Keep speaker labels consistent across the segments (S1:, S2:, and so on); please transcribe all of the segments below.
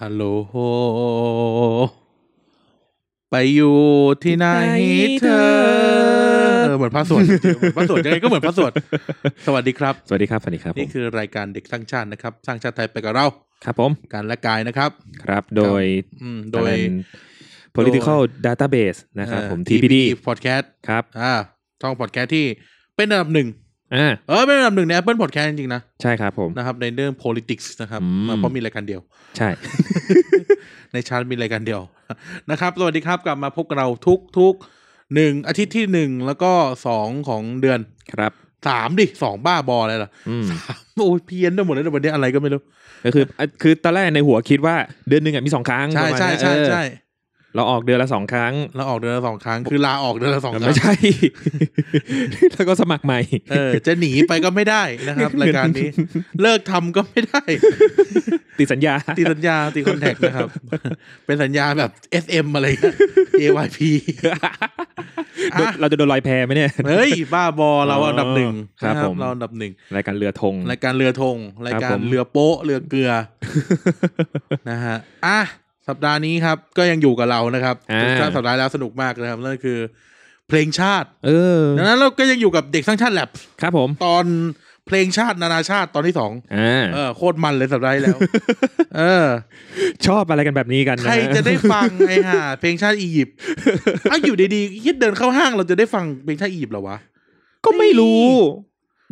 S1: ฮัลโหลไปอยู่ที่ไหนเธอเออเหมือนพระสวดจริงๆเหมือนพระสวดยังไงก็เหมือนพระสวดสวัสดีครับ
S2: สวัสดีครับสวัสดีครับผม
S1: นี่คือรายการเด็กสร้างชาตินะครับ สร้างชาติไทยไปกับเรา
S2: ครับผม
S1: การและกายนะครับ
S2: ครับ โดย
S1: อืมโด
S2: อะไร
S1: ย
S2: นะ political database นะครับผม TPD
S1: podcast
S2: ครับ
S1: อ่าช่อง podcast ที่เป็นอันดับหนึ่ง
S2: อ่า
S1: เออเป็นอันดับหนึ่งใน Apple Podcast จริงๆนะ
S2: ใช่ครับผม
S1: นะครับ ในเรื่อง politics นะครับ
S2: อืม
S1: เพราะมีรายการเดียว
S2: ใช่
S1: ในชาร์ตมีรายการเดียว นะครับ สวัสดีครับกลับมาพบกับเราทุกทุกๆหนึ่งอาทิตย์ที่หนึ่งแล้วก็สองของเดือน
S2: ครับ
S1: สามดิสองบ้าบออะไรล่ะ
S2: อืม
S1: สามโอ้ยเพี้ยนไปหมดเลยนะวันนี้อะไรก็ไม่รู้
S2: ก็คืออ่ะคือตอนแรกในหัวคิดว่าเดือนหนึ่งอ่ะมีสองครั้ง
S1: ใช่
S2: ประมาณ
S1: ใช่
S2: เนี้ย
S1: ใช่
S2: เออ
S1: ใช่
S2: เราออกเดือนละสองครั้ง
S1: เราออกเดือนละสองครั้งคือลาออกเดือนละสองครั้
S2: ไม่
S1: ง
S2: ใช่ แล้วก็สมัครใหม่
S1: เออจะหนีไปก็ไม่ได้ นะครับ รายการนี้ เลิกทำก็ไม่ได้
S2: ติดสัญญา
S1: ตีสัญญาตีคอนแทคนะครับ เป็นสัญญาแบบ SM อะไรเงี้ ย JYP
S2: โดน
S1: อ่ะ
S2: เราจะโดนลอยแพไหมเนี่ย
S1: เฮ้ย บ้าบอเราอันดับหนึ่ง
S2: ครับ
S1: นะ
S2: ผม
S1: เราอันดับหนึ่ง
S2: รายการเรือธง
S1: รายการเรือธงรายกา
S2: ผ
S1: ร
S2: ม
S1: เรือโป๊ะเรือเกลือ นะฮะอ่ะสัปดาห์นี้ครับ ก็ยังอยู่กับเรานะครับ
S2: อ่า
S1: สัปดาห์แล้วสนุกมากนะครับนั่นคือ เพลงชาติ
S2: เออ
S1: ดังนั้นเราก็ยังอยู่กับเด็กสร้างชาติแลบ
S2: ครับผม
S1: ตอนเพลงชาตินานาชาติตอนที่สอง
S2: อ่า
S1: เออโคตรมันเลยสัปดาห์ที่ แล้ว เออ
S2: ชอบอะไรกันแบบนี้กันน
S1: ใครจะได้ฟังไอ้ห่าเพลงชาติอียิปต์เอาอยู่ดีๆคิดเดินเข้าห้างเราจะได้ฟังเพลงชาติอียิปต์เหรอวะ
S2: ก็ไม่รู้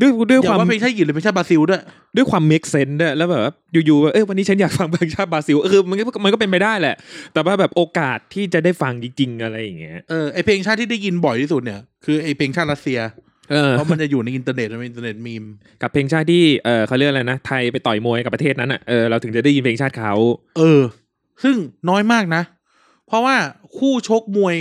S2: ด้วยด้วย
S1: อย่าว
S2: คาม
S1: ว่าเพลงชาติอียิปต์หรือเพลงชาติบราซิลด้วย
S2: ด้วยความ make sense ด้วยแล้วแบบว่าอยู่ๆแบบเอ้ยวันนี้ฉันอยากฟังเพลงชาติบราซิลเออคือมันก็มันก็เป็นไปได้แหละ แต่ว่าแบบโอกาสที่จะได้ฟังจริง ๆ อะไรอย่างเงี้ย
S1: เออไอเพลงชาติที่ได้ยินบ่อยที่สุดเนี่ยคือไอเพลงชาติรัสเซีย
S2: เออ
S1: เพราะมันจะอยู่ในอินเทอร์เน็ตมันเป็นอินเทอร์เน็ตมีม
S2: กับเพลงชาติที่เออเขาเรียกอะไรนะ ไทยไปต่อยมวยกับประเทศนั้นอ่ะเออเราถึงจะได้ยินเพลงชาติเขา
S1: เออ ซึ่งน้อยมากนะ เพราะว่าคู่ชกมวย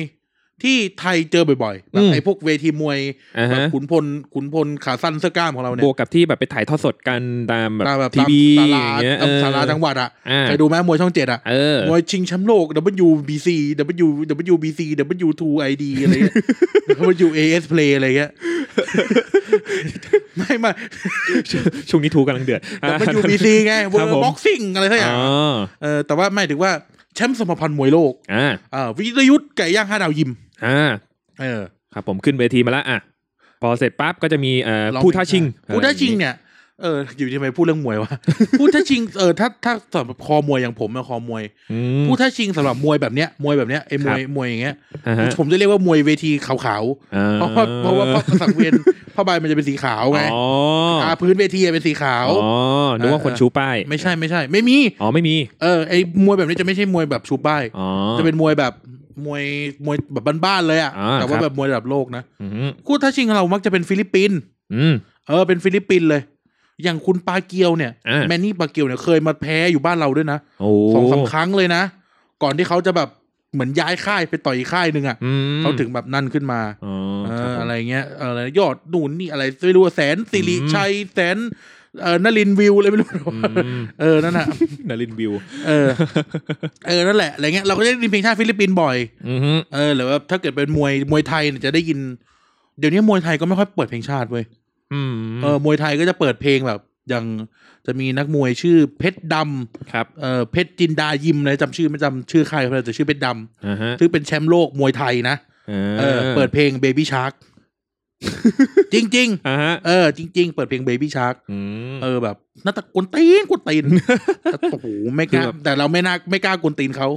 S1: ที่ไทยเจอบ่อยๆแบบไอ้พวกเวทีมวย
S2: อ่า
S1: แบบ
S2: ฮะ
S1: ขุนพลขุนพลขาสั้นเสื้อกล้ามของเรา
S2: บ
S1: เนี่
S2: วย กกับที่แบบไปถ่ายทอดสดกันตามแบบ
S1: ตามแบบ
S2: ที
S1: ตาม
S2: วี
S1: ศา
S2: อ
S1: ลา
S2: ย่างเงี้ย
S1: ตามศาลา
S2: เออ
S1: จังหวัดอ่ะ
S2: อ่า
S1: เคยดูไหมมวยช่องเจ็ดอ่ะ
S2: เออ
S1: มวยชิงแชมป์โลก WBC W WBC W2ID อะไรเงี้ย WAS Play อะไรเงี้ย ไม่ไม่
S2: ช่วงนี้ทูกำลังเดือด
S1: WBC ไง
S2: ครับ
S1: World
S2: ผม
S1: Boxing อะไรสักอย่าง
S2: อ๋อ
S1: เออแต่ว่าไม่ถึงว่าแชมป์สมพันธ์มวยโลก
S2: อ่า
S1: เอ่อวิรยุทธ์ไก่ย่างห้าดาวยิม
S2: อ่า
S1: เออ
S2: ครับผมขึ้นเวทีมาแล้วอ่ะพอเสร็จปั๊บก็จะมีเอ่อ
S1: ลอง
S2: ผู้ท้าชิง
S1: ผู้ท้าชิงเนี่ยเอออยู่ทำไมพูดเรื่องมวยวะ ผู้ท้าชิงเออถ้าถ้าสำหรับคอมวยอย่างผมอะคอมวย
S2: อืม
S1: ผู้ท้าชิงสำหรับมวยแบบเนี้ยมวยแบบเนี้ยไอ้มวยมวยอย่างเงี้ย
S2: อ่าฮะ
S1: ผมจะเรียกว่ามวยเวทีขาว
S2: อ่
S1: ๆเพราะว่าเพราะว่าเพราะสังเวียนผ้าใบมันจะเป็นสีขาวไง
S2: อ๋อา
S1: พื้นเวทีอะเป็นสีขาว
S2: อ๋อนึกว่าคนชูป้าย
S1: ไม่ใช่ไม่ใช่ ไม่มี
S2: อ๋อไม่มี
S1: เออไอ้มวยแบบนี้จะไม่ใช่มวยแบบชูป้าย
S2: อ๋อ
S1: จะเป็นมวยแบบมวยมวยแบบบ้านๆเลยอะ
S2: อ่า
S1: แต่ว่า
S2: ครับ
S1: แบบมวยระดับโลกนะ
S2: อืม
S1: คู่ท้าชิงของเรามักจะเป็นฟิลิปปินส์
S2: อืม
S1: เออเป็นฟิลิปปินส์เลย อย่างคุณปาเกียวเนี่ย
S2: อ่า
S1: แมนนี่ปาเกียวเนี่ยเคยมาแพ้อยู่บ้านเราด้วยนะ
S2: โอ้
S1: สองสามครั้งเลยนะ ก่อนที่เขาจะแบบเหมือนย้ายค่ายไปต่อยอีกค่ายหนึ่งอะ
S2: อืม
S1: เขาถึงแบบนั่นขึ้นมา
S2: อ๋อ
S1: เอ
S2: ครับ
S1: อ
S2: ผม
S1: อะไรเงี้ยเอออะไรยอดหนุนนี่อะไรไม่รู้ว่าแสนสิริ
S2: อืม
S1: ชัยแสนเออนลินทร์วิวอะไรไม่รู้
S2: อืม
S1: เออนั่นน่ะ
S2: นารินวิว
S1: เออเออนั่นแหละอะไรเงี้ยเราก็จะได้ยินเพลงชาติฟิลิปปินส์บ่อย
S2: อือฮึ
S1: เออหรือว่าถ้าเกิดเป็นมวยมวยไทยเนี่ยจะได้ยิน เดี๋ยวนี้มวยไทยก็ไม่ค่อยเปิดเพลงชาติเว้ย
S2: อืม
S1: เออมวยไทยก็จะเปิดเพลงแบบอย่างจะมีนักมวยชื่อเพชรด
S2: ครับ
S1: ำเออเพชรจินดายิมนะจำชื่อไม่จำชื่อใครเขาเลยแต่ชื่อเพชรด
S2: อ่าฮะ
S1: ำซึ่งเป็นแชมป์โลกมวยไทยนะเออเปิดเพลง Baby Shark จริง
S2: อ่าฮะ
S1: ๆ เออ จริง ๆ เปิดเพลง Baby Shark
S2: อืม
S1: เออแบบหน่าตะกวนตี นกวนตีนแต่โอ้โหไม่กล้า
S2: คือแบบ
S1: แต่เราไม่น่าไม่กล้ากวนตีนเขา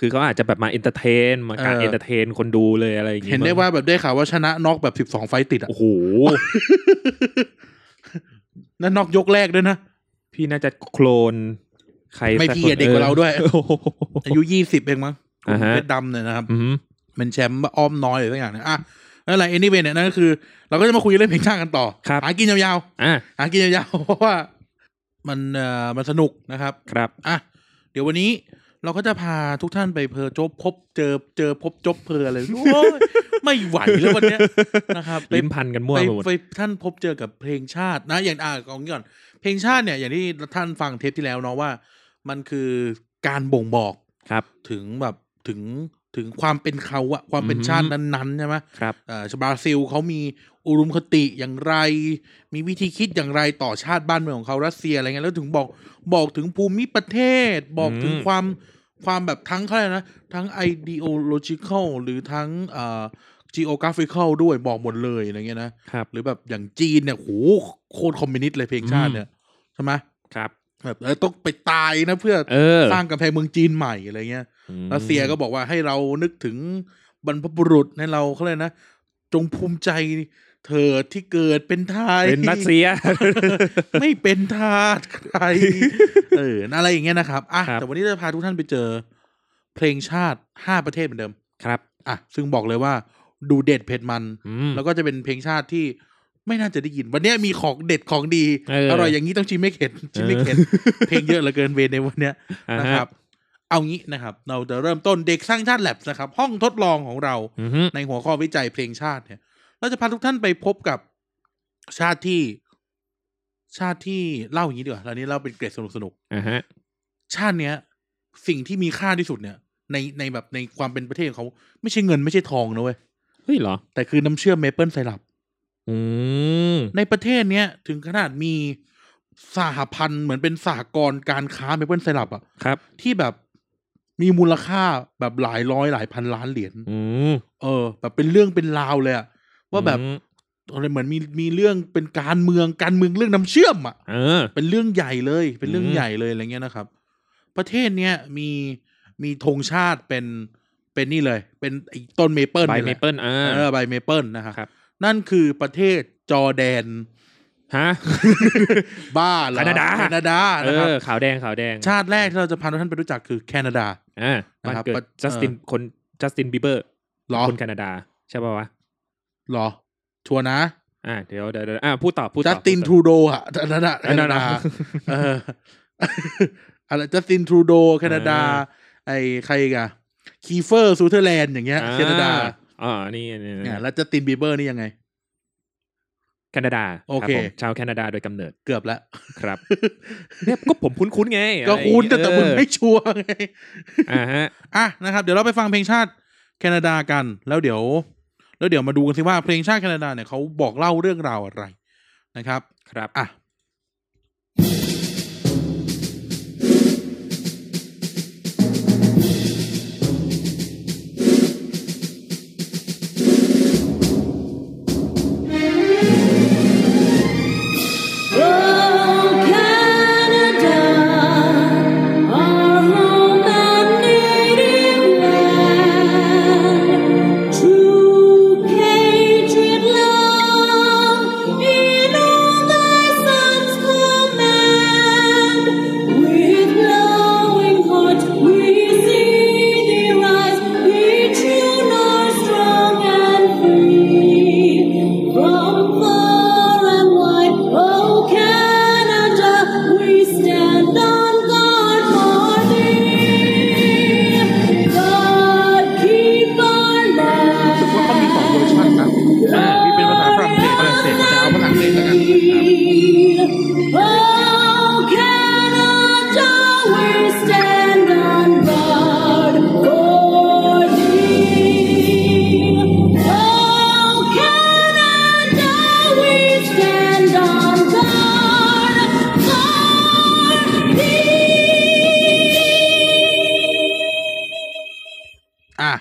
S2: คือเขาอาจจะแบบมาเอนเตอร์เทนมาการ
S1: เออ
S2: เอนเตอร์เทนคนดูเลยอะไรอย่างงี้
S1: เห็นได้ว่าแบบได้ข่าวว่าชนะน็อกแบบสิบสองไฟต์ติดอะ
S2: โอ้โห
S1: นั่นนอกยกแรกด้วยนะ
S2: พี่น่าจะโคลนใคร
S1: ไม่
S2: สั
S1: พี่
S2: คน
S1: อะเด็กกว่าเราด้วย
S2: โอ้โห
S1: อายุยี่สิบเองมั้ง
S2: อ่าฮะ
S1: เพชรดำเนี่ยนะครับ
S2: อืม
S1: เป็นแชมป์อ้อมน้อยหรือสักอย่างเนยอ่ะนั่นแหละ anyway เนี่ยนั่นก็คือ เราก็จะมาคุยเรื่องเพลงชาติกันต่อ
S2: ครับ
S1: หากินยาว
S2: อ่ะ
S1: ๆ หากินยาวๆ เพราะว่า มันเอ่อมันสนุกนะครับ
S2: ครับ
S1: อ่ะ เดี๋ยววันนี้เราก็จะพาทุกท่านไปเพอจบพบเจอเจอพบจบเพออะไรโอ้ยไม่ไหวแล้ววันเนี้ยนะครับไป
S2: ลิ้นพันกันมั่ว
S1: ไป
S2: ไปหมด
S1: ไปท่านพบเจอกับเพลงชาตินะอย่างอ่าของนี้ก่อน เพลงชาติเนี่ยอย่างที่ท่านฟังเทปที่แล้วเนาะว่า มันคือการบ่งบอก
S2: ครับ
S1: ถึงแบบถึง ถึงความเป็นเขาอะความเป็นชาตินั้นๆใช่ไหม
S2: ครับ
S1: เอ่อชาวบราซิลเขามีอุดมคติอย่างไร มีวิธีคิดอย่างไรต่อชาติบ้านเมืองของเขารัสเซียอะไรเงี้ยแล้วถึงบอกบอกถึงภูมิประเทศ บอกถึง
S2: อืม
S1: ความความแบบทั้งเขาเรียกอะไรนะ ทั้ง ideological หรือทั้งเอ่อ geographical ด้วยบอกหมดเลยอะไรเงี้ยนะ
S2: ครับ
S1: หรือแบบอย่างจีนเนี่ยโหโคตรคอมมิวนิสต์เลยเพลงชาติเนี่ยใช่ไหม
S2: ครับ
S1: แบบเออต้องไปตายนะเพื่อ
S2: เออ
S1: สร้างกำแพงเมืองจีนใหม่อะไรเงี้ย
S2: อืม
S1: รัสเซียก็ บอกว่าให้เรานึกถึงบรรพบุรุษให้เราเขาเลยกนะ จงภูมิใจเถิดที่เกิดเป็นไทย
S2: เป็นรัสเซีย
S1: ไม่เป็นทาสใค ร เอออะไรอย่างเงี้ยนะครับอ่ะ
S2: ครับ
S1: แต่วันนี้จะพาทุกท่านไปเจอ เพลงชาติห้าประเทศเหมือนเดิม
S2: ครับ
S1: อ่ะซึ่งบอกเลยว่าดูเด็ดเผ็ดมัน
S2: อืม
S1: แล้วก็จะเป็นเพลงชาติที่ไม่น่าจะได้ยิน วันเนี้ยมีของเด็ดของดี
S2: เอออ
S1: ร่อยอย่างนี้ต้องชิมไม่เข็ดชิมไม่เข็ดเพลงเยอะเหลือเกินเวรในวันเนี้ย
S2: าฮ
S1: นะครับ เอางี้นะครับ เราจะเริ่มต้นเด็กสร้างชาติแลบนะครับ ห้องทดลองของ เรา
S2: อือฮึ
S1: ในหัวข้อวิจัยเพลงชาติเนี่ย เราจะพาทุกท่านไปพบกับชาติที่ ชาติที่เล่าอย่างนี้ดีกว่าตอนนี้เล่าเป็นเกรดสนุกสนุก
S2: อ่าฮะ
S1: ๆชาติเนี้ย สิ่งที่มีค่าที่สุดเนี่ย ในในแบบในความเป็นประเทศของเขา ไม่ใช่เงินไม่ใช่ทองนะเว้ย
S2: เฮ้ยเหรอ
S1: แต่คือน้ำเชื่อมเมเปิลไซรัป
S2: อืม
S1: ในประเทศเนี้ยถึงขนาดมีสหพันธ์เหมือนเป็นสหกรณ์การค้าเมเปิลไซรัปอะ
S2: ครับ
S1: ที่แบบมีมูลค่าแบบหลายร้อยหลายพันล้านเหรียญ
S2: อืม
S1: เออ แบบเป็นเรื่องเป็นราวเลยอะว่าแบบ
S2: อืม
S1: อะไรเหมือนมีมีเรื่องเป็นการเมืองการเมืองเรื่องน้ำเชื่อมอะ
S2: เออ
S1: เป็นเรื่องใหญ่เลย เป็นเรื่อง
S2: อืม
S1: ใหญ่เลยอะไรเงี้ยนะครับ ประเทศเนี้ยมีมีธงชาติเป็นเป็นนี่เลย เป็นไอ้ต้นเมเปิล
S2: ใบ
S1: นี่
S2: เม
S1: แหละ
S2: เปิลอ่า
S1: เออใบเมเปิลนะฮะ
S2: ครับ
S1: นั่นคือประเทศจอร์แดน
S2: ฮะ
S1: บ้าเหรอ
S2: แคนาดา
S1: แคนาดา
S2: เอ
S1: นะครับ
S2: อขาวแดงขาวแดง
S1: ชาติแรกที่เราจะพาทุกท่านไปรู้จักคือแคนาดา
S2: อ่าบ้า
S1: นะ
S2: น
S1: ครับ
S2: เกิด
S1: ปะ
S2: จัสติน
S1: เออ
S2: คนจัสตินบีเบอร์
S1: เหรอ
S2: คนแคนาดา ใช่ป่าวะ
S1: เหรอ ชัวร์นะ
S2: อ่าเดี๋ยวเดี๋ยวเดี๋ยวอ่าพูดต่อพูดต่อ
S1: จัสตินท
S2: พูด
S1: รูโดอ่ะแคนาดาแคนาดา
S2: แคนาดา
S1: เอ ออะไรจัสตินทรูโดแคนาดา
S2: เออ
S1: ไอ้ใครอีกันคีเฟอร์ซูเทอร์แลนด์อย่างเงี้
S2: ต่
S1: ยแคนาดา
S2: อ่าอ่านี่นี่นี่
S1: เนี่ยแล้วจัสตินบีเบอร์นี่ยังไง
S2: แคนาดา
S1: โอเค
S2: รับผมชาวแคนาดาโดยกำเนิด
S1: เกือบแล้ว
S2: ครับ เนี่ยก็ผมคุ้นๆไง
S1: ก็คุ้น
S2: อะไรอย่างเงี้ย
S1: แต่มึงไม่ชัวร์ไง
S2: เอออ่าฮะ
S1: อ่ะนะครับ เดี๋ยวเราไปฟังเพลงชาติแคนาดากัน แล้วเดี๋ยว แล้วเดี๋ยวมาดูกันสิว่าเพลงชาติแคนาดาเนี่ยเขาบอกเล่าเรื่องราวอะไรนะครับ
S2: ครับ
S1: อ่ะ
S3: Oh, Canada, our home and native land, true patriot love in all thy sons command. With glowing heart we see thee rise, we tune our strong and free from far and wide. Oh, Canada, we stand on guard for thee. God keep our
S1: รู้สึกว่าเขามีสองเวอร์ชันนะอ่ามีเป็นภาษาฝ
S3: land.
S1: รั่งเศสฝรั่งเศสจะเอาฝรั่งเศสแล้วกันนะครับ
S3: Oh, Canada, we stand on guard for thee. Oh, Canada, we stand on guard for thee.
S1: อ่ะ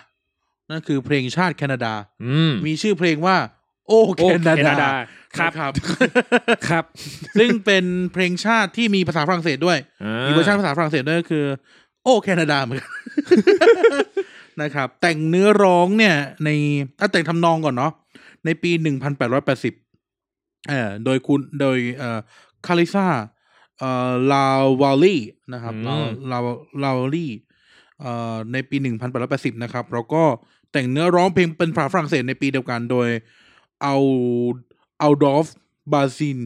S1: นั่นคือเพลงชาติแคนาดา
S2: อืม
S1: มีชื่อเพลงว่า โอ้แค
S2: โอ้
S1: นา
S2: แคนาดา
S1: ดา
S2: ครับ
S1: นะครับ
S2: ครับ
S1: ซึ่งเป็นเพลงชาติที่มีภาษาฝรั่งเศสด้วย มีเวอร์ชันภาษาฝรั่งเศสด้วยก็คือ โอ้แคนาดาเหมือนกัน นะครับ แต่งเนื้อร้องเนี่ย ในอ่ะแต่งทำนองก่อนเนาะในปี 1880เอ่อโดยคุณโดยเอ่อคาริซาเอ่อลาวาลีนะครับ
S2: อื
S1: ลาม ลาลาวาลีเอ่อในปี 1880 นะครับ แล้วก็แต่งเนื้อร้องเพลงเป็นภาษาฝรั่งเศสในปีเดียวกันโดยเอาเอาดอฟบาซิน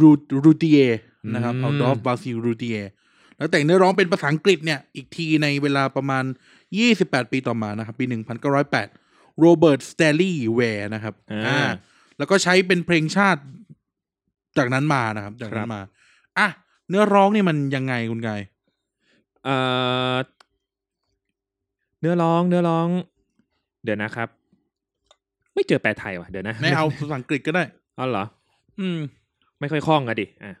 S1: รูรูติเอนะครับ
S2: อืม
S1: เอาดอฟบาซินรูติเอแล้วแต่งเนื้อร้องเป็นภาษาอังกฤษเนี่ยอีกทีในเวลาประมาณ 28 ปีต่อมานะครับ ปี 1908โรเบิร์ตสเตลลี่แวร์นะครับ
S2: อ่า
S1: แล้วก็ใช้เป็นเพลงชาติจากนั้นมานะครับ จากนั้นมาอ่ะเนื้อร้องนี่มันยังไงคุณกาย
S2: เอ่อ เนื้อร้อง เนื้อร้อง เดี๋ยวนะครับ ไม่เจอแปลไทยว่ะเดี๋ยวนะ
S1: ไม่เอาภาษาอังกฤษก็ได้
S2: อ๋อเหรอ
S1: อืม
S2: ไม่ค่อยคล่องอะดิอ่ะ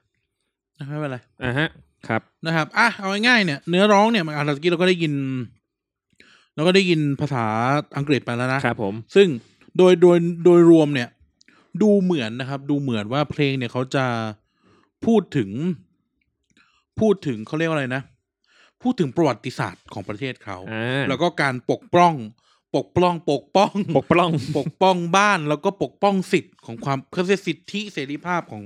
S1: ไม่เป็นไร
S2: อ่ะฮะ ครับ
S1: นะครับ อ่ะ เอาง่ายๆเนี่ย เนื้อร้องเนี่ย มันอ่านสกี้เราก็ได้ยิน เราก็ได้ยินภาษาอังกฤษไปแล้วนะ
S2: ครับผม
S1: ซึ่งโดยโดยโดยรวมเนี่ย ดูเหมือนนะครับ ดูเหมือนว่าเพลงเนี่ยเขาจะพูดถึง พูดถึงเขาเรียกว่าอะไรนะ พูดถึงประวัติศาสตร์ของประเทศเขา
S2: อ่า
S1: แล้วก็การปกป้อง ปกป้อง ปกป้อง
S2: ปกปล้อง
S1: ปกป้องบ้านแล้วก็ปกป้องสิทธิ์ของความเพื่อสิทธิเสรีภาพของ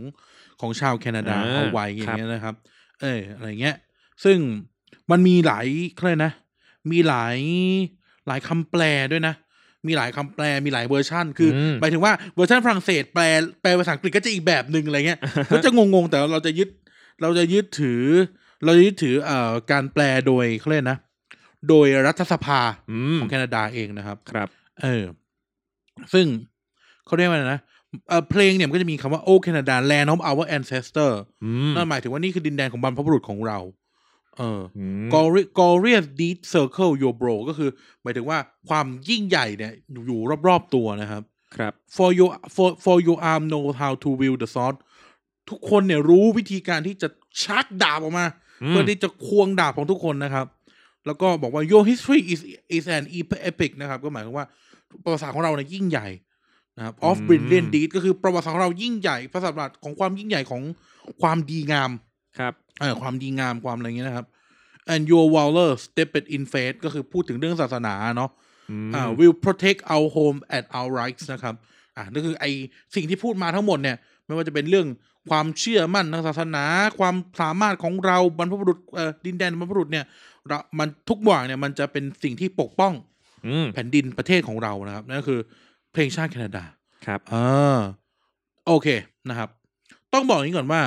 S1: ของชาวแคนาดา
S2: อ่า
S1: เอาไว้อย่างเงี้ยนะครับ เอออะไรเงี้ย ซึ่งมันมีหลายเขาเรียกนะ มีหลายหลายคำแปลด้วยนะ มีหลายคำแปลมีหลายเวอร์ชันคืออ
S2: ม
S1: หมายถึงว่าเวอร์ชันฝรั่งเศสแปลแปลภาษาอังกฤษก็จะอีกแบบหนึ่งอะไรเงี้ย ก็จะงงๆแต่เราจะยึดเราจะยึดถือ เราจะยึดถือเอ่อการแปลโดยเขาเรียกนะ โดยรัฐสภา
S2: อืม
S1: ของแคนาดาเองนะครับ
S2: ครับ
S1: เออ ซึ่งเขาเรียกว่าอะไรนะเอ่อเพลงเนี่ยมันก็จะมีคำว่าโอแคนาดา land of our ancestor
S2: อืม
S1: นั่นหมายถึงว่านี่คือดินแดนของบรรพบุรุษของเรา เออ
S2: อืม
S1: Glori- glorious deep circle your bro ก็คือ หมายถึงว่าความยิ่งใหญ่เนี่ย อยู่รอบๆตัวนะครับ
S2: ครับ
S1: for your for for your arm know how to wield the sword ทุกคนเนี่ยรู้วิธีการที่จะชักดาบออกมา
S2: อืม
S1: เพื่อที่จะควงดาบของทุกคนนะครับ แล้วก็บอกว่า your history is is an epic นะครับ ก็หมายความว่าประวัติศาสตร์ของเราเนี่ยยิ่งใหญ่นะครับ of
S2: อืม
S1: brilliant deed ก็คือประวัติศาสตร์ของเรายิ่งใหญ่ประวัติศาสตร์ของความยิ่งใหญ่ของความดีงาม
S2: ครับ
S1: เออความดีงามความอะไรอย่างเงี้ยนะครับ and your valor stepped in faith ก็คือพูดถึงเรื่องศาสนาเนาะ
S2: อืม
S1: อ่า will protect our home and our rights นะครับ อ่านั่นคือไอสิ่งที่พูดมาทั้งหมดเนี่ย ไม่ว่าจะเป็นเรื่องความเชื่อมั่นทางศาสนา ความสามารถของเราบรรพบุรุษเอ่อดินแดนบรรพบุรุษเนี่ยเรามันทุกอย่างเนี่ยมันจะเป็นสิ่งที่ปกป้อง
S2: อืม
S1: แผ่นดินประเทศของเรานะครับ นั่นก็คือเพลงชาติแคนาดา
S2: ครับ
S1: อ่าโอเคนะครับ ต้องบอกอย่างนี้ก่อนว่า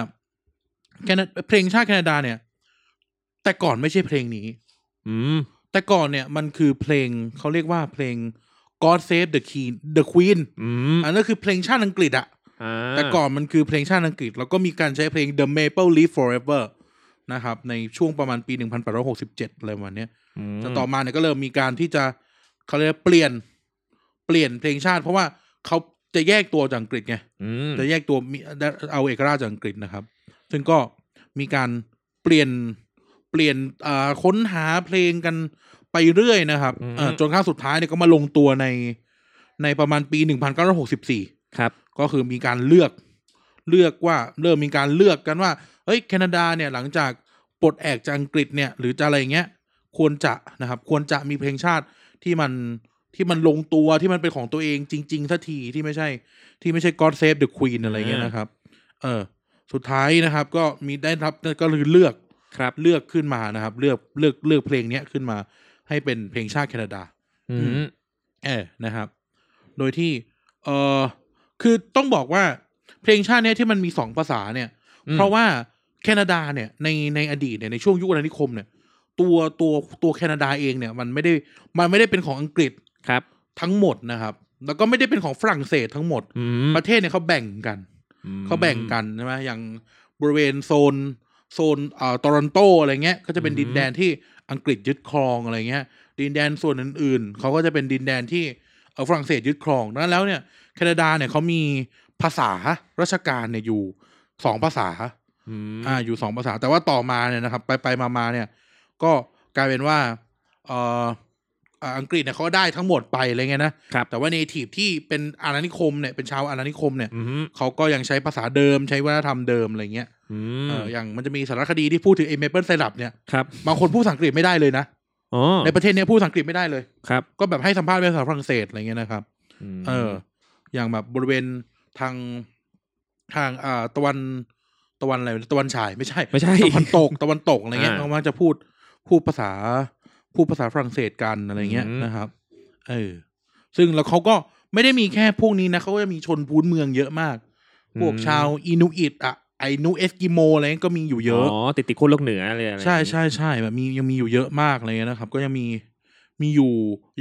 S1: แคนาเพลงชาติแคนาดาเนี่ย แต่ก่อนไม่ใช่เพลงนี้
S2: อืม
S1: แต่ก่อนเนี่ยมันคือเพลงเขาเรียกว่าเพลง God Save the Queen the Queen
S2: อืม
S1: อันนั้นคือเพลงชาติอังกฤษอะ
S2: อ่า
S1: แต่ก่อนมันคือเพลงชาติอังกฤษ แล้วก็มีการใช้เพลง The Maple Leaf Forever นะครับ ในช่วงประมาณปี 1867อะไรประมาณเนี้ย
S2: ม
S1: แต่ต่อมาเนี่ยก็เริ่มมีการที่จะเขาเรียกว่าเปลี่ยนเปลี่ยนเพลงชาติ เพราะว่าเขาจะแยกตัวจากอังกฤษไง
S2: อืม
S1: จะแยกตัวมีเอาเอกราชจากอังกฤษนะครับ ซึ่งก็มีการเปลี่ยนเปลี่ยนเอ่อค้นหาเพลงกันไปเรื่อยนะครับเอ่อจนครั้งสุดท้ายเนี่ยก็มาลงตัวในในประมาณปี 1964
S2: ครับ
S1: ก็คือมีการเลือกเลือกว่าเริ่มมีการเลือกกันว่าเฮ้ยแคนาดาเนี่ยหลังจากปลดแอกจากอังกฤษเนี่ย หรือจะอะไรอย่างเงี้ย ควรจะนะครับ ควรจะมีเพลงชาติที่มันที่มันลงตัวที่มันเป็นของตัวเองจริงๆสักทีที่ไม่ใช่ ที่ไม่ใช่ God Save the Queen อะไรเงี้ยนะครับ เออ สุดท้ายนะครับ ก็มีได้รับก็คือเลือก
S2: ครับ
S1: เลือกขึ้นมานะครับ เลือกเลือกเลือกเพลงเนี้ยขึ้นมาให้เป็นเพลงชาติแคนาดา
S2: อืม
S1: เออนะครับ โดยที่ เออคือต้องบอกว่าเพลงชาติเนี้ยที่มันมีสองภาษาเนี่ย เพราะว่าแคนาดาเนี่ยในในอดีตเนี่ยในช่วงยุคอาณานิคมเนี่ย ตัวตัวตัวแคนาดาเองเนี่ย มันไม่ได้มันไม่ได้เป็นของอังกฤษ
S2: ครับ
S1: ทั้งหมดนะครับ แล้วก็ไม่ได้เป็นของฝรั่งเศสทั้งหมด
S2: อืม
S1: ประเทศเนี่ยเขาแบ่งกัน เขาแบ่งกันใช่ไหมอย่างบริเวณโซนโซนเอ่อโตรอนโตอะไรเงี้ย ก็จะเป็นดินแดนที่อังกฤษยึดครองอะไรเงี้ย ดินแดนส่วนอื่นๆ เขาก็จะเป็นดินแดนที่เอ่อฝรั่งเศสยึดครองดังนั้นแล้วเนี่ยแคนาดาเนี่ยเขามีภาษาราชการเนี่ยอยู่สองภาษา
S2: อืม
S1: อ่าอยู่สองภาษาแต่ว่าต่อมาเนี่ยนะครับ ไปไปมามาเนี่ย ก็กลายเป็นว่าเอ่ออ่าอังกฤษเนี่ยเขาได้ทั้งหมดไปอะไรเงี้ยนะครับ แต่ว่าเนทีฟที่เป็นอาณานิคมเนี่ยเป็นชาวอาณานิคมเนี่ย
S2: อืม
S1: เขาก็ยังใช้ภาษาเดิมใช้วัฒนธรรมเดิม อะไรเงี้ย
S2: อืม
S1: เอออย่างมันจะมีสารคดีที่พูดถึงเอเมเปิลไซรัปเนี่ย
S2: ครับ
S1: บางคนพูดภาษาอังกฤษไม่ได้เลยนะ
S2: อ๋อ
S1: ในประเทศเนี้ยพูดภาษาอังกฤษไม่ได้เลย
S2: ครับ
S1: ก็แบบให้สัมภาษณ์เป็นภาษาฝรั่งเศสอะไรเงี้ยนะครับ
S2: ม
S1: เออ อย่างแบบบริเวณทางทางอ่าตะวันตะวันอะไรตะวันฉายไม่ใช่
S2: ไม่ใช่
S1: ตะวันตก ตะวันตกอะไรเงี้ย
S2: อ่า
S1: มักจะพูดพูดภาษาพูดภาษาฝรั่งเศสกันอะไรเงี้ย
S2: อืม
S1: นะครับเออซึ่งแล้วเขาก็ไม่ได้มีแค่พวกนี้นะเขาก็จะมีชนพื้นเมืองเยอะมาก พวกชาวอินูอิตอะไอนูเอสกิโมอะไรเงี้ยก็มีอยู่เยอะ
S2: อ๋อติดติดคนโลกเหนืออะไรอะไร
S1: ใช่ใช่ใช่แบบมียังมีอยู่เยอะมากอะไรเงี้ยนะครับ ก็ยังมีมีอยู่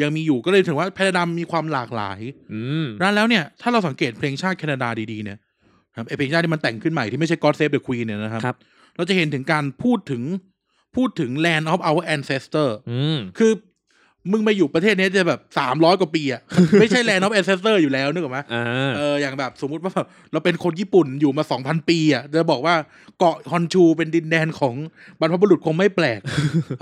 S1: ยังมีอยู่ก็เลยถึงว่าแคนาดามีความหลากหลาย
S2: อืม
S1: ดังนั้นแล้วเนี่ย ถ้าเราสังเกตเพลงชาติแคนาดาดีๆเนี่ยครับไอเพลงชาติที่มันแต่งขึ้นใหม่ที่ไม่ใช่ God Save the Queen เนี่ยนะครับ
S2: ครับ
S1: เราจะเห็นถึงการพูดถึงพูดถึง land of our ancestor
S2: อืม
S1: คือ มึงมาอยู่ประเทศนี้จะแบบสามร้อยกว่าปีอะ ไม่ใช่แลนด์ออฟแอนเซสเตอร์อยู่แล้วนึกออกไหม
S2: อ่า
S1: เอออย่างแบบสมมุติว่าแบบเราเป็นคนญี่ปุ่นอยู่มาสองพันปีอะจะบอกว่าเกาะฮอนชูเป็นดินแดนของบรรพบุรุษคงไม่แป ลก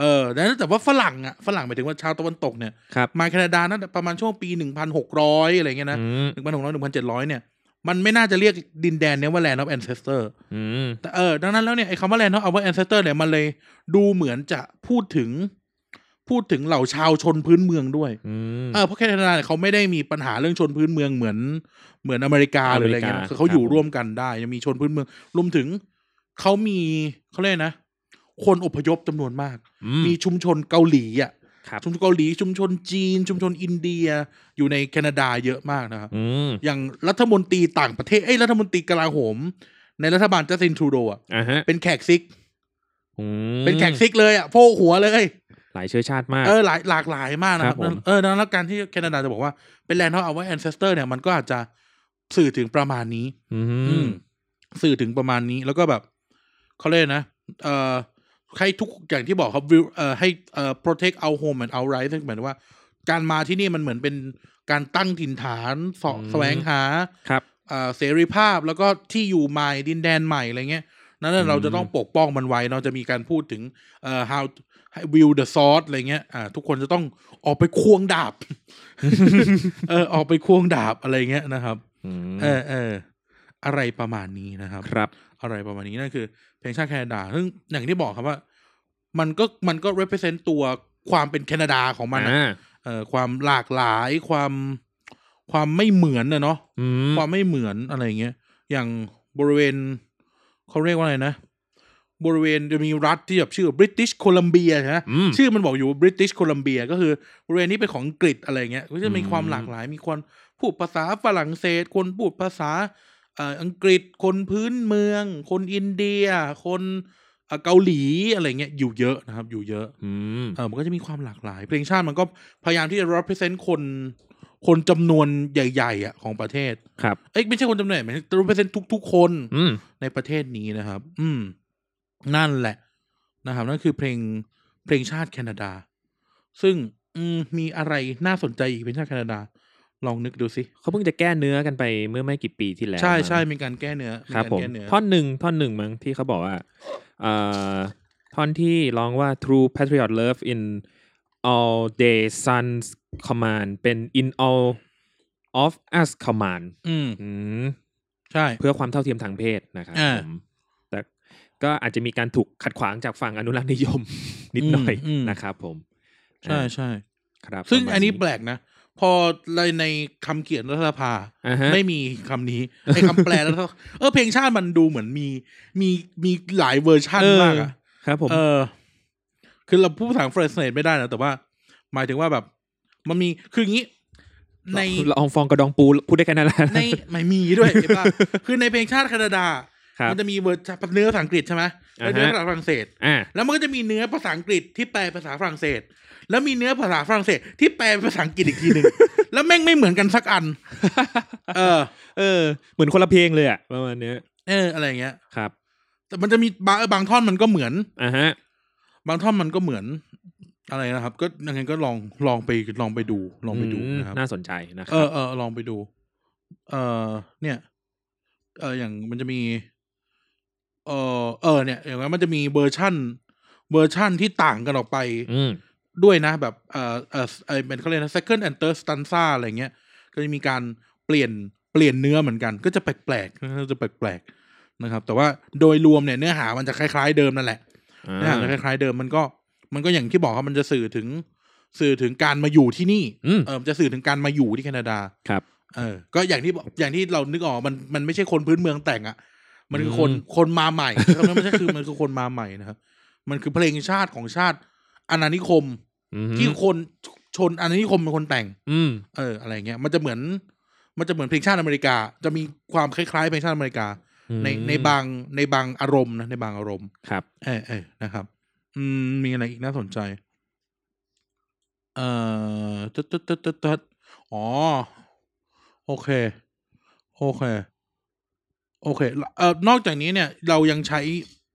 S1: เออแล้วแต่ว่าฝรั่งอะฝรั่งหมายถึงว่าชาวตะวันตกเนี่ย
S2: ครับ
S1: มาแคนาดานั่นประมาณช่วงปีหนึ่งพันหกร้อยอะไรเงี้ยนะ
S2: อืม
S1: หนึ่งพันหกร้อยหนึ่งพันเจ็ดร้อยเนี่ยมันไม่น่าจะเรียกดินแดนเนี้ยว่าแลนด์ออฟแอนเซสเตอร์
S2: อืม
S1: แต่เออดังนั้นแล้วเนี่ยไอ้คำว่าแลนด์ออฟแอนเซสเตอร์เนี่ยมันเลยดูเหมือนจะพูดถึง พูดถึงเหล่าชาวชนพื้นเมืองด้วย
S2: อืม
S1: เออเพราะแคนาดาเนี่ยเขาไม่ได้มีปัญหาเรื่องชนพื้นเมืองเหมือนเหมือนอเมริกาหรืออะไรเงี้ย
S2: อเมริ
S1: นะ
S2: กา
S1: คือเขาอยู่
S2: ครับ
S1: ร่วมกันได้ ยังมีชนพื้นเมือง รวมถึงเขามีเขาเรียกนะ คนอพยพจำนวนมาก
S2: อื
S1: มีชุมชนเกาหลีอ่ะ
S2: ครับ
S1: ชุมชนเกาหลี ชุมชนจีน ชุมชนอินเดียอยู่ในแคนาดาเยอะมากนะครับ
S2: อืม
S1: อย่างรัฐมนตรีต่างประเทศเอ้ยรัฐมนตรีกลาโหม ในรัฐบาลจัสตินทรูโดอ่ะ
S2: อ่าฮะ
S1: เป็นแขกซิก
S2: อืม
S1: เป็นแขกซิกเลยอ่ะโพกหัวเลย
S2: หลายเชื้อชาติมาก
S1: เออหลายหลากหลายมากนะครับ
S2: ครับผม
S1: เออดังนั้นแล้วการที่แคนาดาจะบอกว่า เป็นแลนด์เขาเอาไว้แอนเซสเตอร์เนี่ยมันก็อาจจะสื่อถึงประมาณนี้
S2: อื
S1: อืม
S2: ม
S1: สื่อถึงประมาณนี้แล้วก็แบบเขาเรียกนะ เอ่อให้ทุกอย่างที่บอกครับวิวเอ่อให้เอ่อ protect our home and our right ซึ่งหมายถึงว่า การมาที่นี่มันเหมือนเป็นการตั้งถิ่นฐานเสาะแสวงหา
S2: ครับ
S1: เอ่อเสรีภาพแล้วก็ที่อยู่ใหม่ดินแดนใหม่อะไรเงี้ยนั้นนะเราจะต้องปกป้องมันไว้เราจะมีการพูดถึงเอ่อ how will the sword อะไรเงี้ยอ่าทุกคนจะต้องออกไปควงดาบ เออออกไปควงดาบอะไรเงี้ยนะครับ
S2: อืม
S1: เออเอออะไรประมาณนี้นะครับ
S2: ครับ
S1: อะไรประมาณนี้นั่นคือเพลงชาติแคนาดาซึ่งอย่างที่บอกครับว่า มันก็มันก็ represent ตัวความเป็นแคนาดาของมันอะ
S2: อ่า
S1: เออความหลากหลายความความไม่เหมือนนะเนาะ
S2: อืม
S1: ความไม่เหมือนอะไรอย่างเงี้ย อย่างบริเวณเขาเรียกว่าอะไรนะ บริเวณจะมีรัฐที่แบบชื่อ British Columbia ใช่ไหม
S2: อืม
S1: ชื่อมันบอกอยู่ British Columbia ก็คือบริเวณนี้เป็นของอังกฤษอะไรอย่างเงี้ย ก็จะมี
S2: อืม
S1: ความหลากหลาย มีคนพูดภาษาฝรั่งเศส คนพูดภาษาเอ่ออังกฤษ คนพื้นเมือง คนอินเดีย คนเอ่อเกาหลีอะไรเงี้ย อยู่เยอะนะครับ อยู่เยอะ
S2: อืม
S1: เออมันก็จะมีความหลากหลาย เพลงชาติมันก็พยายามที่จะ represent คน คนจำนวนใหญ่ๆอ่ะของประเทศ
S2: ครับ
S1: เอ้ยไม่ใช่คนจำหน่ายหมายถึงเปอร์เซ็นต์ทุก ๆ คน
S2: อืม
S1: ในประเทศนี้นะครับ อืม นั่นแหละนะครับ นั่นคือเพลงเพลงชาติแคนาดา ซึ่ง อืมมีอะไรน่าสนใจอีกเพลงชาติแคนาดา ลองนึกดูสิ
S2: เขาเพิ่งจะแก้เนื้อกันไปเมื่อไม่กี่ปีที่แล้ว
S1: ใช่
S2: มั้ง
S1: ใช่มีการแก้เนื้อมี
S2: ครับ
S1: การ
S2: ผม
S1: แก้เนื้อ
S2: ท่อนหนึ่งท่อนหนึ่งมั้งที่เขาบอกว่าเอ่อท่อนที่ร้องว่า true patriot love in all day sun's command เป็น in all of us command
S1: อืม
S2: อืม
S1: ใช่
S2: เพื่อความเท่าเทียมทางเพศนะครับ
S1: อ่า
S2: ผมแต่ก็อาจจะมีการถูกขัดขวางจากฝั่งอนุรักษ์นิยม นิดหน่อยนะครับผม
S1: ใช่
S2: อ่า
S1: ใช่
S2: ครับ
S1: ซึ่ง
S2: ประมาณ
S1: อันนี้แปลกนะ พอในคำเขียนรัฐสภา
S2: อ่าฮะ
S1: ไม่มีคำนี้ไอ้คำแปลแล้วก็เออเพลงชาติมันดูเหมือนมีมีมีหลายเวอร์ชัน
S2: เออ
S1: มากอะ
S2: ครับผม
S1: เออ คือเราพูดภาษาฝรั่งเศสไม่ได้นะ แต่ว่า หมายถึงว่าแบบ มันมี คืออย่างนี้ ใน
S2: ละอองฟองกระดองปูพูดได้แค่นั้นแหละ
S1: ในไม่มีด้วยเห็นปะคือในเพลงชาติแคนาดา
S2: ครับ
S1: มันจะมีเวอร์ชันเนื้อภาษาอังกฤษใช่ไหม
S2: อ่าฮะ
S1: และเนื้อภาษาฝรั่งเศส
S2: อ่า
S1: แล้วมันก็จะมีเนื้อภาษาอังกฤษที่แปลภาษาฝรั่งเศส แล้วมีเนื้อภาษาฝรั่งเศสที่แปลเป็นภาษาอังกฤษอีกทีหนึ่ง แล้วแม่งไม่เหมือนกันสักอัน เออ
S2: เออ เหมือนคนละเพลงเลยอะประมาณเนี้ย
S1: เออ อะไรอย่างเงี้ย
S2: ครับ
S1: แต่มันจะมีบางบางท่อนมันก็เหมือน
S2: อ่าฮะ
S1: บางท่อนมันก็เหมือนอะไรนะครับ ก็ยังไงก็ลองลองไปลองไปดู ลองไปดู
S2: ม
S1: นะครับ
S2: น่าสนใจนะค
S1: เอ
S2: รั
S1: อเออลองไปดู เออเนี่ย เอออย่างมันจะมี เออเออเนี่ยอย่างนั้นมันจะมีเวอร์ชั่น เวอร์ชั่นที่ต่างกันออกไป
S2: อืม
S1: ด้วยนะ แบบเออเออไอเป็นเขาเรียกนะ second and third stanza อะไรเงี้ย ก็จะมีการเปลี่ยนเปลี่ยนเนื้อเหมือนกัน ก็จะแปลกๆก็จะแปลกๆนะครับ แต่ว่าโดยรวมเนี่ยเนื้อหามันจะคล้ายๆเดิมนั่นแหละ
S2: อ่า
S1: นะฮะแต่คล้ายๆเดิมมันก็มันก็อย่างที่บอกครับมันจะสื่อถึงสื่อถึงการมาอยู่ที่นี่
S2: อืม
S1: เออจะสื่อถึงการมาอยู่ที่แคนาดา
S2: ครับ
S1: เออ ก็อย่างที่บอกอย่างที่เรานึกออกมันมันไม่ใช่คนพื้นเมืองแต่งอะมันคือคน
S2: อืม
S1: คนมาใหม่คำนั้นไม่ใช่คือมันคือคนมาใหม่นะครับมันคือเพลงชาติของชาติอาณานิคม ที่คนชนอาณานิคมเป็นคนแต่ง
S2: อืม
S1: เอออะไรเงี้ยมันจะเหมือน มันจะเหมือนเพลงชาติอเมริกา จะมีความคล้ายๆเพลงชาติอเมริกา ในในบางในบางอารมณ์นะในบางอารมณ์
S2: ครับ
S1: เออเออนะครับ อืม มีอะไรอีกน่าสนใจ เอ่อตึ๊ดตึ๊ดตึ๊ดตึ๊ดตึ๊ดอ๋อ โอเค โอเค โอเค เอ่อ นอกจากนี้เนี่ย เรายังใช้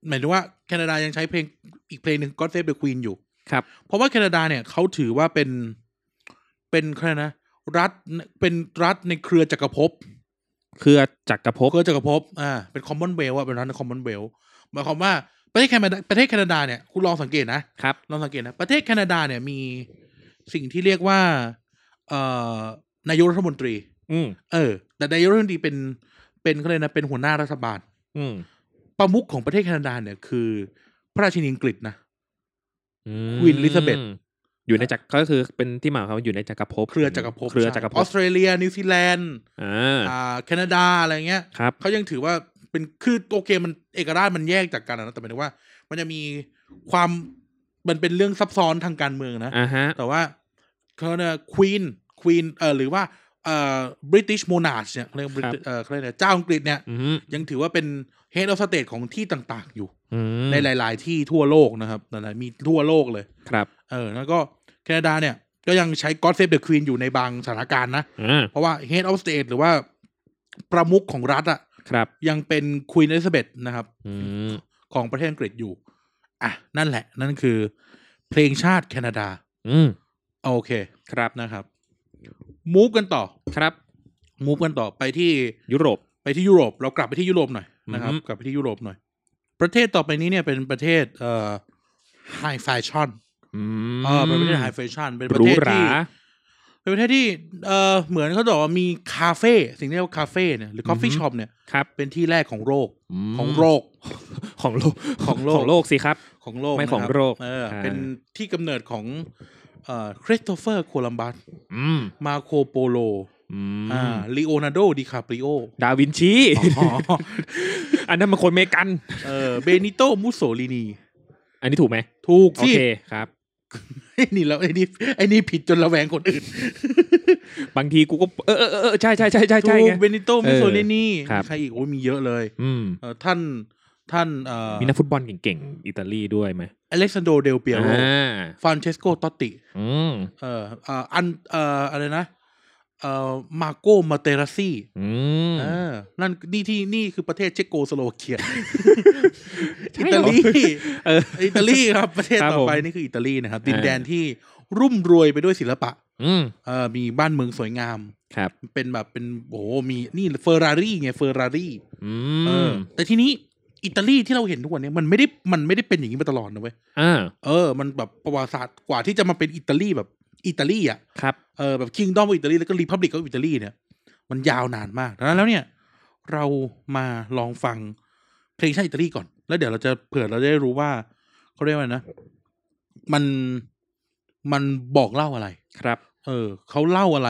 S1: หมายถึงว่า แคนาดายังใช้เพลงอีกเพลงหนึ่ง God Save the Queen อยู่
S2: ครับ
S1: เพราะว่าแคนาดาเนี่ยเขาถือว่าเป็นเป็นใครนะ รัฐเป็นรัฐในเครือจักรภพ
S2: เครือจักรภพ
S1: เครือจักรภพอ่าเป็นคอมมอนเวลอะเป็นรัฐในคอมมอนเวลหมายความว่าประเทศแคนาดาประเทศแคนาดาเนี่ยคุณลองสังเกตนะ
S2: ครับ
S1: ลองสังเกตนะ ประเทศแคนาดาเนี่ยมีสิ่งที่เรียกว่า เอ่อนายกรัฐมนตรี
S2: อืม
S1: เออ แต่นายกรัฐมนตรีเป็นเป็นเขาเลยกนะเป็นหัวหน้ารัฐบาล
S2: อืม
S1: ประมุขของประเทศแคนาดาเนี่ยคือ พระราชินีอังกฤษนะ
S2: อืม
S1: Queen Elizabeth
S2: อยู่ในจักรก็คือเป็นที่มาของเขาอยู่ในจักรภพ
S1: เครือจักรภพ
S2: เครือจักรภ
S1: ออ
S2: พ
S1: สเตรเลีย นิวซีแลนด์
S2: อ่า
S1: อ่าแคนาดาอะไรเงี้ย
S2: ครับ
S1: เขายังถือว่าเป็นคือโอเคมันเอกราชมันแยกจากกันนะแต่หมายถึงว่า มันจะมีความมันเป็นเรื่องซับซ้อนทางการเมืองนะ
S2: อ่าฮะ
S1: แต่ว่าเขาเนี่ยควีนควีนเออหรือว่าเอ่อบริติชโมนาชเนี่ยเขาเรียก Brit-
S2: ครับ
S1: เออเขาเรียกอะไรเจ้าอังกฤษเนี่ย
S2: อืม
S1: ยังถือว่าเป็นเฮดออฟสเตทของที่ต่างๆ อยู่
S2: อืม
S1: ในหลาย ๆ ที่ทั่วโลกนะครับหลายๆมีทั่วโลกเลย
S2: ครับ
S1: เออ แล้วก็แคนาดาเนี่ย ก็ยังใช้ God Save the Queen อยู่ในบางสถานการณ์นะ
S2: อ่า
S1: เพราะว่า Head of State หรือว่าประมุขของรัฐอะ
S2: ครับ
S1: ยังเป็น Queen Elizabeth นะครับ
S2: อืม
S1: ของประเทศอังกฤษอยู่ อ่ะ นั่นแหละ นั่นคือ เพลงชาติแคนาดา
S2: อืม
S1: โอเค
S2: ครับ
S1: นะครับ มูฟกันต่อ
S2: ครับ
S1: มูฟกันต่อไปที่
S2: ยุโรป
S1: ไปที่ยุโรป เรากลับไปที่ยุโรปหน่อยนะครับ
S2: อือฮึ
S1: กลับไปที่ยุโรปหน่อย ประเทศต่อไปนี้เนี่ยเป็นประเทศเอ่อไฮแฟชั่น
S2: อืม
S1: เออเป็นประเทศไฮแฟชั่นเป็น
S2: ห
S1: ประ
S2: รู
S1: เทศ
S2: หรา
S1: ที่ เป็นประเทศที่เออเหมือนเขาบอกว่ามีคาเฟ่สิ่งที่เรียกว่าคาเฟ่เนี่ยหรือคอฟฟี่
S2: อือฮึ
S1: ช็อปเนี่ย
S2: ครับ
S1: เป็นที่แรกของโลก
S2: ม
S1: ของโลก
S2: ของโลก
S1: ของโลก
S2: ของโลกสิครับ
S1: ของโลก
S2: ไม่ของ
S1: นะบ
S2: โลก
S1: เอออา เป็นที่กำเนิดของเอ่อคริสโตเฟอร์โคลัมบัส
S2: อืม
S1: มาโคโปโล
S2: อืม
S1: อ่าลีโอนาร์โดดิคาปริโอ
S2: ดาวินชี
S1: อ๋อ
S2: อันนั้นมันคนเมกัน
S1: เออเบนิโตมุสโสลินี
S2: อันนี้ถูกไหม
S1: ถูก
S2: โอ
S1: สิ
S2: เคครับ
S1: ไอ้นี่แล้วไอ้นี่ไอ้นี่ผิดจนระแวงคนอื่น
S2: บางทีกูก็เออเออเออเออใช่ใช่ใช่ใช่ใช่
S1: ถูก
S2: ไง
S1: เบนิโตมุสโสลินี
S2: เออครับ
S1: ใครอีกโอ้ยมีเยอะเลย
S2: อืม
S1: เออท่านท่านเอ่อ
S2: มีนักฟุตบอลเก่งๆ อิตาลีด้วยไหม
S1: อเล็กซานโดเดลเปียโร
S2: อ่า
S1: ฟรานเชสโกตอตติ
S2: อืม
S1: เอ่อเอ่ออัน เอ่อ อะไรนะ เอ่อ มาโกมาเตราซี่
S2: อืม
S1: เออ นั่น นี่ที่ นี่คือประเทศเชโกสโลวาเกีย
S2: ใช่
S1: อิ
S2: เหรอ
S1: ตาลี
S2: เออ
S1: อิตาลีครับ ประเทศ
S2: ครับ
S1: ต่อไป
S2: ผม
S1: นี่คืออิตาลีนะครับ
S2: อ่า
S1: ดินแดนที่รุ่มรวยไปด้วยศิลปะ
S2: อืม
S1: เออ มีบ้านเมืองสวยงาม
S2: ครับ
S1: เป็นแบบ เป็น โอ้โห มี นี่เฟอร์รารี่ไง เฟอร์รารี่
S2: อื
S1: เออ
S2: ม
S1: แต่ทีนี้ อิตาลีที่เราเห็นทุกวันเนี้มันไม่ได้ มันไม่ได้เป็นอย่างนี้มาตลอดนะเว้ย
S2: อ่า
S1: เออ มันแบบประวัติศาสตร์กว่าที่จะมาเป็นอิตาลีแบบ อิตาลีอ่ะ
S2: ครับ
S1: เออแบบคิงดอมอิตาลีแล้วก็รีพับลิกของอิตาลีเนี่ย มันยาวนานมากดังนั้นแล้วเนี่ย เรามาลองฟังเพลงชาติอิตาลีก่อน แล้วเดี๋ยวเราจะเผื่อเราจะได้รู้ว่าเขาเรียกว่าอะไรนะ มันมันบอกเล่าอะไร
S2: ครับ
S1: เออเขาเล่าอะไร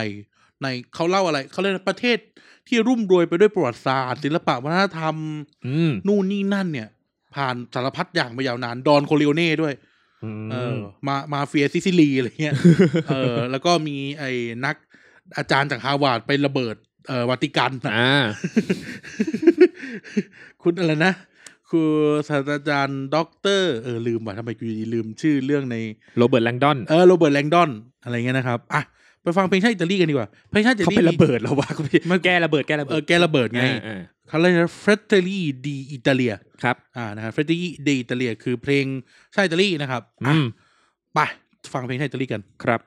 S1: ในเขาเล่าอะไรเขาเรียกว่าประเทศที่รุ่มรวยไปด้วยประวัติศาสตร์ศิลปะวัฒนธรรม
S2: อืม
S1: นู่นนี่นั่นเนี่ย ผ่านสารพัดอย่างมายาวนานดอนโคลิโอเน่ด้วย เออ
S2: ม
S1: มามาเฟียซิซิลีอะไรเงี้ย เออ แล้วก็มีไอ้นักอาจารย์จากฮาร์วาร์ดไประเบิดเอ่อวัติกัน น่ะ
S2: อ่า
S1: คุณอะไรนะคือศาสตราจารย์ด็อกเตอร์เออลืมว่ะทำไมกูอยู่ดีลืมชื่อเรื่องใน
S2: โรเบิร์ตแลงดอน
S1: เออโรเบิร์ตแลงดอนอะไรเงี้ยนะครับอ่ะไปฟังเพลงชาติอิตาลีกันดีกว่าเพลงชาติอิ
S2: เขา
S1: ตาลี
S2: เป็นระเบิดแล้ววะคุณพี่แก้ระเบิดแก้ระ
S1: เอ
S2: เบิ
S1: อ
S2: ด
S1: แกระเบิดไง
S2: อ่าอ่า
S1: เขาเรียกเฟรเตอรี่ดีอิตาเลีย
S2: ครับ
S1: อ่านะครับเฟรเตอรี่ดีอิตาเลียคือเพลงชาติอิตาลีนะครับ
S2: อืม
S1: ไปฟังเพลงชาติอิตาลีกัน
S2: ครับ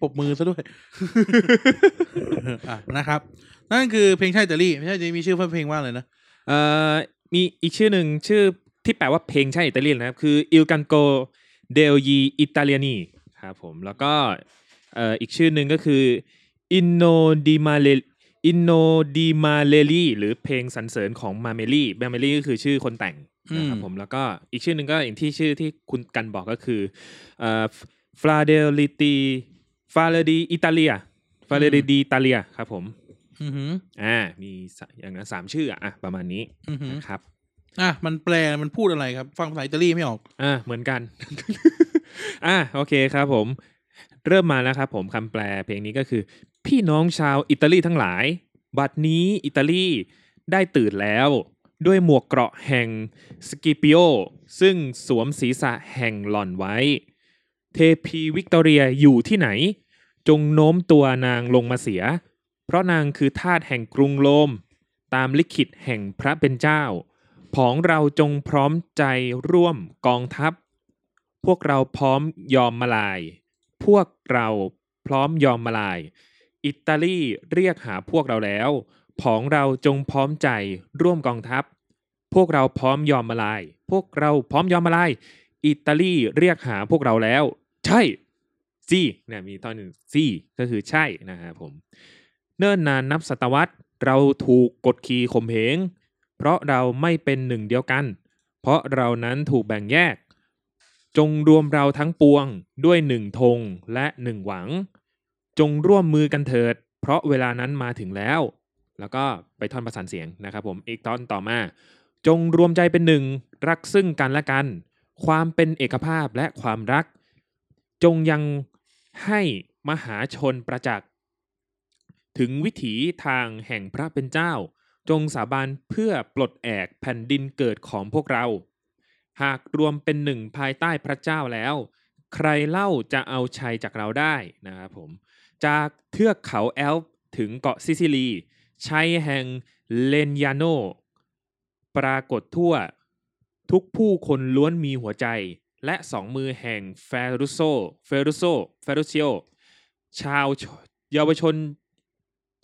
S1: ปรบมือซะ ด้วย อ่ะนะครับ นั่นคือเพลงชาติอิตาลีเพลงชาติอิตาลีมีชื่อเพลงว่าอะไรนะ
S2: เอ่อมีอีกชื่อหนึ่งชื่อที่แปลว่าเพลงชาติอิตาเลียนนะครับคืออิลกันโกเดลยีอิตาเลียนีครับผมแล้วก็เอ่ออีกชื่อหนึ่งก็คืออินโนดิมาเลอินโนดิมาเลลีหรือเพลงสรรเสริญของมาเมลี่มาเมลี่ก็คือชื่อคนแต่งนะครับ
S1: อืม
S2: ผมแล้วก็อีกชื่อหนึ่งก็อย่างที่ชื่อที่คุณกันบอกก็คือเอ่อฟลาเดลิตีฟาเลดีอิตาเลียฟาเลดีอิตาเลียครับผม
S1: อือหือ
S2: อ่ามีสะอย่างนั้นสามชื่ออะอ่ะประมาณนี้
S1: อือหือ
S2: นะครับ
S1: อ่ะมันแปลมันพูดอะไรครับ ฟังภาษาอิตาลีไม่ออก
S2: อ่าเหมือนกัน อ่าโอเคครับผม เริ่มมาแล้วครับผมคำแปลเพลงนี้ก็คือ พี่น้องชาวอิตาลีทั้งหลาย บัดนี้อิตาลีได้ตื่นแล้ว ด้วยหมวกเกราะแห่งสกิปิโอ ซึ่งสวมศีรษะแห่งหล่อนไว้ เทพีวิกตอเรียอยู่ที่ไหน จงโน้มตัวนางลงมาเสีย เพราะนางคือทาสแห่งกรุงโรม ตามลิขิตแห่งพระเป็นเจ้า ผองเราจงพร้อมใจร่วมกองทัพ พวกเราพร้อมยอมมาลาย พวกเราพร้อมยอมมาลาย อิตาลีเรียกหาพวกเราแล้ว ผองเราจงพร้อมใจร่วมกองทัพ พวกเราพร้อมยอมมาลาย พวกเราพร้อมยอมมาลาย อิตาลีเรียกหาพวกเราแล้ว ใช่ซี่เนี่ยมีตอนหนึ่งซี่ก็คือใช่นะครับผม เนิ่นนานนับศตวรรษเราถูกกดขี่ข่มเหง เพราะเราไม่เป็นหนึ่งเดียวกัน เพราะเรานั้นถูกแบ่งแยก จงรวมเราทั้งปวงด้วยหนึ่งธงและหนึ่งหวัง จงร่วมมือกันเถิด เพราะเวลานั้นมาถึงแล้ว แล้วก็ไปท่อนประสานเสียงนะครับผมอีกตอนต่อมา จงรวมใจเป็นหนึ่งรักซึ่งกันและกัน ความเป็นเอกภาพและความรัก จงยังให้มหาชนประจักษ์ ถึงวิถีทางแห่งพระเป็นเจ้า จงสาบานเพื่อปลดแอกแผ่นดินเกิดของพวกเรา หากรวมเป็นหนึ่งภายใต้พระเจ้าแล้ว ใครเล่าจะเอาชัยจากเราได้นะครับผม จากเทือกเขาแอลป์ถึงเกาะซิซิลี ชัยแห่งเลนยาโน ปรากฏทั่ว ทุกผู้คนล้วนมีหัวใจ และสองมือแห่งเฟรุโซเฟรุโซเฟรุเชียชาวเยาวชน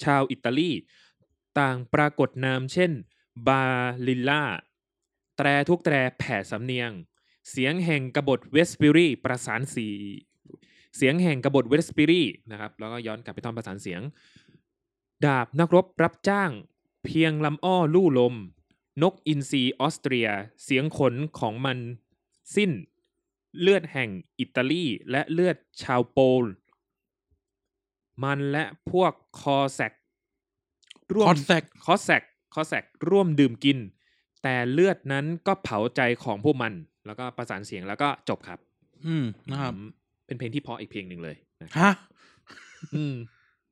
S2: ชาวอิตาลี ต่างปรากฏนามเช่น บาลิลล่า แตรทุกแตรแผ่สำเนียง เสียงแห่งกบฏเวสปิรีประสานสีเสียงแห่งกบฏเวสปิรีนะครับ แล้วก็ย้อนกลับไปตอนประสานเสียง ดาบนักรบรับจ้าง เพียงลำอ้อลู่ลม นกอินทรีออสเตรีย เสียงขนของมันสิ้น เลือดแห่งอิตาลีและเลือดชาวโปล มันและพวกคอแซกร่วม
S1: Cossack
S2: คอแซกคอแซกร่วมดื่มกิน แต่เลือดนั้นก็เผาใจของพวกมัน แล้วก็ประสานเสียงแล้วก็จบครับ
S1: อืมนะครับ
S2: อืมเป็นเพลงที่เพราะอีกเพลงหนึ่งเลยนะ
S1: ฮะ
S2: อืม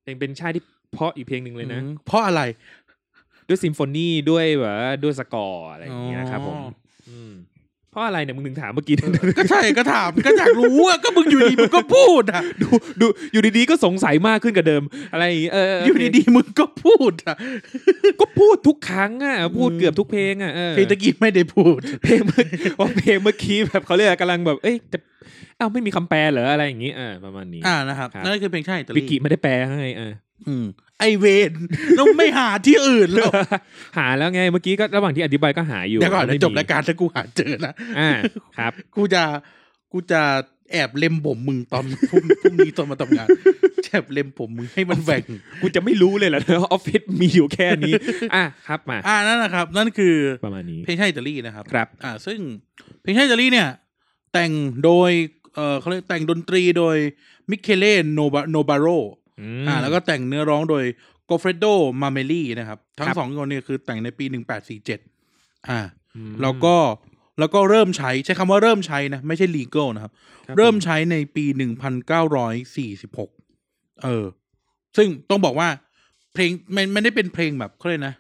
S2: เพลงเป็นชาติที่เพราะอีกเพลงหนึ่งเลยนะ
S1: อืมเพราะอะไร
S2: ด้วยซิมโฟนีด้วยแบบว่าด้วยสกอร์อะไรอย่างเงี้ยครับผม
S1: อ๋อ
S2: อืมเพราะอะไรเนี่ยมึงถึงถามเมื่อกี้
S1: ก็ใช่ก็ถาม ก็อยากรู้อะก็มึงอยู่ดีมึงก็พูดอะ
S2: ดูดูอยู่ดีๆก็สงสัยมากขึ้นกว่าเดิม อะไรอย่างงี้เออ
S1: อยู่ดีๆมึงก็พูดอะ
S2: ๆก็พูดทุกครั้งอ่ะพูด
S1: อืม
S2: เกือบทุกเพลงอ่ะเออ
S1: เพลงตะกี้ไม่ได้พูด
S2: เพลงเมื่อว่าเพลงเมื่อกี้แบบเขาเรียกอะไรกำลังแบบ เอ้ยจะอ้าวไม่มีคำแปลเหรออะไรอย่างงี้อ่าประมาณนี้
S1: อ่านะครับ
S2: ครับ
S1: นั่นคือเพลงชาติอิตา
S2: วิ
S1: ลี
S2: กิไม่ได้แปลให้อ่า
S1: อืมไอเวน แล้วไม่หาที่อื่นแล้ว
S2: หาแล้วไงเมื่อกี้ก็ระหว่างที่อธิบายก็หาอยู่
S1: เดี๋ยวก่อน
S2: ไม่
S1: เดี๋ยว
S2: มี
S1: จบรายการถ้ากูหาเจอนะ
S2: อ่าครับ
S1: กูจะกูจะแอบเล็มผมมึงตอนพรุ่งพรุ่งนี้ตอนมาทำงาน แอบเล็มผมมึงให้มันแหว่ ง
S2: กูจะไม่รู้เลยเหรอ ออฟฟิศมีอยู่แค่นี้ อ่ะครับมา
S1: อ่านั่นนะครับ นั่นคือ
S2: ประมาณนี้
S1: เพลงชาติอิตาลีนะครับ
S2: ครับ
S1: อ่า ซึ่งเพลงชาติอิตาลีเนี่ย แต่งโดยเออเขาเรียกแต่งดนตรีโดยมิเคเลโนบาโนบาโร
S2: ม
S1: อ่า แล้วก็แต่งเนื้อร้องโดยโกเฟรโดมาเมลี่นะครับ ทั้ง
S2: ครับ
S1: สองคนเนี่ยคือแต่งในปีหนึ่งแปดสี่เจ็ดอ่า
S2: อืม
S1: แล้วก็แล้วก็เริ่มใช้ใช้คำว่าเริ่มใช้นะไม่ใช่ legal นะครับ
S2: ครับ
S1: เริ่มใช้ในปีหนึ่งพันเก้าร้อยสี่สิบหกเออ ซึ่งต้องบอกว่าเพลงมันไม่ได้เป็นเพลงแบบเขาเรียกนะ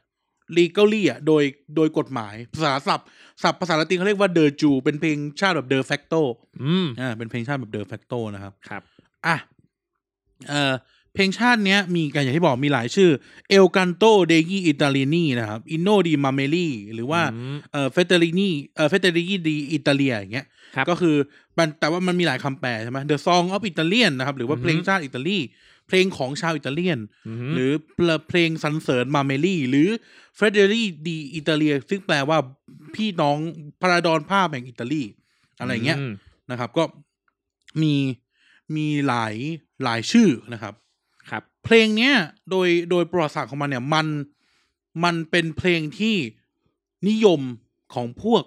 S1: legally อ่ะโดยโดยกฎหมาย ภาษาศัพท์ศัพท์ภาษาละตินเขาเรียกว่า the Jew เป็นเพลงชาติแบบ de facto
S2: อืม
S1: อ่าเป็นเพลงชาติแบบ de facto นะครับ
S2: ครับ
S1: อ่ะเออเพลงชาติเนี้ยมีกันอย่างที่บอกมีหลายชื่อเอลกันโตเดกิอิตาลีนีนะครับอินโนดีมาเมลีหรือว่า
S2: อืม
S1: เอ่อเฟเตอรินีเอ่อเฟเตอรินีดีอิตาเลียอย่างเงี้ย
S2: ครับ
S1: ก็คือไป มันแต่ว่ามันมีหลายคำแปลใช่ไหม The Song of Italian นะครับ หรือว่าเพลงชาติอิตาลี เพลงของชาวอิตาเลียน
S2: อื
S1: ห
S2: ม
S1: รือเพลงสรรเสริญมาเมลี่ หรือเฟรเดรีดีอิตาเลีย ซึ่งแปลว่าพี่น้องพระดอนภาพแห่งอิตาลี อะไรอย่างเงี้ย
S2: ม
S1: นะครับก็มีมีหลายหลายชื่อนะครับ
S2: ครับ
S1: เพลงเนี้ยโดยโดยประวัติศาสตร์ของมันเนี่ยมันมันเป็นเพลงที่นิยมของพวก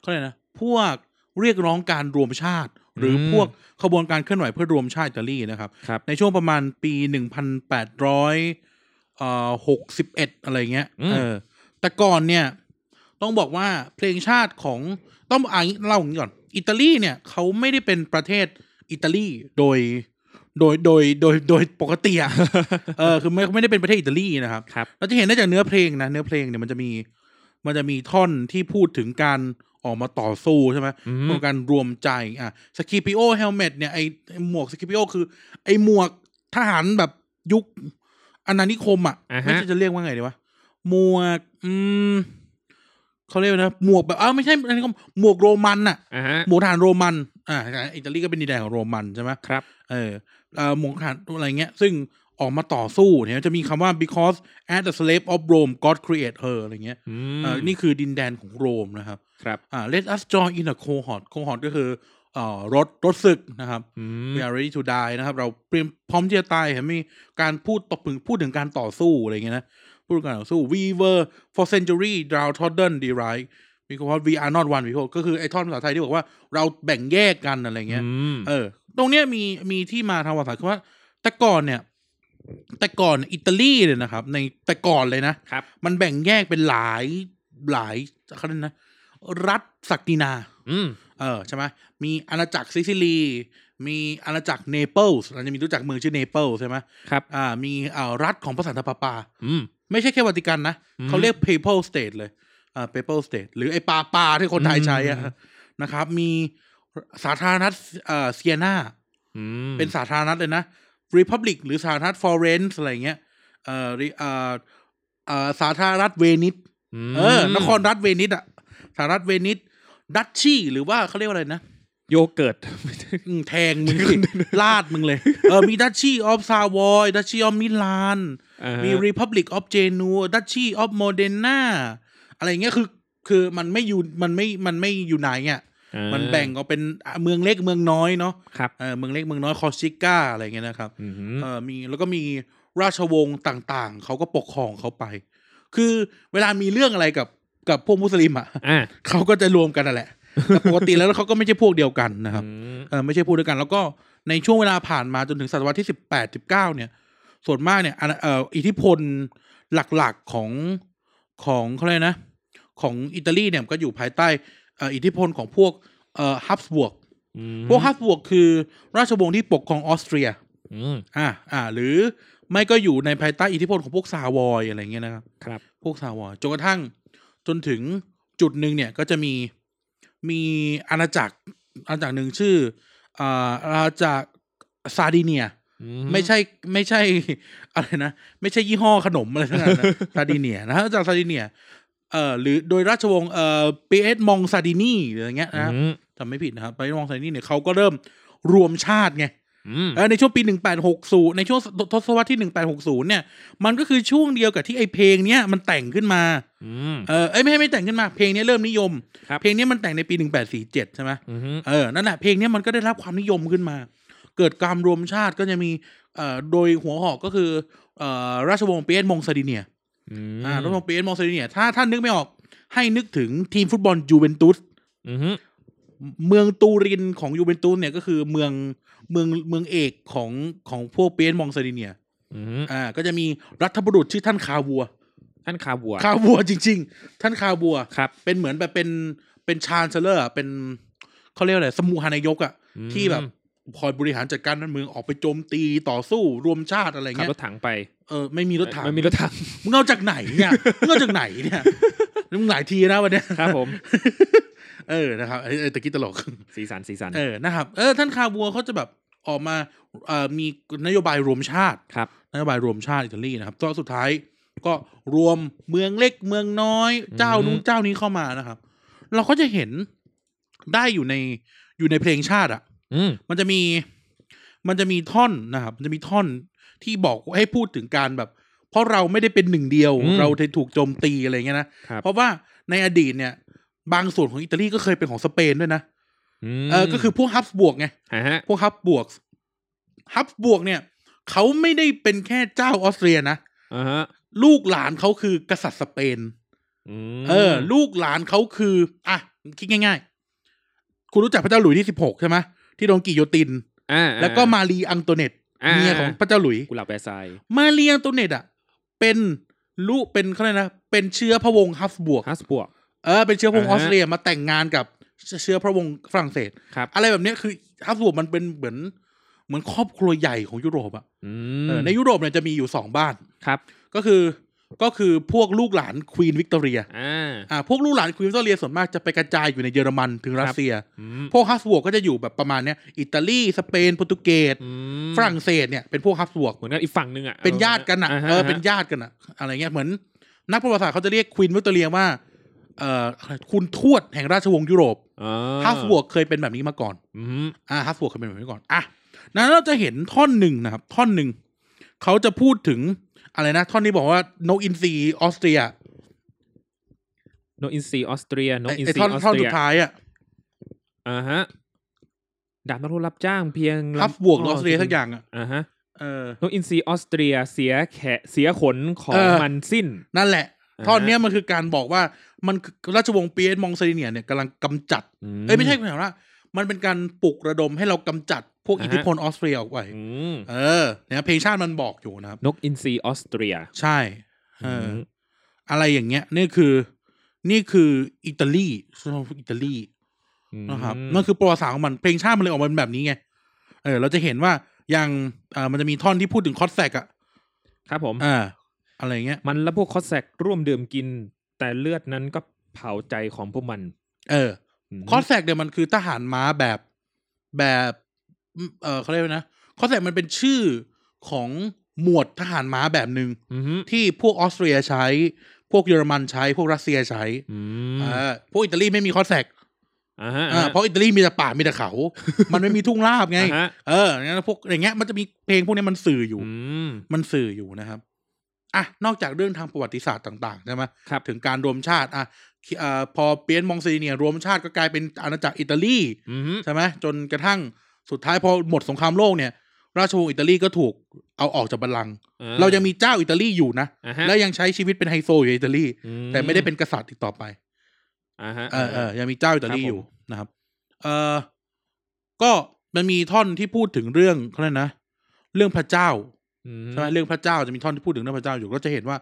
S1: เขาเรียกนะพวกเรียกร้องการรวมชาติ หรืออ
S2: ม
S1: พวกขบวนการเคลื่อนไหวเพื่อรวมชาติอิตาลีนะครับ
S2: ครับ
S1: ในช่วงประมาณปีหนึ่งพันแปดร้อยหกสิบเอ็ดอะไรเงี้ย
S2: อืม
S1: เออ แต่ก่อนเนี่ย ต้องบอกว่าเพลงชาติของต้องอ่านเล่าอย่างนี้ก่อน อิตาลีเนี่ยเขาไม่ได้เป็นประเทศอิตาลีโดย โดยโดยโดยโดยปกติอะเออคือไม่ไม่ได้เป็นประเทศอิตาลีนะครับ
S2: ครับ
S1: เราจะเห็นได้จากเนื้อเพลงนะเนื้อเพลงเนี่ยมันจะมีมันจะมีท่อนที่พูดถึงการออกมาต่อสู้ใช่ไหม
S2: อืม
S1: พวกการรวมใจอ่ะสกิปิโอเฮลเมตเนี่ยไอไอ้หมวกสกิปิโอคือ ไอหมวกทหารแบบยุคอาณานิคมอ่ะ
S2: อ่าฮะ
S1: ไม่รู้จะเรียกว่าไงดีวะหมวก อืมเขาเรียกว่านะหมวกแบบอ้าวไม่ใช่อาณานิคมหมวกโรมันอ่ะ
S2: อ่าฮะ
S1: หมวกทหารโรมันอ่าอิตาลีก็เป็นดินแดนของโรมันใช่ไหม
S2: ครับ
S1: เออเอ่อหมงคลอะไรเงี้ย ซึ่งออกมาต่อสู้เนี่ยจะมีคำว่า because as the slave of Rome God create her อะไรเงี้ย
S2: อืม
S1: เอ่อนี่คือดินแดนของโรมนะครับ
S2: ครับ
S1: อ่า let us join in a cohort cohort ก็คือเอ่อรถรถศึกนะครับ
S2: อืม
S1: we are ready to die นะครับ เราเตรียมพร้อมที่จะตายเห็นมีการพูดตบพึงพูดถึงการต่อสู้อะไรเงี้ยนะ พูดถึงการต่อสู้ we were for century drow trodden d e r i g h t because we are not one people ก็คือไอ้ท่อนภาษาไทยที่บอกว่าเราแบ่งแยกกันอะไรเงี้ย
S2: อืม
S1: เออ ตรงเนี้ยมีมีที่มาทางภาษาสตร์คือว่า แต่ก่อนเนี่ย แต่ก่อนอิตาลีเนี่ยนะครับ ในแต่ก่อนเลยนะ
S2: ครับ
S1: มันแบ่งแยกเป็นหลายหลายเขาเรียกนะ รัฐศักดินา
S2: อืม
S1: เออ ใช่ไหมมีอาณาจักรซิซิลี มีอาณาจักรเนเปิลส์เราจะมีรู้จักเมืองชื่อเนเปิลส์ใช่ไหม
S2: ครับ
S1: อ่า มีอ่ารัฐของพระสันตะปาปา
S2: อืม
S1: ไม่ใช่แค่วัติกันนะ
S2: อืม
S1: เขาเรียก papal state เลยอ่า papal state หรือไอ้ปาปาที่คนไทยใช้อะ
S2: อืม
S1: นะครับ มีสาธารณรัฐเอ่อเซียนา
S2: อืม
S1: เป็นสาธารณรัฐเลยนะ Republic หรือสาธารณรัฐฟลอเรนซ์อะไรเงี้ย เอ่อริเอ่อเอ่อสาธารณรัฐเวนิส
S2: ม
S1: เออ นครรัฐเวนิสอะสาธารณรัฐเวนิส ดัชชีหรือว่าเขาเรียกว่าอะไรนะ
S2: โยเกิร์ต
S1: อืมแทงมึงสิ ลาดมึงเลย เออ มีดัชชีออฟซาวอยดัชชีออฟมิลาน
S2: อ่าฮะ
S1: มี Republic of g e n u a Duchy of Modena อะไรเงี้ย คือ คือมันไม่อยู่ มันไม่ มันไม่อยู่ไหนอ่ะ
S2: อ่า
S1: มันแบ่งออกเป็นเมืองเล็กเมืองน้อยเนาะ
S2: ครับ
S1: เออ เมืองเล็กเมืองน้อยคอร์ซิก้าอะไรเงี้ยนะครับ
S2: อืม
S1: เออมีแล้วก็มีราชวงศ์ต่างๆ เขาก็ปกครองเขาไป คือเวลามีเรื่องอะไรกับกับพวกมุสลิมอ่ะ
S2: อ่า
S1: เขาก็จะรวมกันนั่นแหละแต่ปกติแล้วเขาก็ไม่ใช่พวกเดียวกันนะครับ
S2: อืม
S1: เออไม่ใช่พูดด้วยกัน แล้วก็ในช่วงเวลาผ่านมาจนถึงศตวรรษที่สิบแปดสิบเก้าเนี่ย ส่วนมากเนี่ยอันเอ่ออิทธิพลหลักๆของของเขาเลยกนะ ของอิตาลีเนี่ยก็อยู่ภายใต้เอ่ออิทธิพลของพวกเอ่อฮับสบวก
S2: อืม
S1: พวกฮับสบวกคือราชวงศ์ที่ปกครองออสเตรีย
S2: อืม
S1: อ่าอ่า หรือไม่ก็อยู่ในภายใต้อิทธิพลของพวกซาวอยอะไรเงี้ยนะครับ
S2: ครับ
S1: พวกซาวอยจนกระทั่งจนถึงจุดหนึ่งเนี่ยก็จะมีมีอาณาจักรอาณาจักรหนึ่งชื่ออ่าอาณาจักรซาร์ดิเนีย
S2: อื
S1: ไม่ใช่ไม่ใช่ อะไรนะ ไม่ใช่ยี่ห้อขนมอะไรทั้งนั้น นะ ซาร์ดิเนียนะอาณาจากรซาร์ดิเนียเอ่อหรือโดยราชวงศ์เอ่อปีเอสมองซาร์ดินีหรืออะไรเงี้ยนะครับ
S2: อืม
S1: จำไม่ผิดนะครับปีเอสมองซาร์ดินีเนี่ยเขาก็เริ่มรวมชาติไง
S2: อืม
S1: เออในช่วงปี 1860 ในช่วงทศวรรษที่ 1860 เนี่ย มันก็คือช่วงเดียวกับที่ไอเพลงเนี้ยมันแต่งขึ้นมา
S2: อืม
S1: เออเอ้ยไม่ใช่ไม่แต่งขึ้นมา เพลงเนี้ยเริ่มนิยม
S2: ครับ
S1: เพลงเนี้ยมันแต่งในปี 1847 ใช่ไหม
S2: อืม
S1: เออ นั่นแหละ เพลงเนี้ยมันก็ได้รับความนิยมขึ้นมา เกิดการรวมชาติก็จะมี เอ่อ โดยหัวหอกก็คือ เอ่อ ราชวงศ์เปียสมงซาดิเนีย
S2: อืม
S1: อ่า ราชวงศ์เปียสมงซาดิเนีย ถ้าท่านนึกไม่ออก ให้นึกถึงทีมฟุตบอลยูเวนตุส
S2: อืม
S1: เมืองตูรินของยูเวนตุสเนี่ยก็คือเมืองเมืองเมืองเอกของของพวกเปียนมองซาดิเนีย
S2: อืม
S1: อ่า ก็จะมีรัฐบุรุษชื่อท่านคาวัว
S2: ท่านคาบัว
S1: คาวัวจริง ๆ ท่านคาวัว
S2: ครับ
S1: เป็นเหมือนแบบเป็นเป็นชานเชลเลอร์อะเป็นเขาเรียกอะไรสมุหานายกอะ่ะ
S2: อืม
S1: ที่แบบคอยบริหารจัดการเมืองออกไปโจมตีต่อสู้รวมชาติอะไร
S2: ขับ
S1: เงี้ย
S2: รถถังไป
S1: เออไม่มีรถถัง
S2: ไม่มีรถถัง
S1: มึงเอาจากไหนเนี่ยมึงเอาจากไหนเนี่ยมึงหลายทีนะวันเนี้ย
S2: ครับผม
S1: เออนะครับเออเออตะกี้ตลก
S2: สีสันสีสัน
S1: เออ นะครับ เออ ท่านคาบัวเขาจะแบบออกมาเอ่อมีนโยบายรวมชาติ
S2: ครับ
S1: นโยบายรวมชาติอิตาลีนะครับตอนสุดท้ายก็รวมเมืองเล็กเมืองน้อย เจ้านู้นเจ้านี้เข้ามานะครับ เราก็จะเห็นได้อยู่ใน อยู่ในเพลงชาติอ่ะ
S2: อืม
S1: มันจะมีมันจะมีท่อนนะครับ มันจะมีท่อนที่บอกให้พูดถึงการแบบ เพราะเราไม่ได้เป็นหนึ่งเดียว
S2: อืม
S1: เราถูกโจมตีอะไรเงี้ยนะ
S2: ครับ
S1: เพราะว่าในอดีตเนี่ย บางส่วนของอิตาลีก็เคยเป็นของสเปนด้วยนะเออก็คือพวกฮับสบวกไง
S2: าฮะ
S1: พวกฮับบวกฮับบวกเนี่ย เขาไม่ได้เป็นแค่เจ้าออสเตรียนะ
S2: อ่าฮะ
S1: ลูกหลานเขาคือกษัตริย์สเปน
S2: ม
S1: เออ ลูกหลานเขาคืออ่ะคิดง่าย ๆ คุณรู้จักพระเจ้าหลุยส์ที่สิบหกใช่ไหมที่โดนกิโยติน
S2: อ่า
S1: แล้วก็มารีอังโตเนต
S2: อ่า
S1: เมียของพระเจ้าหลุยส์
S2: กุหลาบแปรทราย
S1: มารีอังโตเนตอ่ะ เป็นลูกเป็นเขาเรียกนะ เป็นเชื้อพระวงศ์ฮับสบวก
S2: ฮัสบวก
S1: เออเป็นเชื้อพระวงศ์อ
S2: อ่า
S1: อส
S2: ฮะ
S1: เตรียมาแต่งงานกับเชื้อพระวงศ์ฝรั่งเศส
S2: ครับ
S1: อะไรแบบเนี้ยคือฮับสบวกมันเป็นเหมือน เหมือนครอบครัวใหญ่ของยุโรปอ่ะ
S2: อื
S1: เอ
S2: ม
S1: อในยุโรปเนี่ยจะมีอยู่สองบ้าน
S2: ครับ
S1: ก็คือก็คือพวกลูกหลานควีนวิกตอเรีย
S2: อ่า
S1: อ่าพวกลูกหลานควีนวิกตอเรียส่วนมากจะไปกระจายอยู่ในเยอรมันถึงรัสเซีย
S2: อืม
S1: พวกฮับสบวกก็จะอยู่แบบประมาณเนี้ยอิตาลีสเปนโปรตุเกส
S2: อืม
S1: ฝรั่งเศสเนี่ยเป็นพวกฮับสบวก
S2: เหมือนกันอีกฝั่งหนึ่งอ่ะ
S1: เป็นญาติกันอ่ะ
S2: าฮ
S1: เออเป็นญาติกันอ่ะ อะไรเงี้ยเหมือน นักประวัติศาสตร์เขาจะเรียกควีนวิกตอเรียว่า เอ่ออะไรคุณทวดแห่งราชวงศ์ยุโรป
S2: อ่า
S1: ฮับสบวกเคยเป็นแบบนี้มาก่อน
S2: อืม
S1: อ่าฮับสบวกเคยเป็นแบบนี้มาก่อนอ่ะนั้นเราจะเห็นท่อนหนึ่งนะครับ ท่อนหนึ่งเขาจะพูดถึงอะไรนะ ท่อนนี้บอกว่า no in sea Austria
S2: โนอินซีออสเตรียโน
S1: ไอ้
S2: อิน
S1: ไอ้
S2: ซี
S1: ท่อน
S2: ออส
S1: ท่อน
S2: เตรี
S1: สุ
S2: ย
S1: ดท้ายอ่ะ
S2: อ่าฮะดาบนักรบรับจ้างเพียงลำ
S1: ฮับสบวกหรือออสเตรียสักอย่างอ่ะ
S2: อ่าฮะ
S1: เออ
S2: โนอินซีออสเตรียเสียแขะเสียขนของ
S1: เออ
S2: มันสิ้น
S1: นั่นแหละ
S2: อ่า
S1: ท่อนเนี้ยมันคือการบอกว่ามันคือราชวงศ์เปียสมองเซเนียเนี่ยกำลังกำจัด เอ้ยไม่ใช่คุณถามว่ามันเป็นการปลุกระดมให้เรากำจัดพวก
S2: อ่าฮะ
S1: อิทธิพลออสเตรียออกไป
S2: อืม
S1: เออเนี่ยเพลงชาติมันบอกอยู่นะครับ
S2: นกอินซีออสเตรีย
S1: ใช่เออออะไรอย่างเงี้ยนี่คือ นี่คืออิตาลีชอบอิตาลี
S2: ม
S1: นะครับนั่นคือประวัติศาสตร์ของมันเพลงชาติมันเลยออกมาเป็นแบบนี้ไงเออ เราจะเห็นว่าอย่างอ่ามันจะมีท่อนที่พูดถึงคอสแซกอะ
S2: ครับผม
S1: อ่า อะไรเงี้ย
S2: มันและพวกคอสแซกร่วมดื่มกิน แต่เลือดนั้นก็เผาใจของพวกมัน
S1: เออ
S2: ม
S1: คอสแซกเนี่ยมันคือทหารม้าแบบแบบอืมเออเขาเรียกว่านะคอสแซกมันเป็นชื่อของหมวดทหารม้าแบบหนึ่ง
S2: อืมฮึ
S1: ที่พวกออสเตรียใช้ พวกเยอรมันใช้ พวกรัสเซียใช้
S2: อืม
S1: เออพวกอิตาลีไม่มีคอสแซก
S2: อ่าฮะ
S1: อ่าเพราะอิตาลีมีแต่ป่ามีแต่เขา มันไม่มีทุ่งราบไง
S2: อ่าฮะ
S1: เอองั้นพวกอย่างเงี้ยมันจะมีเพลงพวกเนี้ยมันสื่ออยู่
S2: อืม
S1: มันสื่ออยู่นะครับอ่ะนอกจากเรื่องทางประวัติศาสตร์ต่างๆใช่ไหม
S2: ครับ
S1: ถึงการรวมชาติอ่ะคิอ่าพอเปียนมองซีเนียรวมชาติก็กลายเป็นอาณาจักรอิตาลี
S2: อืมฮึ
S1: ใช่ไหมจนกระทั่งสุดท้ายพอหมดสงครามโลกเนี่ย ราชวงศ์อิตาลีก็ถูกเอาออกจากบัลลังก์
S2: อ่
S1: เรายังมีเจ้าอิตาลีอยู่นะ
S2: อ่าฮะ
S1: และยังใช้ชีวิตเป็นไฮโซอยู่ในอิตาลี
S2: อื
S1: แต่ไม่ได้เป็นกษัตริย์อีกต่อไป
S2: อ่าฮะ
S1: เออเออยังมีเจ้าอิตาลี
S2: ครับผม
S1: อยู่นะครับ เออก็มันมีท่อนที่พูดถึงเรื่องเขาเรียกนะ เรื่องพระเจ้า
S2: ม
S1: ใช่ไหมเรื่องพระเจ้าจะมีท่อนที่พูดถึงเรื่องพระเจ้าอยู่ก็จะเห็นว่า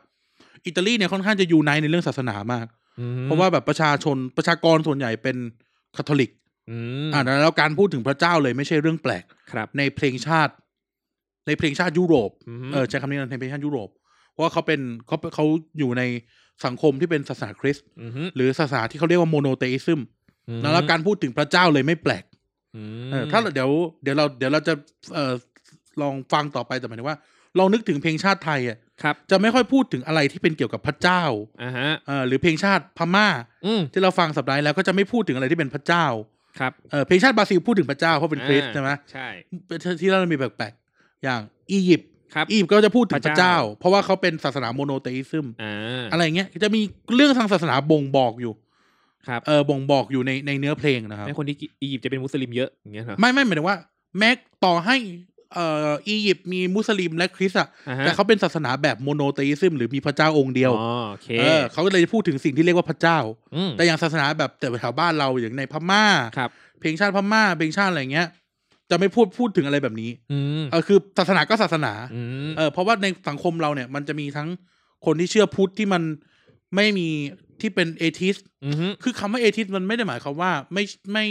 S1: อิตาลีเนี่ยค่อนข้างจะอยู่ในในเรื่องศาสนามาก
S2: อืม
S1: เพราะว่าแบบประชาชนประชากรส่วนใหญ่เป็นคาทอลิก
S2: อืม
S1: อ่าแล้วการพูดถึงพระเจ้าเลยไม่ใช่เรื่องแปลก
S2: ครับ
S1: ในเพลงชาติ ในเพลงชาติยุโรป
S2: อืม
S1: เออใช้คำนี้นะในเพลงชาติยุโรปเพราะว่าเขาเป็นเขาเขาอยู่ในสังคมที่เป็นศาสนาคริสต์
S2: อืมฮึ
S1: หรือศาสนาที่เขาเรียกว่าโมโนเทอิซึมแล้วการพูดถึงพระเจ้าเลยไม่แปลก
S2: อืม
S1: เออถ้าเราเดี๋ยวเดี๋ยวเราเดี๋ยวเราจะเออลองฟังต่อไปแต่หมายถึงว่าลองนึกถึงเพลงชาติไทยอ่ะ
S2: ครับ
S1: จะไม่ค่อยพูดถึงอะไรที่เป็นเกี่ยวกับพระเจ้า
S2: อ่าฮะ
S1: เออหรือเพลงชาติพม่า
S2: อืม
S1: ที่เราฟังสัปดาห์ที่แล้วก็จะไม่พูดถึงอะไรที่เป็นพระเจ้า
S2: ครับ
S1: เออเพลงชาติบราซิลพูดถึงพระเจ้าเพราะเป็นคริสต์
S2: อ่า
S1: ใช่ไหม
S2: ใช่
S1: ประเทศที่เรามีแปลกๆ อย่างอียิปต์
S2: ครับ
S1: อียิปต์ก็จะพูดถึงพ
S2: พ
S1: ระ
S2: ระ
S1: เจ้า
S2: เจ้า
S1: เพราะว่าเขาเป็นศาสนาโมโนเทอิซึม
S2: อ่า
S1: อะไรเงี้ยจะมีเรื่องทางศาสนาบ่งบอกอยู่
S2: ครับ
S1: เออบ่งบอกอยู่ในในเนื้อเพลงนะครับ
S2: แม้คนที่อียิปต์จะเป็นมุสลิมเยอะอย่างเงี้ยเหรอ
S1: ไม่ไม่หมายถึงว่า แม้ต่อให้เอ่ออียิปต์มีมุสลิมและคริสต์อะ
S2: อ่าฮะ
S1: แต่เขาเป็นศาสนาแบบโมโนเทอิซึมหรือมีพระเจ้าองค์เดียว
S2: อ๋อโอเค
S1: เออเขาก็เลยพูดถึงสิ่งที่เรียกว่าพระเจ้า
S2: ม
S1: แต่อย่างศาสนาแบบแต่แถวบ้านเราอย่างในพม่า
S2: ครับ
S1: เพลงชาติพม่า เพลงชาติอะไรเงี้ย จะไม่พูดพูดถึงอะไรแบบนี้
S2: อืม
S1: เออคือศาสนาก็ศาสนา
S2: อืม
S1: เออเพราะว่าในสังคมเราเนี่ย มันจะมีทั้งคนที่เชื่อพุทธที่มันไม่มีที่เป็นเอทิส
S2: อืมฮึ
S1: คือคำว่าเอทิสมันไม่ได้หมายความว่าไม่ไม่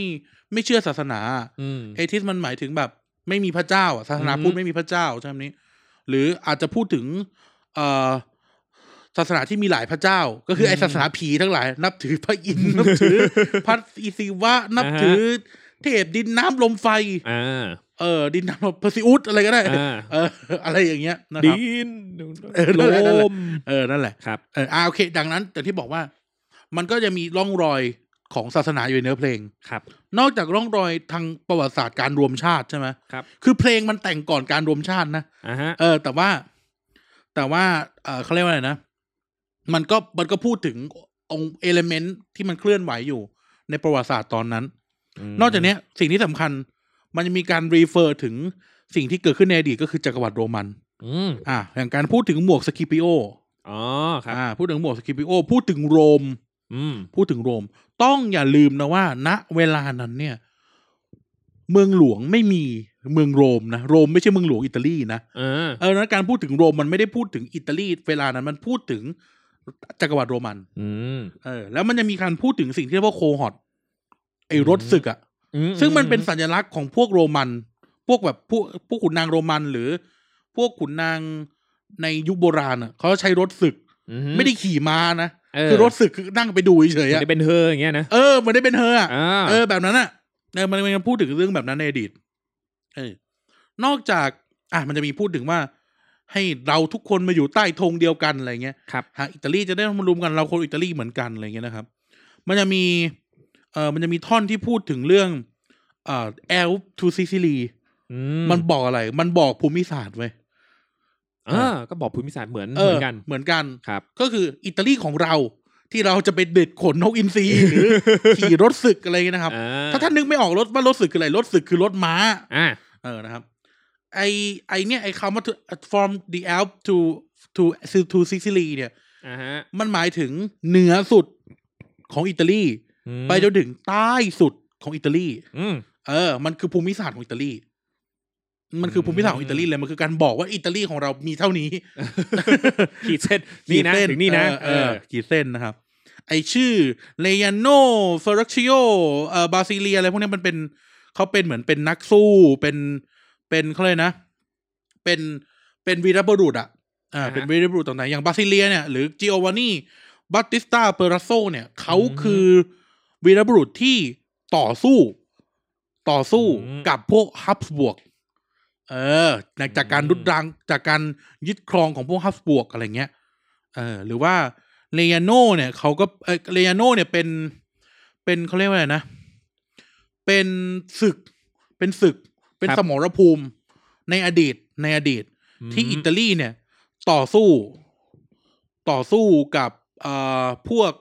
S1: ไม่เชื่อศาสนา
S2: อืม
S1: เอทิสมันหมายถึงแบบ ไม่มีพระเจ้าอะศาสนา
S2: อือฮึ
S1: พุทธไม่มีพระเจ้าใช่ไหมนี้ หรืออาจจะพูดถึงเอ่อศาสนาที่มีหลายพระเจ้า ก็คืออไอศาสนาผีทั้งหลาย นับถือพระอินทร์ นับถือพระอิศิวะนับถือเทพดินน้ำลมไฟ
S2: อ่า
S1: เออดินน้ำลมพระศิอุสอะไรก็ได้
S2: อ่า
S1: เอออะไรอย่างเงี้ยนะค
S2: ดิ
S1: รับ
S2: น
S1: เออนั่นแหละนั่นแหละ
S2: ม
S1: เออ นั่นแหละ
S2: ครับ
S1: เอออ่าโอเค ดังนั้นแต่ที่บอกว่า มันก็จะมีร่องรอย ของศาสนาอยู่ในเนื้อเพลง
S2: ครับ
S1: นอกจากร่องรอยทางประวัติศาสตร์การรวมชาติใช่ไหม
S2: ครับ
S1: คือเพลงมันแต่งก่อนการรวมชาตินะ
S2: อ่าฮะ
S1: เออ แต่ว่า แต่ว่า เออเขาเรียกว่าอะไรนะ มันก็มันก็พูดถึงองค์เอลเมนต์ที่มันเคลื่อนไหวอยู่ในประวัติศาสตร์ตอนนั้น นอกจากเนี้ยสิ่งที่สำคัญ มันจะมีการรีเฟอร์ถึงสิ่งที่เกิดขึ้นในอดีตก็คือจักรวรรดิโรมัน
S2: อืม
S1: อ่าอย่างการพูดถึงหมวกสคิปิโอ
S2: อ๋อ ครับ
S1: อ่าพูดถึงหมวกสคิปิโอ พูดถึงโรม
S2: อืม
S1: พูดถึงโรม ต้องอย่าลืมนะว่า ณเวลานั้นเนี่ย เมืองหลวงไม่มีเมืองโรมนะโรมไม่ใช่เมืองหลวงอิตาลีนะ
S2: เออ
S1: เออนั้นการพูดถึงโรมมันไม่ได้พูดถึงอิตาลีเวลานั้น มันพูดถึงจักรวรรดิโรมัน
S2: อืม
S1: เออ แล้วมันจะมีการพูดถึงสิ่งที่เรียกว่าโคฮอตไอ้รถ
S2: อืม
S1: ศึกอะ
S2: อื
S1: ซึ่งมันเป็นสัญลักษณ์ของพวกโรมัน พวกแบบพวกพวกขุนนางโรมันหรือ พวกขุนนางในยุคโบราณอะเขาใช้รถศึก
S2: อื
S1: ไม่ได้ขี่ม้านะ
S2: เ
S1: คือรถศึกคือนั่งไปดูเฉยๆ
S2: ไม่
S1: อะ
S2: ได้เป็นเธออย่างเงี้ยนะ
S1: เออมันได้เป็นเธออะ
S2: อ่า
S1: เออแบบนั้นอะเออมันมันพูดถึงเรื่องแบบนั้นในอดีตเออนอกจากอ่ะมันจะมีพูดถึงว่า ให้เราทุกคนมาอยู่ใต้ธงเดียวกันอะไรเงี้ย
S2: ครับ
S1: หากอิตาลีจะได้มารวมกันเราคนอิตาลีเหมือนกันอะไรเงี้ยนะครับ มันจะมีเออมันจะมีท่อนที่พูดถึงเรื่องเอ่อแอลทูซิซิลี
S2: อื
S1: มันบอกอะไร มันบอกภูมิศาสตร์เว้ย
S2: เออก็บอกภูมิศาสตร์เหมือน
S1: เอ
S2: เหมื
S1: อ
S2: อนกัน
S1: เหมือนกัน
S2: ครับ
S1: ก็คืออิตาลีของเราที่เราจะไปเด็ดขนนกอิ นทรีหรือ ขี่รถศึกอะไรเงี้ยนะครับ
S2: อ่
S1: ถ้าท่านนึกไม่ออกรถว่ารถศึกคืออะไรรถศึกคือรถม้า
S2: อ่า
S1: เออนะครับ ไอไอเนี่ยไอคำว่า to- from the Alps to to to Sicily เนี่ย
S2: อ่าฮะ
S1: มันหมายถึงเหนือสุดของอิตาลี
S2: อืม
S1: ไปจนถึงใต้สุดของอิตาลี
S2: อืม
S1: เออ มันคือภูมิศาสตร์ของอิตาลี มันคือภูมิศาสตร์ของอิตาลีเลย มันคือการบอกว่าอิตาลีของเรามีเท่านี้
S2: ขีดเส้นนี่นะ
S1: ขีดเส้
S2: ถึงนี่นะ
S1: เออเออขีดเส้นนะครับ ไอชื่อเลยานโนเฟรักชิโอเอ่อบาซิเลียอะไรพวกเนี้ยมันเป็นเขาเป็นเหมือนเป็นนักสู้เป็นเป็นเขาเลยกนะ เป็นเป็นวีรบุรุษอะอ่าเป็นวีรบุรุษต่างๆอย่างบาซิเลียเนี่ยหรือจิโอวานีบัตติสตาเปรัสโซเนี่ยเขาคือวีรบุรุษที่ต่อสู้ ต่อสู้กับพวกฮับสบวก เออจากจากการรุดรังจากการยึดครองของพวกฮับสบวกอะไรเงี้ย เออหรือว่าเลโ a โนเนี่ยเขาก็เออเลโ a โนเนี่ยเป็นเป็นเขาเรียกว่าอะไรนะ เป็นศึกเป็นศึก เป็น
S2: ครับ
S1: สมรภูมิในอดีตในอดีต ที่อิตาลีเนี่ย ต่อสู้ ต่อสู้กับเอ่อพวก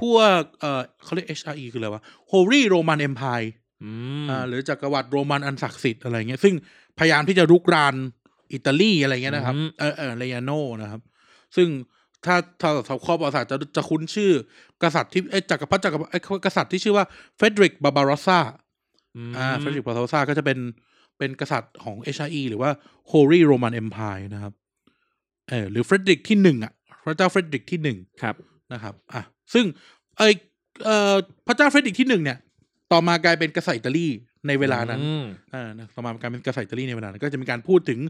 S1: พวกเอ่อเขาเรียก HRE คืออะไรวะ Holy Roman Empire
S2: อืม
S1: อ่าหรือจักรวรรดิโรมันอันศักดิ์สิทธิ์อะไรเงี้ยซึ่งพยายามที่จะรุกรานอิตาลีอะไรเงี้ยนะครับ
S2: อืม
S1: เออเออเลยาโนนะครับ ซึ่งถ้าถ้าสาวครอบประวัติศาสตร์จะจะคุ้นชื่อ กษัตริย์ที่เอ้ยจักรพรรดิจักรพรรดิเอ้ยกษัตริย์ที่ชื่อว่าเฟเดริกบาบาโรซา
S2: ม
S1: อ่าเฟเดริกบาบาโรซาก็จะเป็นเป็นกษัตริย์ของเอชไอหรือว่าโฮลีโรมันเอ็มพายนะครับเออหรือเฟเดริกที่หนึ่งอ่ะพระเจ้าเฟเดริกที่หนึ่ง
S2: ครับ
S1: นะครับ อ่ะ ซึ่งไอเอ่อพระเจ้าเฟรดริกที่หนึ่งเนี่ย ต่อมากลายเป็นกษัตริย์อิตาลีในเวลานั้น
S2: อืม
S1: เออนะต่อมากลายเป็นกษัตริย์อิตาลีในเวลานั้น ก็จะมีการพูดถึง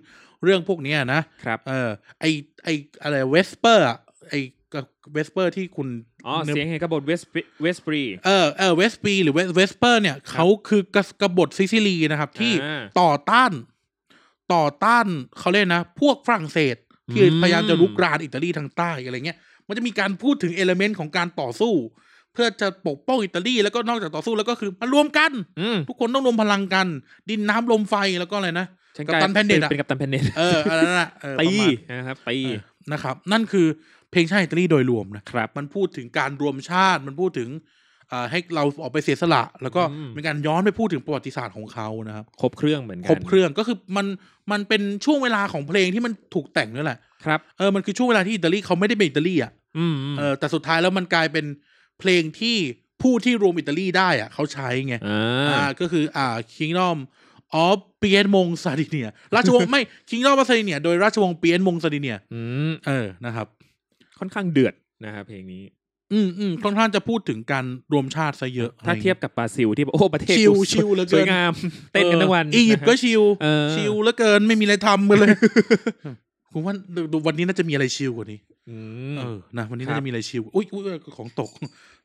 S1: เรื่องพวกเนี้ยนะ
S2: ครับ
S1: เออ ไอไออะไรเวสเปอร์ไอเวสเปอร์ที่คุณ
S2: อ๋อเสียงเห็นกบฏเวสเวสปรี
S1: เออเออเวสปีหรือเวสเปอร์เนี่ยเขาคือกสกบฏซิซิลีนะครับ ที่
S2: อ่า
S1: ต่อต้าน ต่อต้านเขาเรียกนะ พวกฝรั่งเศสที่
S2: อืม
S1: พยายามจะรุกรานอิตาลีทางใต้อะไรเงี้ย มันจะมีการพูดถึงเอลเมนต์ของการต่อสู้ เพื่อจะปกป้องอิตาลีแล้วก็นอกจากต่อสู้แล้วก็คือมารวมกัน
S2: อืม
S1: ทุกคนต้องรวมพลังกัน ดินน้ำลมไฟแล้วก็อะไรนะ
S2: ฉั
S1: กัปตันแพนเดตอะ
S2: เป็นกับตันแพนเดต
S1: เอออะไรนั่นน่ะเออป
S2: ตี
S1: ระมาณ
S2: นะครับตี
S1: เออนะครับ นั่นคือเพลงชาติอิตาลีโดยรวมนะ
S2: ครับ
S1: มันพูดถึงการรวมชาติ มันพูดถึงเอ่อให้เราออกไปเสียสละ แล้วก็
S2: อืม
S1: มีการย้อนไปพูดถึงประวัติศาสตร์ของเขานะครับ
S2: ครบเครื่องเหมือนกัน
S1: ครบเครื่องก็คือมันมันเป็นช่วงเวลาของเพลงที่มันถูกแต่งนั่นแหละ
S2: ครับ
S1: เออ มันคือช่วงเวลาที่อิตาลีเขาไม่ได้เป็นอิตาลีอ่ะ
S2: อืมอืม
S1: เออ แต่สุดท้ายแล้วมันกลายเป็นเพลงที่ผู้ที่รวมอิตาลีได้อ่ะเขาใช้ไง
S2: ่า
S1: อ่า ก็คืออ่า Kingdom of เปียนมงซาดิเนีย ราชวงศ์ไม่ Kingdom of ซาดิเนียโดยราชวงศ์เปียนมงซาดิเนีย
S2: อืม
S1: เออ นะครับ
S2: ค่อนข้างเดือดนะครับเพลงนี้
S1: อืมอืมค่อนข้างจะพูดถึงการรวมชาติซะเยอะ
S2: ถ้าเทียบกับบราซิลที่แบบโอ้ประเทศ
S1: ชิล
S2: กูสวย
S1: ชิลเหลือ
S2: ส
S1: เกิ
S2: วย
S1: น
S2: งาม เต้นกันทั้งวัน
S1: อียิปต์ก็
S2: นะฮะ
S1: ชิล
S2: เออ
S1: ชิลเหลือเกินไม่มีอะไรทำกันเลย คุณว่าดูวันนี้น่าจะมีอะไรชิลกว่านี้
S2: อื
S1: เอ
S2: ม
S1: อ นะ วันนี้
S2: ครับ
S1: น่าจะมีอะไรชิลอุ้ยอุ้ยเออของตก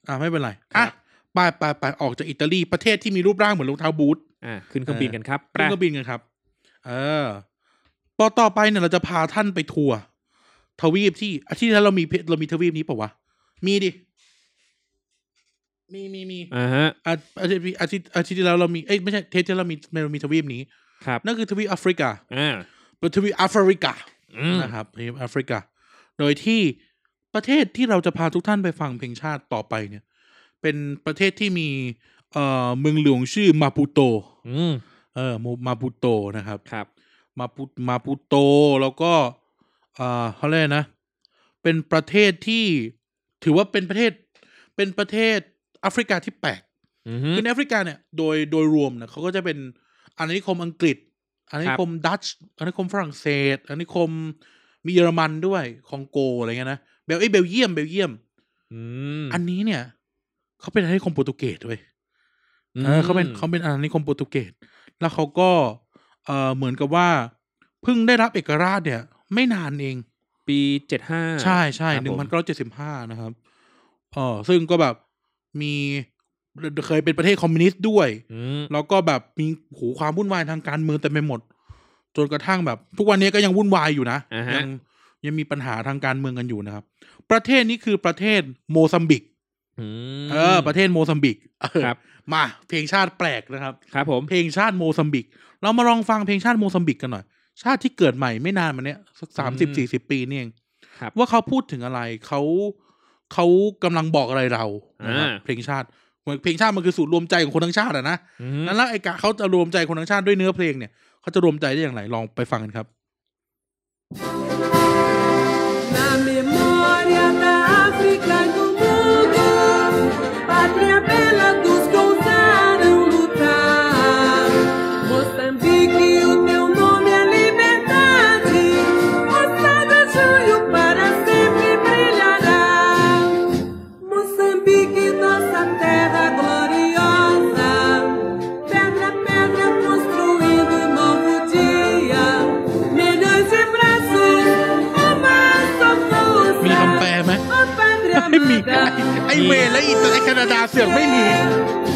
S1: อ่าไม่เป็นไร
S2: ครั
S1: อ่ะ
S2: บ
S1: ไปไปไปออกจากอิตาลีประเทศที่มีรูปร่างเหมือนรองเท้าบูท
S2: อ่าขึ้นเครื่องบินกันครับ
S1: เครื่องก็บินกันครับ เออพอต่อไปเนี่ยเราจะพาท่านไปทัวร์ทวีปที่อาทิตย์ที่แล้วเรามีเพเรามีทวีปนี้ปะวะ มีดิ มีมีมี
S2: อ่าฮะ
S1: อาอาทิตย์อาทิตย์อาทิตย์ที่แล้วเรามีเอ้ยไม่ใช่เทปที่แล้วเรามีเรามีทวีปนี้
S2: ครับ
S1: นั่นคือทวีปแอฟริกา
S2: อ่า
S1: เป็นทวีปแอฟริกา
S2: อืม
S1: นะครับเพลงแอฟริกา โดยที่ประเทศที่เราจะพาทุกท่านไปฟังเพลงชาติต่อไปเนี่ย เป็นประเทศที่มีเอ่อเมืองหลวงชื่อมาปูโต
S2: อืม
S1: เออมูมาปูโตนะครับ
S2: ครับ
S1: มาปูมาปูโตแล้วก็เอ่อเขาเรียกอะไรนะ เป็นประเทศที่ถือว่าเป็นประเทศเป็นประเทศแอฟริกาที่แปลก
S2: อืม
S1: คือในแอฟริกาเนี่ยโดยโดยรวมเนี่ยเขาก็จะเป็นอาณานิคมอังกฤษอาณานิคมดัตช์อาณานิคมฝรั่งเศสอาณานิคมมีเยอรมันด้วยคองโกอะไรเงี้ยนะเบลเอ้ยเบลเยียมเบลเยียม
S2: อืม
S1: อันนี้เนี่ยเขาเป็นอาณานิคมโปรตุเกสด้วยเออเขาเป็นเขาเป็นอาณานิคมโปรตุเกสแล้วเขาก็เออเหมือนกับว่าเพิ่งได้รับเอกราชเนี่ย ไม่นานเอง
S2: ปีเจ็ดห้า
S1: ใช่ใช่
S2: ครับ
S1: หนึ่
S2: ผ
S1: ง
S2: ม
S1: พันเก้าร้อยเจ็ดสิบห้านะครับเออซึ่งก็แบบมีเคยเป็นประเทศคอมมิวนิสต์ด้วย
S2: อืม
S1: แล้วก็แบบมีโหความวุ่นวายทางการเมืองเต็มไปหมด จนกระทั่งแบบ ทุกวันนี้ก็ยังวุ่นวายอยู่นะ
S2: อ่าฮะ
S1: ยังยังมีปัญหาทางการเมืองกันอยู่นะครับ ประเทศนี้คือประเทศโมซัมบิก
S2: อืม
S1: เออ ประเทศโมซัมบิกเออ
S2: ครับ
S1: มาเพลงชาติแปลกนะครับ
S2: ครับผม
S1: เพลงชาติโมซัมบิก เรามาลองฟังเพลงชาติโมซัมบิกกันหน่อย ชาติที่เกิดใหม่ไม่นานมาเนี้ยสักสามสิบ
S2: อืม
S1: สี่สิบปีนี่เอง
S2: ครับ
S1: ว่าเขาพูดถึงอะไรเขาเขากำลังบอกอะไรเรานะครับ
S2: อ่า
S1: เพลงชาติเหมือนเพลงชาติมันคือสูตรรวมใจของคนทั้งชาติอะนะ
S2: อืม
S1: นั้นแล้วไอ้กะเขาจะรวมใจคนทั้งชาติด้วยเนื้อเพลงเนี่ยเขาจะรวมใจได้อย่างไรลองไปฟังกันครับ
S3: La memoria da África e do mundo, pátria bela dos que ousaram lutar. Moçambique, o teu nome é liberdade. Moçada, julho para sempre brilhará. Moçambique, nossa terra gloriosa. Pedra a pedra construindo um novo dia. Milhões de braços, uma só
S1: มีคำแปล
S3: força.
S1: ไหม
S3: Ó pátria
S1: ไม่มี
S3: amada.
S1: ไอเวร และอีตไอแคนาดาเสือกไม่มี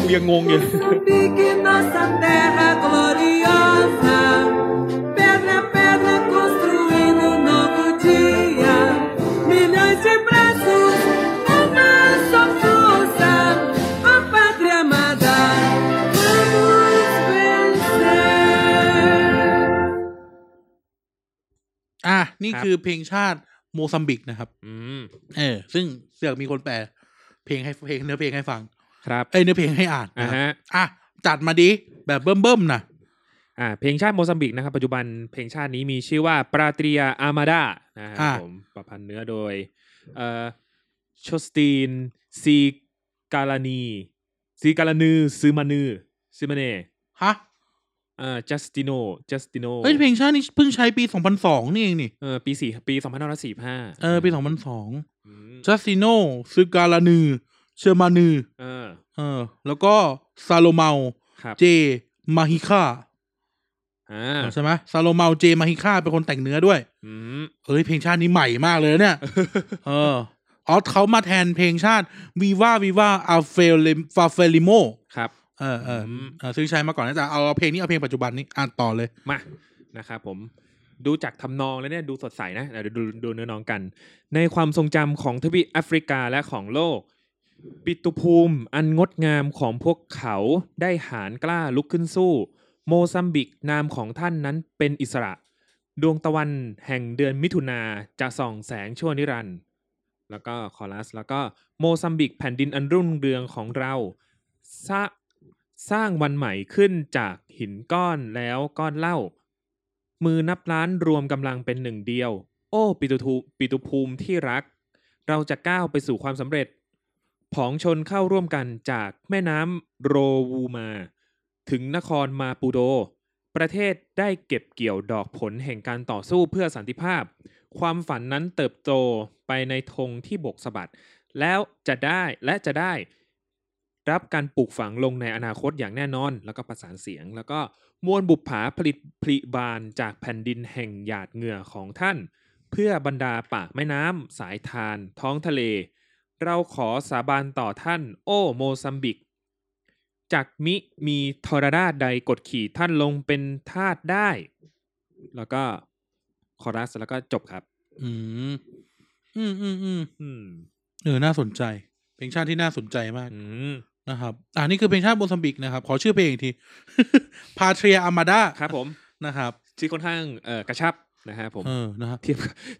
S1: กูยังงงอยู่
S3: Moçambique, nossa terra gloriosa. Pedra a pedra construindo um novo dia. Milhões de braços, uma só força. Ó pátria amada, vamos vencer.
S1: อ่ะนี่คือเพลงชาติโมซัมบิกนะครับ
S2: อืม
S1: เออ ซึ่งเสือกมีคนแปล เพลงให้เพลงเนื้อเพลงให้ฟัง
S2: ครับ
S1: เอ้ยเนื้อเพลงให้อ่าน
S2: อ่า
S1: นะครับ
S2: ฮะ
S1: อ่ะจัดมาดีแบบเบิ่มๆนะ
S2: อ่าเพลงชาติโมซัมบิกนะครับ ปัจจุบันเพลงชาตินี้มีชื่อว่าปราตรียอามาดานะครับผมประพันธ์เนื้อโดยเอ่อชสตีนซีกาลานีซีกาลานือซือมานือซือมาเน่
S1: ฮะ
S2: เอ่อจัสติโนจัสติโน
S1: เฮ้ยเพลงชาตินี่เพิ่งใช้ปี 2002 นี่เองนี่
S2: เออปีสี่ปีสองพันห้าร้อยสี่ห้า
S1: เออปี 2002จัสติโนซึการานือเชอร์มานือ
S2: เออ
S1: เออแล้วก็ซาโลเมา
S2: ครับ
S1: เจมาฮิค่า
S2: อ่า
S1: ใช่ไหมซาโลเมาเจมาฮิค่าเป็นคนแต่งเนื้อด้วย
S2: อืม
S1: เอ้ยเพลงชาตินี้ใหม่มากเลยนะเนี่ย เอออ๋อเขามาแทนเพลงชาติวีว่าวีว่าอัลเฟลฟาเฟลิโม
S2: ครับ
S1: เออเออ
S2: อืม
S1: เออซึ่งใช้มาก่อนนะแต่เอาเอาเพลงนี้เอาเพลงปัจจุบันนี้อ่านต่อเลย
S2: มานะครับผมดูจากทำนองแล้วเนี่ยดูสดใสนะเดี๋ยวดูดูเนื้อน้องกัน ในความทรงจำของทวีปแอฟริกาและของโลก ปิตุภูมิอันงดงามของพวกเขาได้หานกล้าลุกขึ้นสู้ โมซัมบิกนามของท่านนั้นเป็นอิสระ ดวงตะวันแห่งเดือนมิถุนาจะส่องแสงชั่วนิรันดร์แล้วก็คอรัส แล้วก็โมซัมบิกแผ่นดินอันรุ่งเรืองของเรา สร้างสร้างวันใหม่ขึ้นจากหินก้อนแล้วก้อนเหล้ามือนับล้านรวมกำลังเป็นหนึ่งเดียว โอ้ปิตุทูปิตุภูมิที่รัก เราจะก้าวไปสู่ความสำเร็จ ผองชนเข้าร่วมกันจากแม่น้ำโรวูมา ถึงนครมาปูโด ประเทศได้เก็บเกี่ยวดอกผลแห่งการต่อสู้เพื่อสันติภาพ ความฝันนั้นเติบโตไปในธงที่บกสะบัด แล้วจะได้และจะได้ รับการปลูกฝังลงในอนาคตอย่างแน่นอน แล้วก็ประสานเสียง แล้วก็มวลบุปผาผลิตผลิบานจากแผ่นดินแห่งหยาดเหงื่อของท่าน เพื่อบรรดาปากแม่น้ำสายทาน ท้องทะเล เราขอสาบานต่อท่าน โอ้โมซัมบิก จากมิมีทรราชใดกดขี่ท่านลงเป็นทาสได้ แล้วก็คอรัสแล้วก็จบครับ
S1: อืมอืมอืมอืม
S2: อืม
S1: เออน่าสนใจ เพลงชาติที่น่าสนใจมาก
S2: อืม
S1: นะครับ อ่านี่คือเพลงชาติโมซัมบิกนะครับ ขอชื่อเพลงอีก ที พาเทียอามาดา
S2: ครับผม
S1: นะครับ
S2: ชื่อค่อนข้างเอ่อกระชับนะฮะผม
S1: เออนะครับ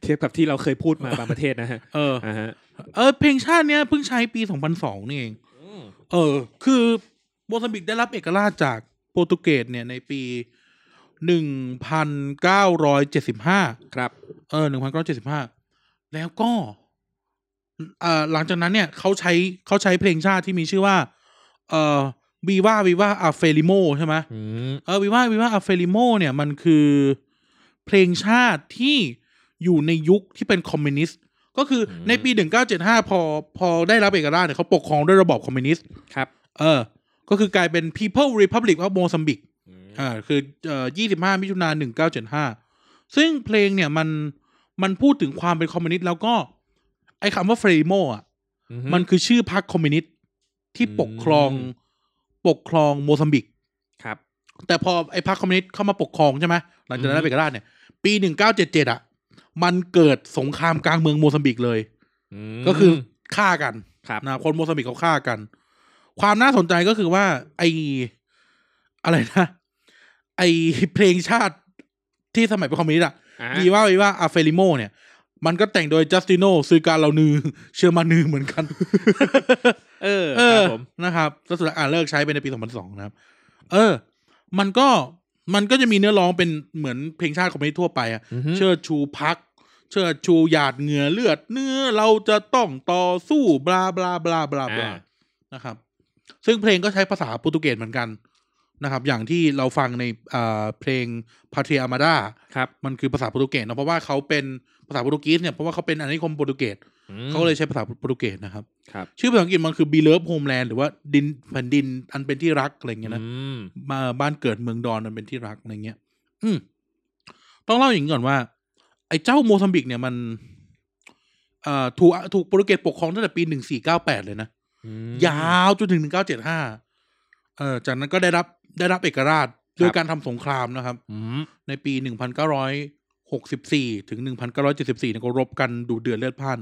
S2: เทียบ กับเทียบกับที่เราเคยพูด มาบางประเทศนะฮะ
S1: เออ
S2: อ่าฮะ
S1: เออเพลงชาติเนี้ยเพิ่งใช้ปี 2002 นี่เอง เออ คือโมซัมบิกได้รับเอกราชจากโปรตุเกสเนี่ยในปี 1975
S2: ครับ
S1: เออ 1975 แล้วก็เอ่อหลังจากนั้นเนี่ยเขาใช้เขาใช้เพลงชาติที่มีชื่อว่า เอ่อวีว่าวีว่าอาเฟลิโมใช่ไหม
S2: อืม
S1: เออวิว่าวิว่าอัฟเฟลิโมเนี่ยมันคือเพลงชาติที่อยู่ในยุคที่เป็นคอมมิวนิสต์ก็คือในปี 1975 พอพอได้รับเอกราชเนี่ยเขาปกครองด้วยระบอบคอมมิวนิสต์
S2: ครับ
S1: เออ ก็คือกลายเป็น People Republic of Mozambique อ่าคือเอ่อ25 มิถุนายน1975 ซึ่งเพลงเนี่ยมันมันพูดถึงความเป็นคอมมิวนิสต์แล้วก็ ไอ้คำว่าเฟรโมอ่ะ มันคือชื่อพรรคคอมมิวนิสต์ที่ปกครอง
S2: อืม
S1: ปกครองโมซัมบิก
S2: ครับ
S1: แต่พอไอ้พรรคคอมมิวนิสต์เข้ามาปกครองใช่ไหมหลังจากนั้น
S2: อือฮึ
S1: เอกราชเนี่ย ปีหนึ่งเก้าเจ็ดเจ็ดอ่ะ มันเกิดสงครามกลางเมืองโมซัมบิกเลย
S2: ม
S1: ก็คือฆ่ากัน
S2: ครับ
S1: นะคนโมซัมบิกเขาฆ่ากัน ความน่าสนใจก็คือว่า ไออะไรนะ ไอ เพลงชาติที่สมัยเป็นคอมมิวนิสต์อ่ะ
S2: อ่ะ
S1: อีว่าอีว่าอาเฟลิโมเนี่ย มันก็แต่งโดยจัสติโนซื้อการเรา นือ เชื่อมานือเหมือนกัน
S2: เออ
S1: เอ
S2: ค
S1: อ
S2: รับผม
S1: นะครับแล้วสุดท้ายอ่าเลิกใช้ไปในปี 2002 นะครับ เออ มันก็ มันก็จะมีเนื้อร้องเป็นเหมือนเพลงชาติของประเทศทั่วไปอะ
S2: ฮึ
S1: เชิดชูพัก เชิดชูหยาดเหงื่อเลือด เนื้อเราจะต้องต่อสู้ บลาบลาบลาบลาบลา
S2: อ่า
S1: นะครับ ซึ่งเพลงก็ใช้ภาษาโปรตุเกสเหมือนกันนะครับ อย่างที่เราฟังในอ่าเพลงพาเทียมาดา
S2: ครับ
S1: มันคือภาษาโปรตุเกสเนอะเพราะว่าเขาเป็นภาษาโปรตุเกสเนี่ย เพราะว่าเขาเป็นอาณานิคมโปรตุเกส
S2: อืม
S1: เขาก็เลยใช้ภาษาโปรตุเกสนะครับ
S2: ครับ
S1: ชื่อภาษาอังกฤษมันคือ beloved homeland หรือว่าดินแผ่นดินอันเป็นที่รักอะไรอย่างเงี้ยนะ
S2: อืม
S1: มาบ้านเกิดเมืองดอนอันเป็นที่รักอะไรเงี้ย อืมต้องเล่าอย่างนี้ก่อนว่า ไอ้เจ้าโมซัมบิกเนี่ยมันเอ่อถูกถูกโปรตุเกสปกครองตั้งแต่ปีหนึ่งสี่เก้าแปดเลยนะ
S2: อืม
S1: ยาวจนถึงหนึ่งเก้าเจ็ดห้าเออจากนั้นก็ได้รับได้รับเอกราชโดย
S2: ครับ
S1: การทำสงครามนะครับ
S2: อืม
S1: ในปี 1964 ถึง 1974เนี่ยก็รบกันดูเดือดเลือดพล่าน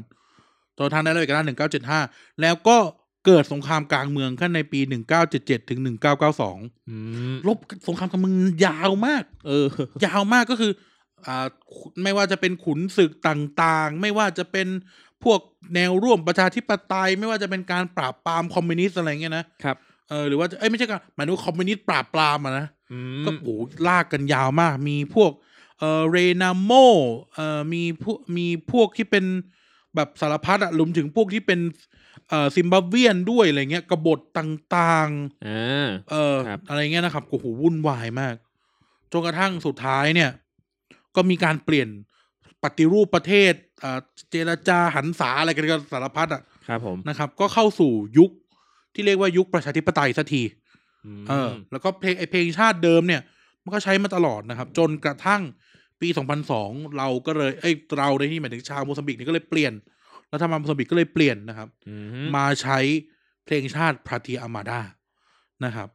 S1: จนทางได้รับเอกราช1975 แล้วก็เกิดสงครามกลางเมืองขึ้นในปี 1977 ถึง 1992
S2: อืม
S1: รบสงครามกลางเมืองยาวมาก
S2: เออ
S1: ยาวมากก็คืออ่าขุไม่ว่าจะเป็นขุนศึกต่างๆ ไม่ว่าจะเป็นพวกแนวร่วมประชาธิปไตย ไม่ว่าจะเป็นการปราบปรามคอมมิวนิสต์อะไรเงี้ยนะครับ เออหรือว่าจะเอ้ยไม่ใช่การหมายถึงว่าคอมมิวนิสต์ปราบปรามอะนะ
S2: อืม
S1: ก็โอ้โหลากกันยาวมาก มีพวก เอ่อเรนาโมเอ่อมีพวกมีพวกที่เป็นแบบสารพัดอะรวมถึงพวกที่เป็นเอ่อซิมบับเวียนด้วยอะไรเงี้ยกบฏต่าง
S2: อ่า
S1: ๆ เอ่อ
S2: ครับ
S1: อะไรเงี้ยนะครับโอ้โหวุ่นวายมากจนกระทั่งสุดท้ายเนี่ย ก็มีการเปลี่ยนปฏิรูปประเทศเอ่อเจรจาหันษาอะไรกันก็สารพัดอะ
S2: ครับผม
S1: นะครับ ก็เข้าสู่ยุคที่เรียกว่ายุคประชาธิปไตยสักที
S2: ม
S1: เออแล้วก็เพลงไอเพลงชาติเดิมเนี่ย มันก็ใช้มาตลอดนะครับ จนกระทั่งปี 2002 เราก็เลยเอ้ยเราในที่หมายถึงชาวโมซัมบิกเนี่ยก็เลยเปลี่ยนรัฐบาลโมซัมบิกก็เลยเปลี่ยนนะครับ
S2: อื
S1: มาใช้เพลงชาติพาเทียอามาดานะครับ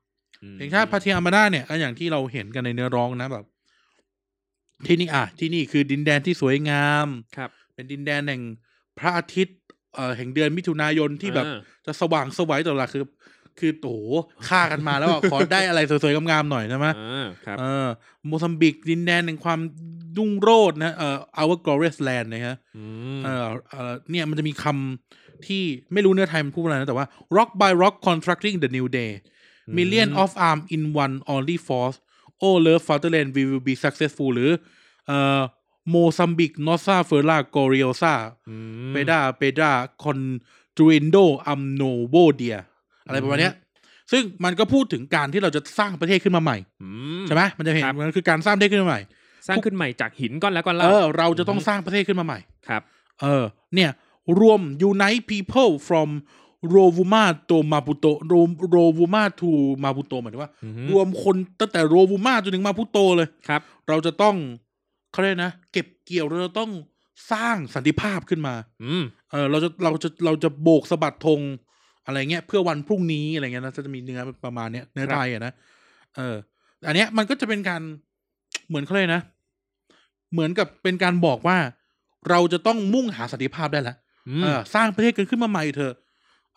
S2: อืม
S1: เพลงชาติพาเทียอามาดาเนี่ยก็อย่างที่เราเห็นกันในเนื้อร้องนะแบบ ที่นี่อ่ะที่นี่คือดินแดนที่สวยงาม
S2: ครับ
S1: เป็นดินแดนแห่งพระอาทิตย์เอ่อแห่งเดือนมิถุนายนที่แบบ
S2: อ่า
S1: จะสว่างสวัยตลอดเวลาคือ คือโอ้โหฆ่ากันมาแล้ว อะขอได้อะไรสวยๆงามๆหน่อยใช่ไหม
S2: อ่าครับ
S1: เออโมซัมบิกดินแดนแห่งความดุ่งโรจน์นะเอ่อ our glorious land นะฮะ
S2: อืม
S1: เออเออเนี่ยมันจะมีคำที่ไม่รู้เนื้อไทยมันพูดอะไรนะ แต่ว่า rock by rock constructing the new day million of arm in one only force oh love fatherland we will be successful หรือเอ่อโมซัมบิกนอซาเฟอร่าโกริโอซา
S2: อืม
S1: เปดาเปดาคอนจูเอนโดอัมโนโบเดียอะไรประมาณเนี้ย ซึ่งมันก็พูดถึงการที่เราจะสร้างประเทศขึ้นมาใหม่
S2: อืม
S1: ใช่ไหมมันจะเห็น
S2: ครับ
S1: มันคือการสร้างประเทศขึ้นมาใหม่
S2: สร้างขึ้นใหม่จากหินก้อนแล้วก้อน
S1: เอ
S2: เล่า
S1: อ เราจะต้องสร้างประเทศขึ้นมาใหม่
S2: ครับ
S1: เออ เนี่ย รวม unite people from โรวูมาโตมาปุโตโรโรวูมาทูมาปุโตหมายถึงว่า
S2: อืม
S1: รวมคนตั้งแต่โรวูมาจนถึงมาปุโตเลย
S2: ครับ
S1: เราจะต้องเขาเรียกนะ เก็บเกี่ยวเราจะต้องสร้างสันติภาพขึ้นมา
S2: อืม
S1: เออเราจะเราจะเราจะโบกสะบัดธงอะไรเงี้ย เพื่อวันพรุ่งนี้อะไรเงี้ยนะจะมีเนื้อประมาณเนี้ยเนื้อไทยอะนะเออ อันเนี้ยมันก็จะเป็นการเหมือนเขาเลยกนะ เหมือนกับเป็นการบอกว่า เราจะต้องมุ่งหาสันติภาพได้ละ
S2: อืม
S1: เออ สร้างประเทศกันขึ้นมาใหม่เถอะ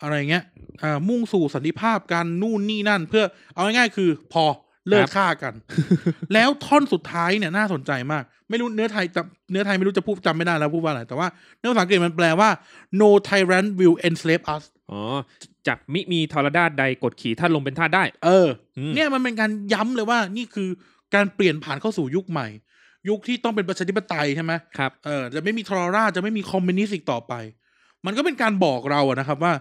S1: อะไรเงี้ยอ่ามุ่งสู่สันติภาพกันนู่นนี่นั่น เพื่อเอาง่ายๆคือ พอเลิกฆ่ากัน แล้วท่อนสุดท้ายเนี่ยน่าสนใจมาก ไม่รู้เนื้อไทยจำเนื้อไทยไม่รู้จะพูดจำไม่ได้แล้วพูดว่าอะไร แต่ว่าเนื้อภาษาอังกฤษมันแปลว่า no tyrant will enslave us
S2: อ๋อจับมิมีทรดาชใดกดขี่ท่านลงเป็นท่าสได้
S1: เออ
S2: อืม
S1: เนี่ยมันเป็นการย้ำเลยว่านี่คือการเปลี่ยนผ่านเข้าสู่ยุคใหม่ ยุคที่ต้องเป็นประชาธิปไตยใช่ไหม
S2: ครับ
S1: เออจะไม่มีทรราชจะไม่มีคอมมิวนิสต์อีกต่อไป มันก็เป็นการบอกเราอะนะครับว่า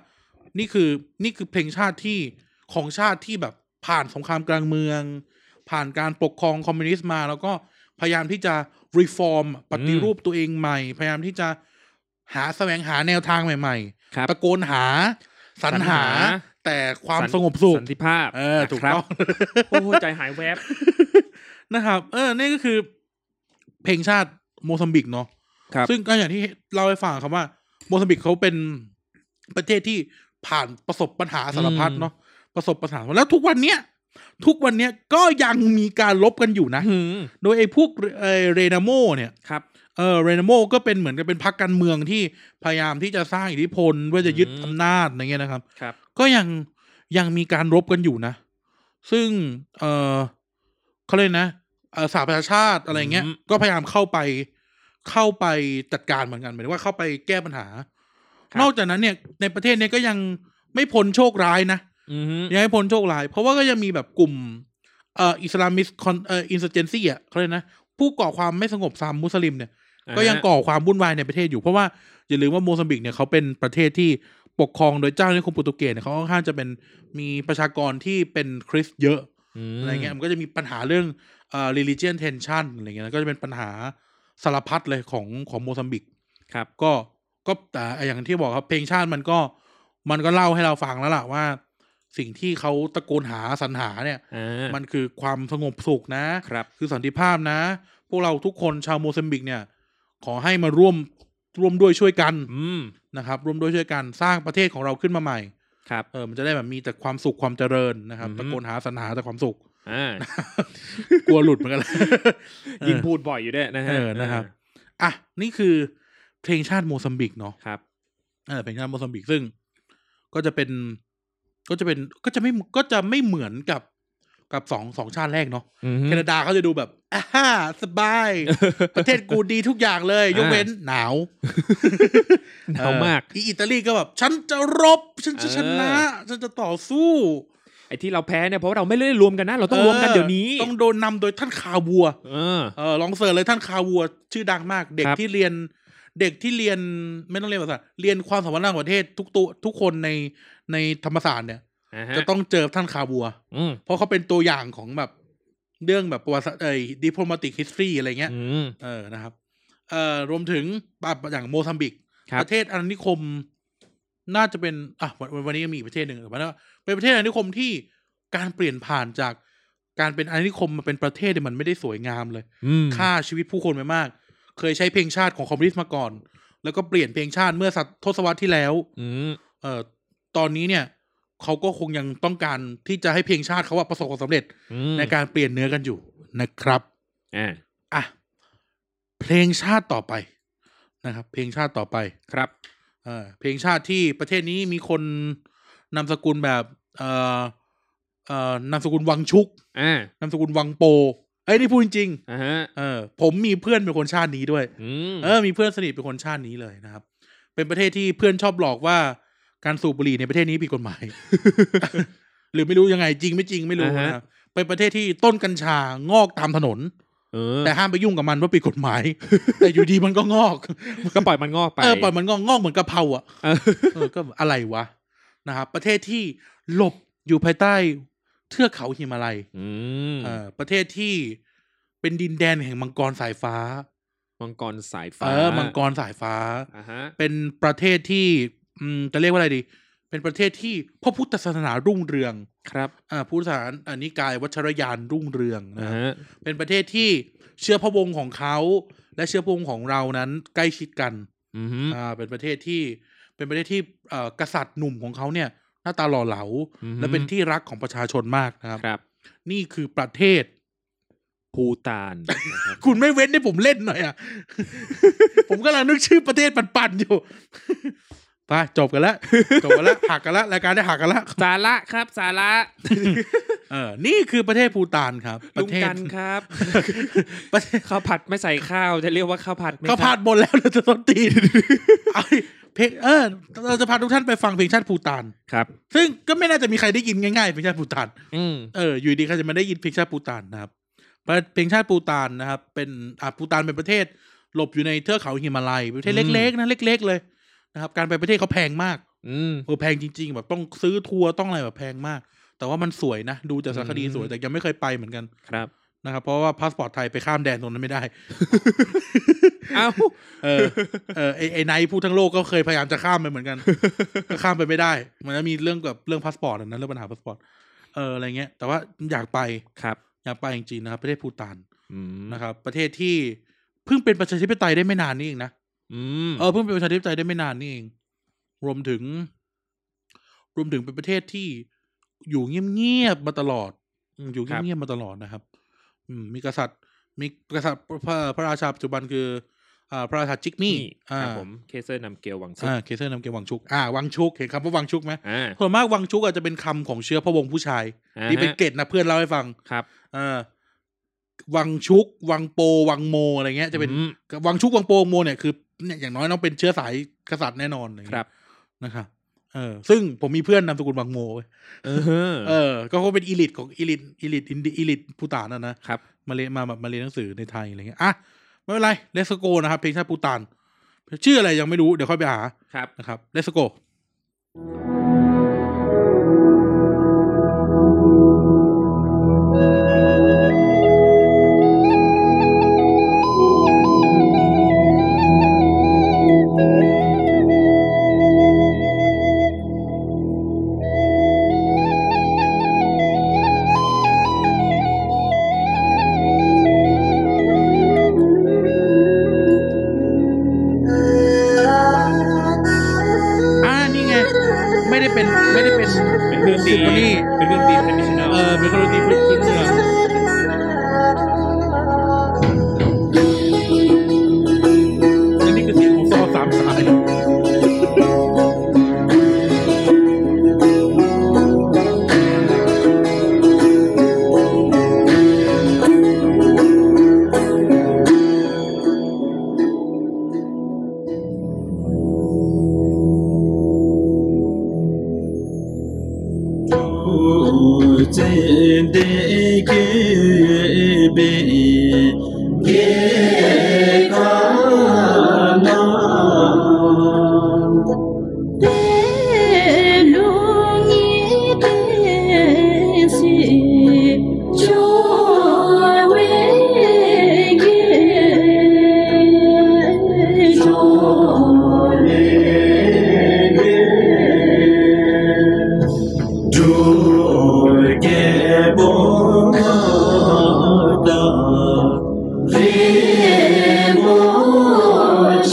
S1: นี่คือนี่คือเพลงชาติที่ของชาติที่แบบผ่านสงครามกลางเมือง ผ่านการปกครองคอมมิวนิสต์มา แล้วก็พยายามที่จะรีฟอร์มปฏิรูปตัวเองใหม่ พยายามที่จะหาแสวงหาแนวทางใหม่
S2: ครับ
S1: ๆตะโกนหาสรร
S2: สรร
S1: หา
S2: หา
S1: แต่ความ
S2: สัน
S1: สงบสุข
S2: สันติภาพ
S1: เออถูก
S2: นะครับ
S1: ต้อง
S2: โอ้โหใจหายแวบ
S1: นะครับ เออ นี่ก็คือ เพลงชาติโมซัมบิกเนาะ
S2: ครับ
S1: ซึ่งก็อย่างที่เล่าให้ฟังครับว่าโมซัมบิกเขาเป็นประเทศที่ผ่านประสบปัญหาสารพัด
S2: อืม
S1: เนาะ ประสบปัญหาแล้วทุกวันเนี้ย ทุกวันเนี้ยก็ยังมีการลบกันอยู่นะ
S2: หืม
S1: โดยไอ้พวกเอ่อเรนาโมเนี่ย
S2: ครับ
S1: เออเรนาโมก็เป็นเหมือนกับเป็นพรรคการเมืองที่พยายามที่จะสร้างอิทธิพลเพื่อจะยึด
S2: อืม
S1: อำนาจอะไรเงี้ยนะครับ
S2: ครับ
S1: ก็ยังยังมีการรบกันอยู่นะ ซึ่ง เออเขาเลยกนะเอ่อสหประชาชาติอะไรเงี้ย
S2: อืม
S1: ก็พยายามเข้าไปเข้าไปจัดการเหมือนกันหมายถึงว่าเข้าไปแก้ปัญหา นอกจากนั้นเนี่ยในประเทศเนี่ยก็ยังไม่พ้นโชคร้ายนะ
S2: อืม
S1: ยังไม่พ้นโชคร้าย เพราะว่าก็ยังมีแบบกลุ่ม เอ่ออิสลามิสคอนเอ่ออินเซอร์เจนซี่อ่ะเขาเลยกนะ ผู้ก่อความไม่สงบซามมุสลิมเนี่ย ก็ยังก่อความวุ่นวายในประเทศอยู่เพราะว่าอย่าลืมว่าโมซัมบิกเนี่ยเขาเป็นประเทศที่ปกครองโดยเจ้าในคมโปรตุเกสเนี่ยเขาค่อนข้างจะเป็นมีประชากรที่เป็นคริสต์เยอะ
S2: ม
S1: อะไรเงี้ยมันก็จะมีปัญหาเรื่องเอ่อ religion tension อะไรเงี้ยแล้วก็จะเป็นปัญหาสารพัดเลยของของโมซัมบิก
S2: ครับ
S1: ก็ก็แต่อย่างที่บอกครับเพลงชาติมันก็มันก็เล่าให้เราฟังแล้วล่ะว่า สิ่งที่เขาตะโกนหาสรรหาเนี่ย
S2: อ่า
S1: มันคือความสงบสุขนะ
S2: ครับ
S1: คือสันติภาพนะ พวกเราทุกคนชาวโมซัมบิกเนี่ย ขอให้มาร่วมร่วมด้วยช่วยกัน
S2: อืม
S1: นะครับ ร่วมด้วยช่วยกันสร้างประเทศของเราขึ้นมาใหม่
S2: ครับ
S1: เออมันจะได้แบบมีแต่ความสุขความเจริญนะครับ
S2: อือฮึ
S1: ตะโกนหาสรรหาแต่ความสุข
S2: อ่าก
S1: ลัวหลุดเหมือนกัน
S2: ยิ่งพูดบ่อยอยู่ด้วยนะฮะ
S1: เออนะครับ อ่ะนี่คือเพลงชาติโมซัมบิกเนาะ
S2: ครับ
S1: เออเพลงชาติโมซัมบิกซึ่ง ก็จะเป็น ก็จะเป็นก็จะไม่ก็จะไม่เหมือนกับกับสองสองชาติแรกเนาะ
S2: อืม
S1: แคนาดาเขาจะดูแบบอ่าฮ่าส บาย ประเทศกูดีทุกอย่างเลย ยกเว้นหนาว
S2: หนาวมาก
S1: เอออีอิตาลีก็แบบ ฉันจะรบ ฉันจะชนะ ฉันจะต่อสู้
S2: ไอ้ที่เราแพ้เนี่ยเพราะว่าเราไม่ได้รวมกันนะ เราต้องรวมกันเดี๋ยวนี้
S1: ออต้องโดนนำโดยท่านคาวัว
S2: เออ
S1: เออลองเสิร์ชเลยท่านคาวัว ชื่อดังมาก เด็ก
S2: ครับ
S1: ที่เรียน เด็กที่เรียนไม่ต้องเรียนภาษาเรียนความสามารถระหว่างประเทศทุกตัวทุกคนในในธรรมศาสตร์เนี่ย
S2: นะฮะ
S1: จะต้องเจอท่านคาวัว
S2: อืม
S1: เพราะเขาเป็นตัวอย่างของแบบเรื่องแบบประวัติศาสตร์เอ้ดิพมาติกฮิสตรีอะไรเงี้ย
S2: อืม
S1: เออ นะครับ เอ่อ รวมถึงแบบอย่างโมซัมบิก
S2: ครับ
S1: ประเทศอาณานิคม น่าจะเป็น อ่ะวันวันวันนี้ยังมีอีกประเทศหนึ่งเออมันว่าเป็นประเทศอาณานิคมที่การเปลี่ยนผ่านจากการเป็นอาณานิคมมาเป็นประเทศเนี่ยมันไม่ได้สวยงามเลย
S2: อืม
S1: ฆ่าชีวิตผู้คนไปมาก เคยใช้เพลงชาติของคอมมิวนิสต์มาก่อน แล้วก็เปลี่ยนเพลงชาติเมื่อศตทศวรรษที่แล้ว
S2: อืม
S1: เอ่อ ตอนนี้เนี่ยเขาก็คงยังต้องการที่จะให้เพลงชาติเขาว่าประสบความสำเร็จ
S2: อืม
S1: ในการเปลี่ยนเนื้อกันอยู่นะครับ
S2: อ่า
S1: อ่ะเพลงชาติต่อไปนะครับ เพลงชาติต่อไป
S2: ครับ
S1: เออเพลงชาติที่ประเทศนี้มีคนนามสกุลแบบเออเออนามสกุลวังชุก
S2: อ่าน
S1: ามสกุลวังโปเอ้ยนี่พูดจริง
S2: อ่าฮะ
S1: ๆเออผมมีเพื่อนเป็นคนชาตินี้ด้วย
S2: อืม
S1: เออมีเพื่อนสนิทเป็นคนชาตินี้เลยนะครับ เป็นประเทศที่เพื่อนชอบหลอกว่าการสูบบุหรี่ในประเทศนี้ผิดกฎหมาย หรือไม่รู้ยังไงจริงไม่จริงไม่รู้นะครับเป็นประเทศที่ต้นกัญชางอกตามถนน
S2: เออ
S1: แต่ห้ามไปยุ่งกับมันเพราะผิดกฎหมาย แต่อยู่ดีมันก็งอก
S2: ก็ปล่อยมันงอกไป
S1: เออปล่อยมันงอกงอกเหมือนกะเพราอ่ะ
S2: เออ
S1: เออก็อะไรวะนะครับประเทศที่หลบอยู่ภายใต้เทือกเขาหิมาลัย
S2: อืม
S1: เออประเทศที่เป็นดินแดนแห่งมังกรสายฟ้า
S2: มังกรสาย
S1: เอ
S2: ฟ้า
S1: อมังกรสายฟ้า
S2: อ่าฮะ
S1: เป็นประเทศที่อืมจะเรียกว่าอะไรดี เป็นประเทศที่พระพุทธศาสนารุ่งเรือง
S2: ครับ
S1: อ่าพุทธศาสนาอันนิกายวัชรยานรุ่งเรือง
S2: อ่า
S1: นะฮะ
S2: ฮะ
S1: เป็นประเทศที่เชื้อพระวงศ์ของเขาและเชื้อพระวงศ์ของเรานั้นใกล้ชิดกัน
S2: อืม
S1: อ่า เป็นประเทศที่ เป็นประเทศที่เอ่อกษัตริย์หนุ่มของเขาเนี่ย หน้าตาหล่อเหลา
S2: อือฮึ
S1: และเป็นที่รักของประชาชนมากนะครับ
S2: ครับ
S1: นี่คือประเทศ
S2: ภูตานนะครับ
S1: คุณไม่เว้นให้ ผมเล่นหน่อยอ่ะ ผมกำลังนึกชื่อประเทศปันๆอยู่ ไปจบกันแล้ว จบกัน แล้วหักกันแล้วรายการได้หักกันแล้ว
S2: สาระครับ สาระ
S1: เออนี่คือประเทศภูตานครับ ป
S2: ลุ
S1: ระ
S2: ง
S1: เทศ
S2: กันครับ
S1: ประเทศ
S2: ข้าวผัดไม่ใส่ข้าวจะเรียกว่าข้าวผัดไหม
S1: เขาพลาดบนแล้วเรา จะต้นตีนเอาเพลงเออ เราจะพาทุกท่านไปฟังเพลงชาติภูตาน
S2: ครับ
S1: ซึ่งก็ไม่น่าจะมีใครได้ยินง่ายๆเพลงชาติภูตาน
S2: อืม
S1: เอออยู่ดีใครจะมาได้ยินเพลงชาติปูตานนะครับประเพลงชาติปูตานนะครับ เป็นอ่าปูตานเป็นประเทศหลบอยู่ในเทือกเขาหิมาลัยประเทศเล็กๆนะเล็ก ๆ เลยนะครับ การไปประเทศเขาแพงมาก
S2: อืม
S1: เออแพงจริง ๆ แบบต้องซื้อทัวร์ต้องอะไรแบบแพงมาก แต่ว่ามันสวยนะ ดูจากสารคดี
S2: อืม
S1: สวยแต่ยังไม่เคยไปเหมือนกัน
S2: ครับ
S1: นะครับ เพราะว่าพาสปอร์ตไทยไปข้ามแดนตรงนั้นไม่ได้
S2: เอ้า
S1: เออเออไอไอไนท์พูดทั้งโลกก็เคยพยายามจะข้ามไปเหมือนกัน ก็ข้ามไปไม่ได้ มันจะมีเรื่องกับเรื่องพาสปอร์ตอันนั้นเรื่องปัญหาพาสปอร์ตเอออะไรเงี้ย แต่ว่าอยากไป
S2: ครับ
S1: อยากไปจริงๆนะครับประเทศภูตาน
S2: อืม
S1: นะครับ ประเทศที่เพิ่งเป็นประชาธิปไตยได้ไม่นานนี่เองนะ
S2: อืม
S1: เออเพิ่งเป็นประชาธิปไตยได้ไม่นานนี่เอง รวมถึง รวมถึงเป็นประเทศที่อยู่เงียบๆมาตลอดอืมอยู่เงียบๆมาตลอดนะครับ อืมมีกษัตริย์ มีกษัตริย์พระพระราชาปัจจุบันคืออ่าพระราชาจิกมี่อ่า
S2: ครับผมเคเซอร์นำเกลวังซึ
S1: อ่าเคเซอร์นำเกยรติวังชุกอ่าวังชุกเห็นคำว่าวังชุกไหม
S2: อ่า
S1: ส่วนมากวังชุกอาจจะเป็นคำของเชื้อพระวงศ์ผู้ชาย
S2: อ่า
S1: นี่เป็น
S2: ฮะ
S1: เกร็ดนะเพื่อนเล่าให้ฟัง
S2: ครับ
S1: เออวังชุก วังโป วังโมอะไรเงี้ยจะเป็น
S2: อืม
S1: วังชุกวังโปวังโมเนี่ยคือเนี่ยอย่างน้อยต้องเป็นเชื้อสายกษัตริย์แน่นอนอะไเงี้ย
S2: ครับ
S1: นะครับเออซึ่งผมมีเพื่อนนามสกุลวังโมเว้ย
S2: เออ
S1: เออก็เขาเป็นอีลิทของอีลิทอีลิทอินดีอีลิทพูตานนะนะครับ มาเรียนมาแบบมาเรียนหนังสือในไทยอะไรเงี้ยอ่ะไม่เป็นไรเลสโกนะครับเพลงชาติพูตาน ชื่ออะไรยังไม่รู้เดี๋ยวค่อยไปหา
S2: ครับ
S1: นะครับเลสโก อ่านี่ไง ไม่ได้เป็นไม่ได้เป็น
S2: เป็นเครื่องดนตรี
S1: ซิมโฟนี
S2: เป็นเครื่องดนตรี traditional
S1: เออเป็นเครื่องดนตรีพื้นเมือง และนี่คือเสียงของซอสามสาย
S4: เจเดเกเบเกกานจูเกบงดาริโมเช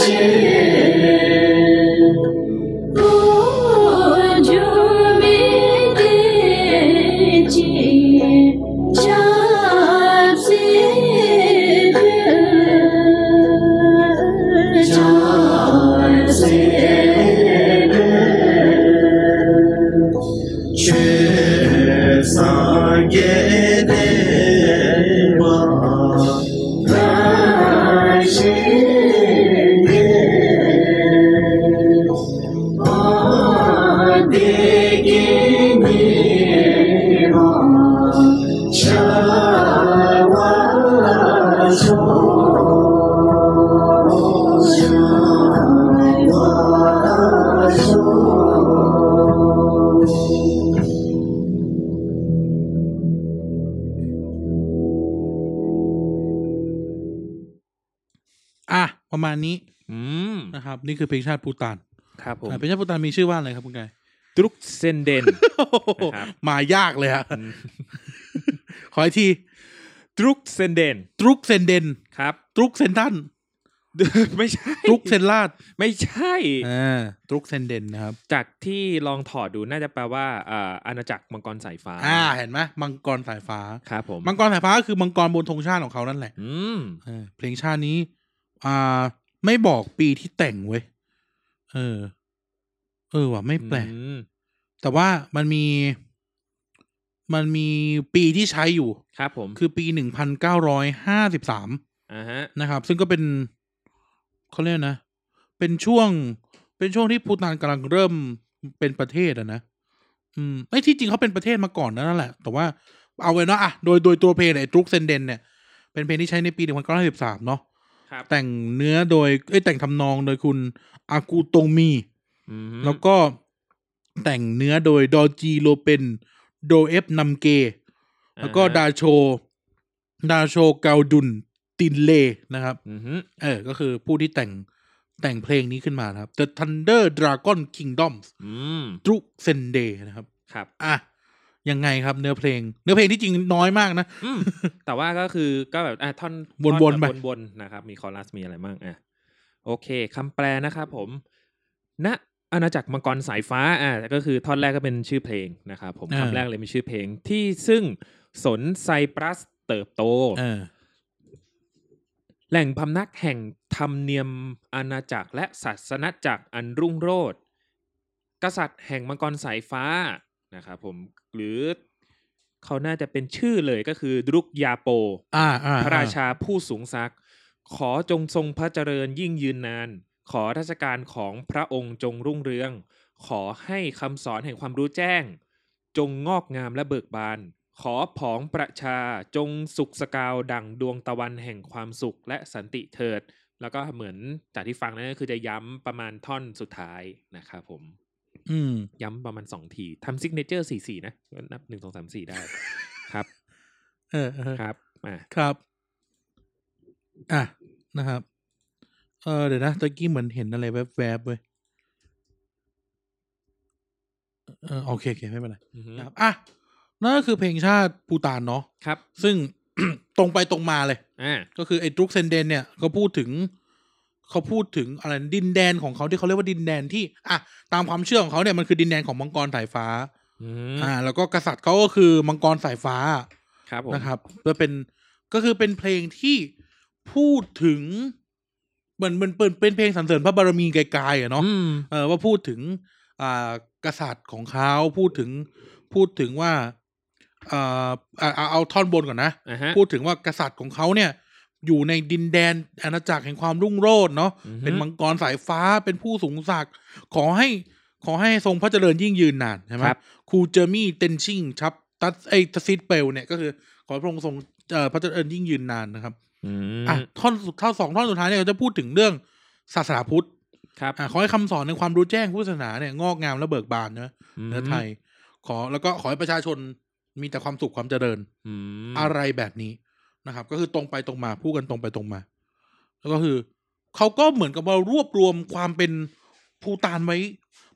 S1: อ่ะประมาณนี้
S2: อืม
S1: นะครับ นี่คือเพลงชาติปูตาน
S2: ครับผม
S1: อ่ะเพลงชาติปูตานมีชื่อว่าอะไรครับคุณกาย
S2: ดรุกเซนเดน นะครับ
S1: มายากเลยฮะขออีกที
S2: ดรุกเซนเดน
S1: ตรุกเซนเดน
S2: ครับ
S1: ตรุกเซนทัน
S2: ไม่ใช่
S1: ตรุกเซน ลาด
S2: ไม่ใช่
S1: อ่าตรุกเซนเดนนะครับ
S2: จากที่ลองถอดดูน่าจะแปลว่าอ่าอาณาจักรมังกรสายฟ้า
S1: อ่า เห็นไหมมังกรสายฟ้า
S2: ครับผม
S1: มังกรสายฟ้าก็คือมังกรบนธงชาติของเขานั่นแหละ
S2: อืม
S1: เออเพลงชาตินี้ อ่า ไม่บอกปีที่แต่งเว้ย เออ เออว่ะไม่แปลก
S2: อืม
S1: แต่ว่ามันมี มันมีปีที่ใช้อยู่
S2: ครับผม
S1: คือปีหนึ่งพันเก้าร้อยห้าสิบสาม
S2: อ่าฮะ
S1: นะครับ ซึ่งก็เป็นเขาเรียกนะ เป็นช่วง เป็นช่วงที่พูตานกำลังเริ่มเป็นประเทศอะนะ อืมไอ้ยที่จริงเขาเป็นประเทศมาก่อนนั่นแหละ แต่ว่าเอาไว้เนาะอ่ะโดยโดยตัวเพลงเนี่ยตรุกเซนเดนเนี่ย เป็นเพลงที่ใช้ในปีหนึ่งพันเก้าร้อยสิบสามเนาะ
S2: ครับ
S1: แต่งเนื้อโดยเอ้ยแต่งทำนองโดยคุณอากูตงมี
S2: อืม
S1: แล้วก็แต่งเนื้อโดยดอจีโลเปนโดเอฟนัมเก แล้วก็
S2: อ่ฮะ
S1: ดาโช ดาโชเกาดุนตินเลนะครับ
S2: อือฮึ
S1: เออ ก็คือผู้ที่แต่งแต่งเพลงนี้ขึ้นมานะครับ The Thunder Dragon Kingdoms
S2: อืม
S1: d r u s e n d a y นะครับ
S2: ครับ
S1: อ่ะ ยังไงครับเนื้อเพลง เนื้อเพลงที่จริงน้อยมากนะ
S2: อืม แต่ว่าก็คือก็แบบอ่ะท่อน
S1: วนๆ
S2: ท่อแบบ
S1: ไป
S2: วนๆนะครับ มีคอรัสมีอะไรบ้างอ่ะโอเคคำแปลนะครับผมณอาณาจักรมังกรสายฟ้าอ่ะก็คือท่อนแรกก็เป็นชื่อเพลงนะครับผมคำแรกเลยเป็นชื่อเพลงที่ซึ่งสนไซปรัสเติบโต
S1: เออ
S2: แหล่งพำนักแห่งธรรมเนียมอาณาจักรและศาสนจักรอันรุ่งโรจน์กษัตริย์แห่งมังกรสายฟ้านะครับผมหรือเขาน่าจะเป็นชื่อเลยก็คือดรุกยาโป
S1: อ่าอ่า
S2: พระราชาผู้สูงศักดิ์ขอจงทรงพระเจริญยิ่งยืนนาน ขอราชการของพระองค์จงรุ่งเรือง ขอให้คำสอนแห่งความรู้แจ้ง จงงอกงามและเบิกบาน ขอผองประชาจงสุขสกาวดั่งดวงตะวันแห่งความสุขและสันติเถิด แล้วก็เหมือนจากที่ฟังนั่นก็คือจะย้ำประมาณท่อนสุดท้ายนะครับผม
S1: อืม
S2: ย้ำประมาณสองทีทำซิกเนเจอร์สี่สี่นะนับหนึ่งสองสามสี่ได้ ครับ
S1: เออเออ
S2: ครับอ่ะ
S1: ครับ อ่ะ นะครับ เออ เดี๋ยวนะตะกี้เหมือนเห็นอะไรแวบๆเว้ย เออ โอเคโอเคไม่เป็นไร
S2: อือฮึ
S1: นะครับ อ่ะ นั่นก็คือเพลงชาติปูตานเนาะ
S2: ครับ
S1: ซึ่ง ตรงไปตรงมาเลย
S2: อ่า
S1: ก็คือไอ้ดรุกเซนเดนเนี่ยเขาพูดถึง เขาพูดถึงอะไรดินแดนของเขาที่เขาเรียกว่าดินแดนที่ อ่ะ ตามความเชื่อของเขาเนี่ยมันคือดินแดนของมังกรสายฟ้า
S2: อืม
S1: อ่า แล้วก็กษัตริย์เขาก็คือมังกรสายฟ้า
S2: ครับผม
S1: นะครับแล้วเป็นก็คือเป็นเพลงที่พูดถึงเหมือนเหมันเป็นเป็นเพลงสรรเสริญพระบารมีไกลๆอะเนาะ
S2: อืม
S1: เออว่าพูดถึง อ่ากษัตริย์ของเขาพูดถึงพูดถึงว่าอ่าอ่าเอาเอาท่อนบนก่อนนะ
S2: อ่าฮะ
S1: พูดถึงว่ากษัตริย์ของเขาเนี่ย อยู่ในดินแดนอาณาจักรแห่งความรุ่งโรจน์เนาะ
S2: อือฮึ
S1: เป็นมังกรสายฟ้าเป็นผู้สูงศักดิ์ขอให้ขอให้ทรงพระเจริญยิ่งยืนนานใช่ไหม
S2: ครับ
S1: ครูเจอร์มี่เตนชิงชับตัสไอทัสซิดเปลเนี่ยก็คือขอให้พระองค์ทรงเอ่อพระเจริญยิ่งยืนนานนะครับ
S2: อืม
S1: อ่ะท่อนสุดท่อนสองท่อนสุดท้ายเนี่ยเราจะพูดถึงเรื่องศาสนาพุทธ
S2: ครับ
S1: อ่ะขอให้คำสอนในความรู้แจ้งพุทธศาสนาเนี่ยงอกงามและเบิกบานนะเนื้อไทย ขอแล้วก็ขอให้ประชาชนมีแต่ความสุขความเจริญ
S2: อืม
S1: อะไรแบบนี้นะครับ ก็คือตรงไปตรงมาพูดกันตรงไปตรงมา แล้วก็คือเขาก็เหมือนกับว่ารวบรวมความเป็นภูตานไว้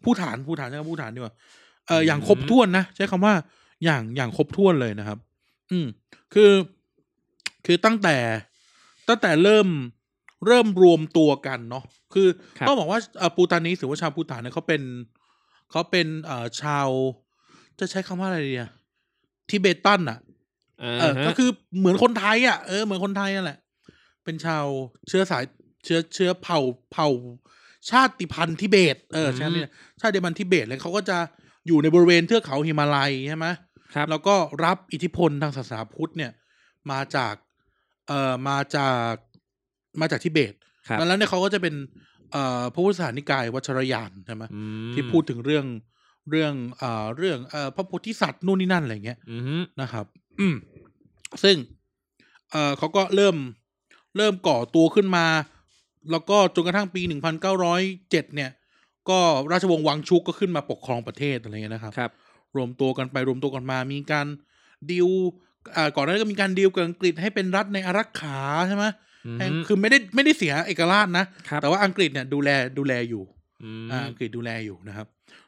S1: ผู้ฐานผู้ฐานใช่ไหมผู้ฐานดีกว่าเอออย่างครบถ้วนนะใช้คำว่าอย่างอย่างครบถ้วนเลยนะครับ อืม คือคือตั้งแต่ตั้งแต่เริ่มเริ่มรวมตัวกันเนาะคือต้องบอกว่าเอ่อปูตานนี้ถือว่าชาวปูตานเนี่ยเขาเป็นเขาเป็นเอ่อชาว จะใช้คำว่าอะไรดีอะทิเบตันอะ
S2: อ่า
S1: เออ
S2: ฮะ
S1: ก็คือเหมือนคนไทยอ่ะ เออ เหมือนคนไทยนั่นแหละ เป็นชาวเชื้อสายเชื้อเชื้อเผ่าเผ่า ชาติพันธุ์ทิเบต เออใช่ไหมชาติพันธุ์ทิเบตแล้วเขาก็จะอยู่ในบริเวณเทือกเขาฮิมาลัยใช่ไหม
S2: ครับ
S1: แล้วก็รับอิทธิพลทางศาสนาพุทธเนี่ย มาจาก เอ่อ มาจากมาจากทิเบต
S2: ครับ
S1: แล้วเนี่ยเขาก็จะเป็น เอ่อพระพุทธศาสนิกายวัชรยานใช่ไหม
S2: อืม
S1: ที่พูดถึงเรื่องเรื่องเอ่อเรื่องเอ่อพระโพธิสัตว์นู่นนี่นั่นอะไรอย่างเงี้ย
S2: อืม
S1: นะครับ อืมซึ่ง เออเขาก็เริ่ม เริ่มก่อตัวขึ้นมา แล้วก็จนกระทั่งปี 1907 เนี่ย ก็ราชวงศ์วังชุกก็ขึ้นมาปกครองประเทศอะไรเงี้ยนะครับ
S2: ครับ
S1: รวมตัวกันไปรวมตัวกันมา มีการดิวอ่าก่อนหน้านี้ก็มีการดิวกับอังกฤษให้เป็นรัฐในอารักขาใช่ไหม
S2: อืม
S1: ให้คือไม่ได้ไม่ได้เสียเอกราชนะ
S2: ครับ
S1: แต่ว่าอังกฤษเนี่ยดูแลดูแลอยู่
S2: อืม
S1: อ่าอังกฤษดูแลอยู่นะครับ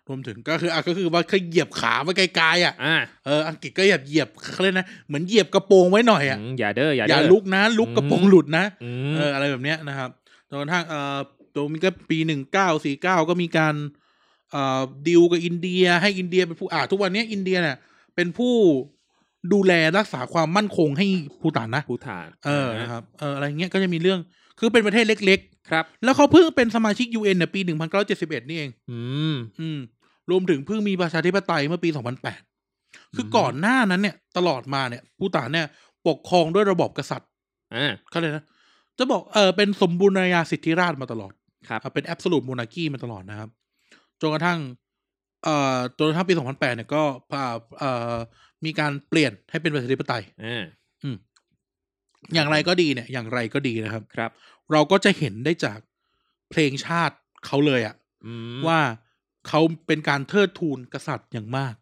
S1: รวมถึงก็คืออ่ะก็คือว่าเคยเหยียบขาไว้ไกลๆอ่ะ
S2: อ่า
S1: เอออังกฤษก็เหยียบเหยียบเขาเรียกนะเหมือนเหยียบกระโปรงไว้หน่อยอ่ะ
S2: อืมอย่าเด้ออย่า
S1: อย่า
S2: เด้อ
S1: ลุกนะ ลุกกระโปรงหลุดนะ
S2: อื
S1: เอ
S2: ม
S1: ออะไรแบบเนี้ยนะครับจนกระทั่งเอ่อตรงนี้ก็ปีหนึ่งเก้าสี่เก้าก็มีการเอ่อดิวกับอินเดียให้อินเดียเป็นผู้อ่าทุกวันเนี้ยอินเดียเนี่ยเป็นผู้ดูแลรักษาความมั่นคงให้ภูตานนะ
S2: ผู้ฐาน
S1: เออนะครับเอออะไรเงี้ยก็จะมีเรื่อง คือเป็นประเทศเล็ก
S2: ครับ
S1: ๆ แล้วเขาเพิ่งเป็นสมาชิก UN เนี่ยปี 1971 นี่เอง
S2: อืม
S1: อืม รวมถึงเพิ่งมีประชาธิปไตยเมื่อปี 2008 คือก่อนหน้านั้นเนี่ย ตลอดมาเนี่ยปูตานเนี่ย ปกครองด้วยระบอบกษัตริย์
S2: อ่า
S1: เขาเลยกนะ จะบอกเออเป็นสมบูรณาญาสิทธิราชย์มาตลอด
S2: ครับ
S1: อ่ะเป็นแอบสูตม o นาคีมาตลอดนะครับ จนกระทั่งเอ่อจนกระทั่งปี 2008 เนี่ยก็อ่าเอ่อมีการเปลี่ยนให้เป็นประชาธิปไตย
S2: อ่า
S1: อย่างไรก็ดีเนี่ย อย่างไรก็ดีนะครับ
S2: ครับ
S1: เราก็จะเห็นได้จากเพลงชาติเขาเลยอะ
S2: อืม
S1: ว่าเขาเป็นการเทิดทูนกษัตริย์อย่างมาก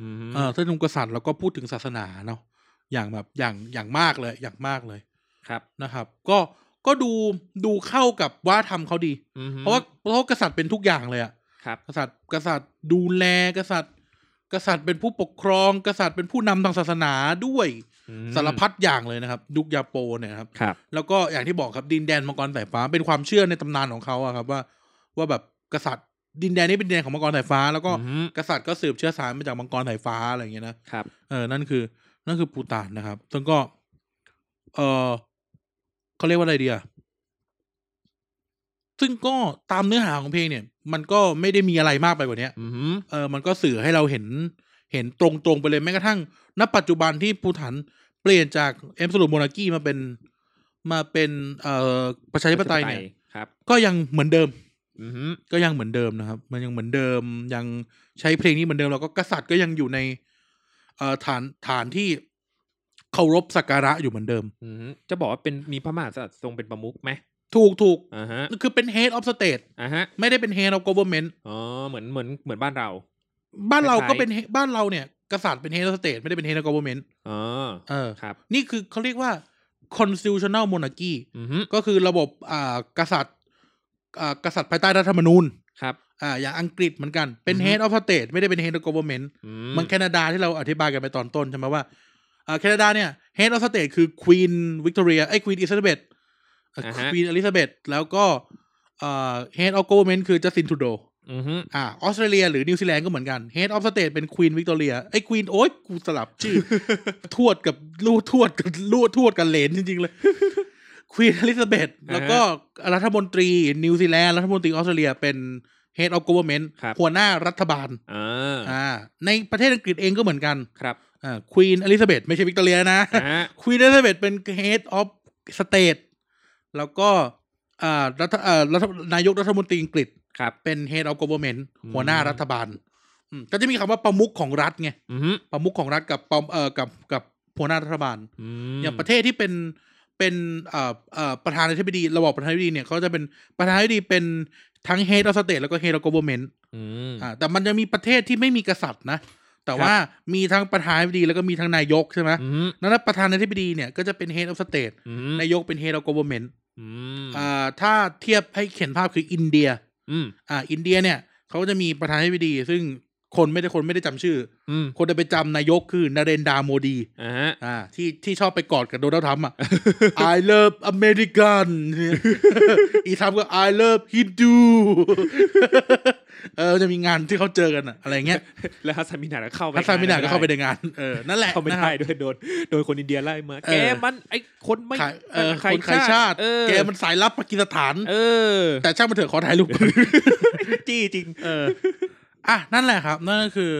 S2: อืม
S1: เออเทิดทูนกษัตริย์แล้วก็พูดถึงศาสนาเนาะอย่างแบบอย่างอย่างมากเลยอย่างมากเลย
S2: ครับ
S1: นะครับ ก็ก็ดูดูเข้ากับว่าทำเขาดี
S2: อืม
S1: เพราะว่าเพราะว่ากษัตริย์เป็นทุกอย่างเลยอะ
S2: ครับ
S1: กษัตริย์กษัตริย์ดูแลกษัตริย์ กษัตริย์เป็นผู้ปกครอง กษัตริย์เป็นผู้นำทางศาสนาด้วย
S2: อืม
S1: สารพัดอย่างเลยนะครับ ยุคยาโปเนี่ยนะครับ
S2: ครับ
S1: แล้วก็อย่างที่บอกครับดินแดนมังกรสายฟ้าเป็นความเชื่อในตำนานของเขาอะครับว่า ว่าแบบกษัตริย์ดินแดนนี้เป็นดินแดนของมังกรสายฟ้า แล้วก็
S2: อืม
S1: กษัตริย์ก็สืบเชื้อสายมาจากมังกรสายฟ้าอะไรอย่างเงี้ยนะครับ เออนั่นคือนั่นคือปูตานนะครับ ซึ่งก็ เออเขาเรียกว่าอะไรดีอะซึ่งก็ตามเนื้อหาของเพลงเนี่ย มันก็ไม่ได้มีอะไรมากไปกว่าเนี้ย
S2: อืม
S1: เออ มันก็สื่อให้เราเห็น เห็นตรงๆไปเลยแม้กระทั่ง ณ ปัจจุบันที่ปูถันเปลี่ยนจากเอ็มสรุปโมนากีมาเป็น มาเป็นเอ่อประชาธิปไตยเนี่ย
S2: ครับ
S1: ก็ยังเหมือนเดิม
S2: อืม
S1: ก็ยังเหมือนเดิมนะครับ มันยังเหมือนเดิม ยังใช้เพลงนี้เหมือนเดิม แล้วก็กษัตริย์ก็ยังอยู่ใน เอ่อฐานฐานที่เคารพสักการะอยู่เหมือนเดิม
S2: อืมจะบอกว่าเป็นมีพระมหากษัตริย์ทรงเป็นประมุขไหม
S1: ถูกถูก
S2: อ่าฮะ
S1: คือเป็น head of state
S2: อ่าฮะ
S1: ไม่ได้เป็น head of government
S2: อ๋อ เหมือน เหมือน เหมือนบ้านเรา
S1: บ้านเราก็เป็น
S2: คล้าย
S1: head- บ้านเราเนี่ย กษัตริย์เป็น head of state ไม่ได้เป็น head of government
S2: อ๋อ
S1: เออ
S2: ครับ
S1: นี่คือเขาเรียกว่า constitutional monarchy
S2: อืม
S1: ก็คือระบบอ่ากษัตริย์อ่ากษัตริย์ภายใต้รัฐธรรมนูญ
S2: ครับ
S1: อ่าอย่างอังกฤษเหมือนกันเป็น
S2: อือฮึ
S1: head of state ไม่ได้เป็น head of government
S2: อื
S1: เหมือนแคนาดาที่เราอธิบายกันไปตอนต้นใช่ไหมว่าอ่าแคนาดาเนี่ย head of state คือ queen victoria ไอ้ย queen elizabeth เอ่ออ
S2: าฮะ
S1: queen elizabeth แล้วก็อ่า head of government คือ justin trudeau
S2: อืมฮึ
S1: อ่าออสเตรเลียหรือนิวซีแลนด์ก็เหมือนกัน head of state เป็น queen victoria ไอ้ย queen โอ๊ยกูสลับ ชื่อ ทวดกับลู่ทวดกับลู่ทวดกับเหลนจริง ๆ เลย queen elizabeth แล้วก็รัฐมนตรีนิวซีแลนด์รัฐมนตรีออสเตรเลียเป็น head of government หัวหน้ารัฐบาล
S2: อ่า
S1: อ่าในประเทศอังกฤษเองก็เหมือนกัน
S2: ครับ
S1: อ่า queen elizabeth ไม่ใช่วิกตอเรีย นะ
S2: อ่าฮะ
S1: queen elizabeth เป็น head of state แล้วก็อ่ารัฐอ่ารัฐนายกรัฐมนตรีอังกฤษ
S2: ครับ
S1: เป็น head of government
S2: อืม
S1: หัวหน้ารัฐบาลอืมก็จะมีคำว่าประมุขของรัฐไง
S2: อืมฮึ
S1: ประมุขของรัฐกับปอมเอ่อกับกับหัวหน้ารัฐบาล
S2: อืม
S1: อย่างประเทศที่เป็นเป็นเอ่อเอ่อประธานาธิบดีระบอบประธานาธิบดีเนี่ยเขาจะเป็นประธานาธิบดีเป็นทั้ง head of state แล้วก็ head of government
S2: อืม
S1: อ่าแต่มันจะมีประเทศที่ไม่มีกษัตริย์นะ แต่ว่ามีทั้งประธานาธิบดีแล้วก็มีทั้งนายกใช่ไหม
S2: อืม
S1: นั้นประธานาธิบดีเนี่ยก็จะเป็น head of state
S2: อืม
S1: นายกเป็น head of government
S2: อืม
S1: อ่าถ้าเทียบให้เห็นภาพคืออินเดีย
S2: อืม
S1: อ่าอินเดียเนี่ยเขาก็จะมีประธานาธิบดี ซึ่งคนไม่ได้คนไม่ได้จำชื่อ
S2: อืม
S1: คนจะไปจำนายกคือนาเรนดาโมดี
S2: อ่าฮะ
S1: อ่าที่ที่ชอบไปกอดกับโดนัลด์ทรัม ป์อ่ะ I love American อีทรัมป์ก็ I love Hindu เออจะมีงานที่เขาเจอกันอะอะไรเงี้ย
S2: แล้วฮัสซามินาก็เข้าไป
S1: ฮัสซานมินาก็เข้าไปในงานเออนั่นแหละ
S2: เข้าไม่
S1: นะค
S2: ได้
S1: รับ
S2: ด้วยโดนโดนคนอินเดียไล่มา
S1: เอ
S2: แก
S1: อ
S2: มันไอ้คนไม่
S1: ขายเออ
S2: ขา
S1: ค
S2: ย
S1: นขายชาติ
S2: เออ
S1: แกมันสายลับปากีสถาน
S2: เออ
S1: แต่ช่างมันเถอะขอถ่ายรูป ก่อน
S2: จี้จริง
S1: เออ อ่ะ นั่นแหละครับ นั่นก็คือ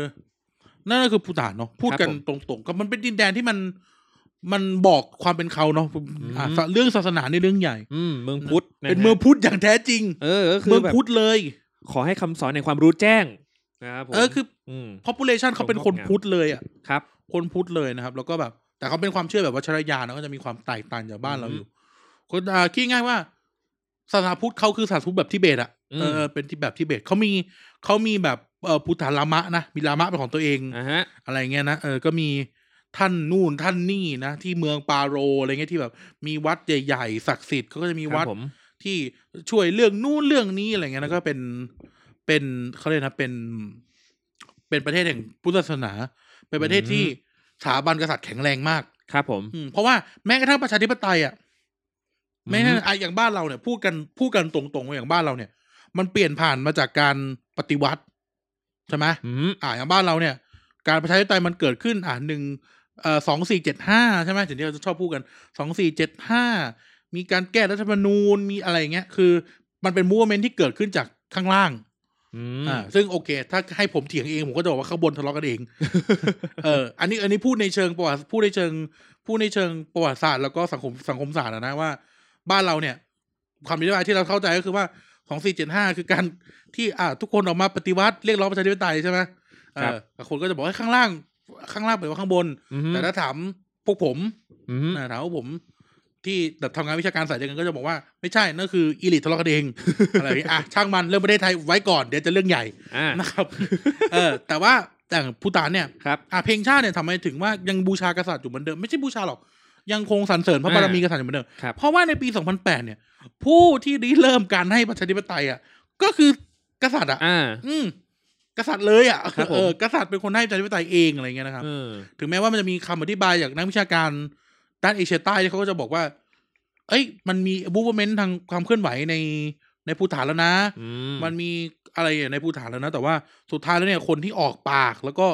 S1: นั่นก็คือภูตานเนาะ พูดกัน
S2: ครับผม
S1: ตรงๆ ก็มันเป็นดินแดนที่มัน มันบอกความเป็นเขาเนาะอ่ะ
S2: อืม
S1: เรื่องศาสนาในเรื่องใหญ่
S2: อืมเมืองพุทธะฮะ
S1: เป็นเมืองพุทธอย่างแท้จริง
S2: เออก็คื
S1: เมื
S2: อ
S1: อง
S2: แบบ
S1: พุทธเลย
S2: ขอให้คำสอนในความรู้แจ้งนะครับผม
S1: เออ คือ
S2: ม
S1: population เขาเป็นคนพุทธเลยอ่ะ
S2: ครับ
S1: คนพุทธเลยนะครับ แล้วก็แบบ แต่เขาเป็นความเชื่อแบบวัชรยานนะก็จะมีความแตกต่างจากบ้านเราอยู่คนอ่าคิดง่ายว่า ศาสนาพุทธเขาคือศาสนาพุทธแบบทิเบตอ่ะ
S2: อืม
S1: เออ เป็นที่แบบทิเบตเขามีเขามีแบบเอ่อพุทธลามะนะ มีลามะเป็นของตัวเอง
S2: อ่าฮะ
S1: อะไรเงี้ยนะเออก็มีท่านนู่นท่านนี่นะที่เมืองปาโรอะไรเงี้ยที่แบบ มีวัดใหญ่ๆศักดิ์สิทธิ์เขาก็จะมี
S2: ค
S1: วั
S2: รั
S1: ด
S2: บผม
S1: ที่ช่วยเรื่องนู่นเรื่องนี้อะไรเงี้ยแล้วก็เป็นเป็นเขาเรียกนะเป็นเป็นประเทศแห่งพุทธศาสนา เป็นประเทศที่สถาบันกษัตริย์แข็งแรงมาก
S2: ครับผม
S1: อืมเพราะว่าแม้กระทั่งประชาธิปไตยอ่ะแม้กระทั่งอ่ะอย่างบ้านเราเนี่ย พูดกันพูดกันตรงๆว่าอย่างบ้านเราเนี่ย มันเปลี่ยนผ่านมาจากการปฏิวัติใช่ไหม
S2: อืม
S1: อ่าอย่างบ้านเราเนี่ย การประชาธิปไตยมันเกิดขึ้น อ่าหนึ่งเอ่อสองสี่เจ็ดห้าใช่ไหมถึงที่เราจะชอบพูดกันสองสี่เจ็ดห้า มีการแก้รัฐธรรมนูญมีอะไรอย่างเงี้ยคือมันเป็นมูเมนที่เกิดขึ้นจากข้างล่าง
S2: อืม
S1: อ่าซึ่งโอเค ถ้าให้ผมเถียงเอง ผมก็จะบอกว่าข้างบนทะเลาะกันเอง เออ อันนี้อันนี้พูดในเชิงประวัติพูดในเชิงพูดในเชิงประวัติศาสตร์แล้วก็สังคมสังคมศาสตร์อะนะว่า บ้านเราเนี่ย ความนิยมที่เราเข้าใจก็คือว่าของสี่เจ็ดห้าคือการที่อ่า ทุกคนออกมาปฏิวัติเรียกร้องประชาธิปไตยใช่ไหมเออแต่คนก็จะบอกว่าข้างล่าง ข้างล่างเป็นว่าข้างบน
S2: อืม
S1: แต่ถ้าถามพวกผม
S2: อืม
S1: อ่าถามว่าผม ที่แบบทำงานวิชาการสายเดียวกันก็จะบอกว่าไม่ใช่นั่นคืออีลิททะเลาะกันเองอะไรอย่างเงี้ยอ่ะช่างมันเรื่องประเทศไทยไว้ก่อนเดี๋ยวจะเรื่องใหญ่
S2: อ่า
S1: นะครับ เออ แต่ว่าแต่างพูตานเนี่ย
S2: ครับ
S1: อ่ะเพลงชาติเนี่ยทำไมถึงว่ายังบูชากษัตริย์อยู่เหมือนเดิม ไม่ใช่บูชาหรอก ยังคงสรรเสริญพระบารมีกษัตริย์อยู่เหมือนเดิม
S2: ครับ
S1: เพราะว่าในปี 2008 เนี่ย ผู้ที่ริเริ่มการให้ประชาธิปไตยอ่ะ ก็คือกษัตริย์อ่ะ
S2: อ่า
S1: อืม กษัตริย์เลยอ่ะ
S2: ครับผม
S1: เออ กษัตริย์เป็นคนให้ประชาธิปไตยเองอะไรเงี้ยนะครับ
S2: เออ
S1: ถึงแม้ว่ามันจะมีคำอธิบายจากนักวิชาการด้านเอเชียใต้ที่เขาก็จะบอกว่า เอ้ย มันมีบูเวเมนต์ทางความเคลื่อนไหวในในภูฐานแล้วนะ
S2: อื
S1: มันมีอะไรในภูฐานแล้วนะ แต่ว่าสุดท้ายแล้วเนี่ยคนที่ออกปากแล้วก็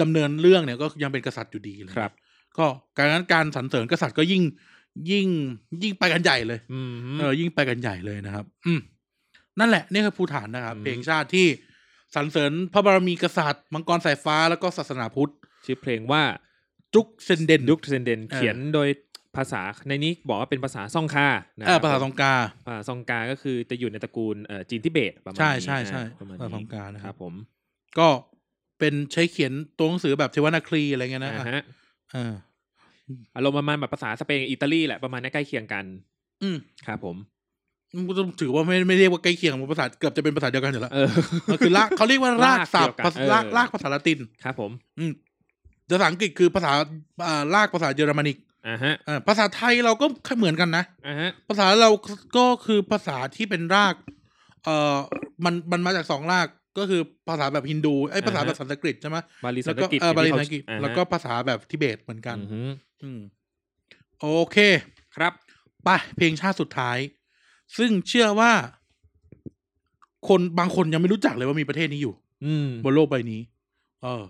S1: ดำเนินเรื่องเนี่ยก็ยังเป็นกษัตริย์อยู่ดีเลย
S2: ครับ
S1: ก็การนั้นการสรรเสริญกษัตริย์ก็ยิ่งยิ่งยิ่งไปกันใหญ่เลย
S2: อืม
S1: เออยิ่งไปกันใหญ่เลยนะครับ อืมนั่นแหละนี่คือภูฐานนะครับ
S2: อืม
S1: เพลงชาติที่สรรเสริญพระบารมีกษัตริย์ มังกรสายฟ้าแล้วก็ศาสนาพุทธ
S2: ชื่อเพลงว่า
S1: จุกเซนเดน
S2: ยุคเซนเดน
S1: เออ
S2: เขียนโดยภาษาในนี้บอกว่าเป็นภาษาซ่องคานะค
S1: เออบ ภาษาสองกา
S2: ภาษาซ่องกาก็คือจะอยู่ในตระกูลเอ่อจีนทิเบตประมาณ
S1: ใช่
S2: นี้
S1: ใช่ใช่
S2: อ่ประมาณนี้
S1: ภาษาซ่องกานะครับ
S2: ผม
S1: ก็เป็นใช้เขียนตัวหนังสือแบบเทวนาครีอะไรเงี้ยนะ
S2: อ่า
S1: อ่ะ
S2: ฮะ
S1: เออ
S2: อารมณ์ประมาณแบบภาษาสเปนกับอิตาลีแหละประมาณนี้ใกล้เคียงกัน
S1: อืม
S2: ครับผม
S1: มันก็ถือว่าไม่ไม่เรียกว่าใกล้เคียงมันภาษาเกือบจะเป็นภาษาเดียวกันอยู่แล้ว
S2: เอ อ
S1: ก็คือลากเขาเรียกว่า รากศัพท์
S2: รากเดียวกันเออ
S1: ลากลากภาษาละติน
S2: ครับผม
S1: อืมภาษาอังกฤษคือภาษาอ่าลากภาษาเยอรมนิก
S2: อ่าฮะ
S1: อ่าภาษาไทยเราก็เหมือนกันนะ
S2: อ่าฮะ
S1: ภาษาเราก็คือภาษาที่เป็นราก เอ่อมันมันมาจากสองรากก็คือภาษาแบบฮินดูไอ้ยภาษาแบบสันสกฤตใช่ไหม
S2: บาลีสั
S1: แล้
S2: น
S1: ว
S2: ส
S1: ก็
S2: กฤต
S1: เออบาลี
S2: ที่
S1: สั
S2: เข
S1: นสกฤต
S2: อ่าฮะ
S1: แล้วก็ภาษาแบบทิเบตเหมือนกัน
S2: อือฮึ
S1: อืม โอเค
S2: ครับ
S1: ไปเพลงชาติสุดท้าย ซึ่งเชื่อว่า คนบางคนยังไม่รู้จักเลยว่ามีประเทศนี้อยู่
S2: อืม
S1: บนโลกใบนี้ เออ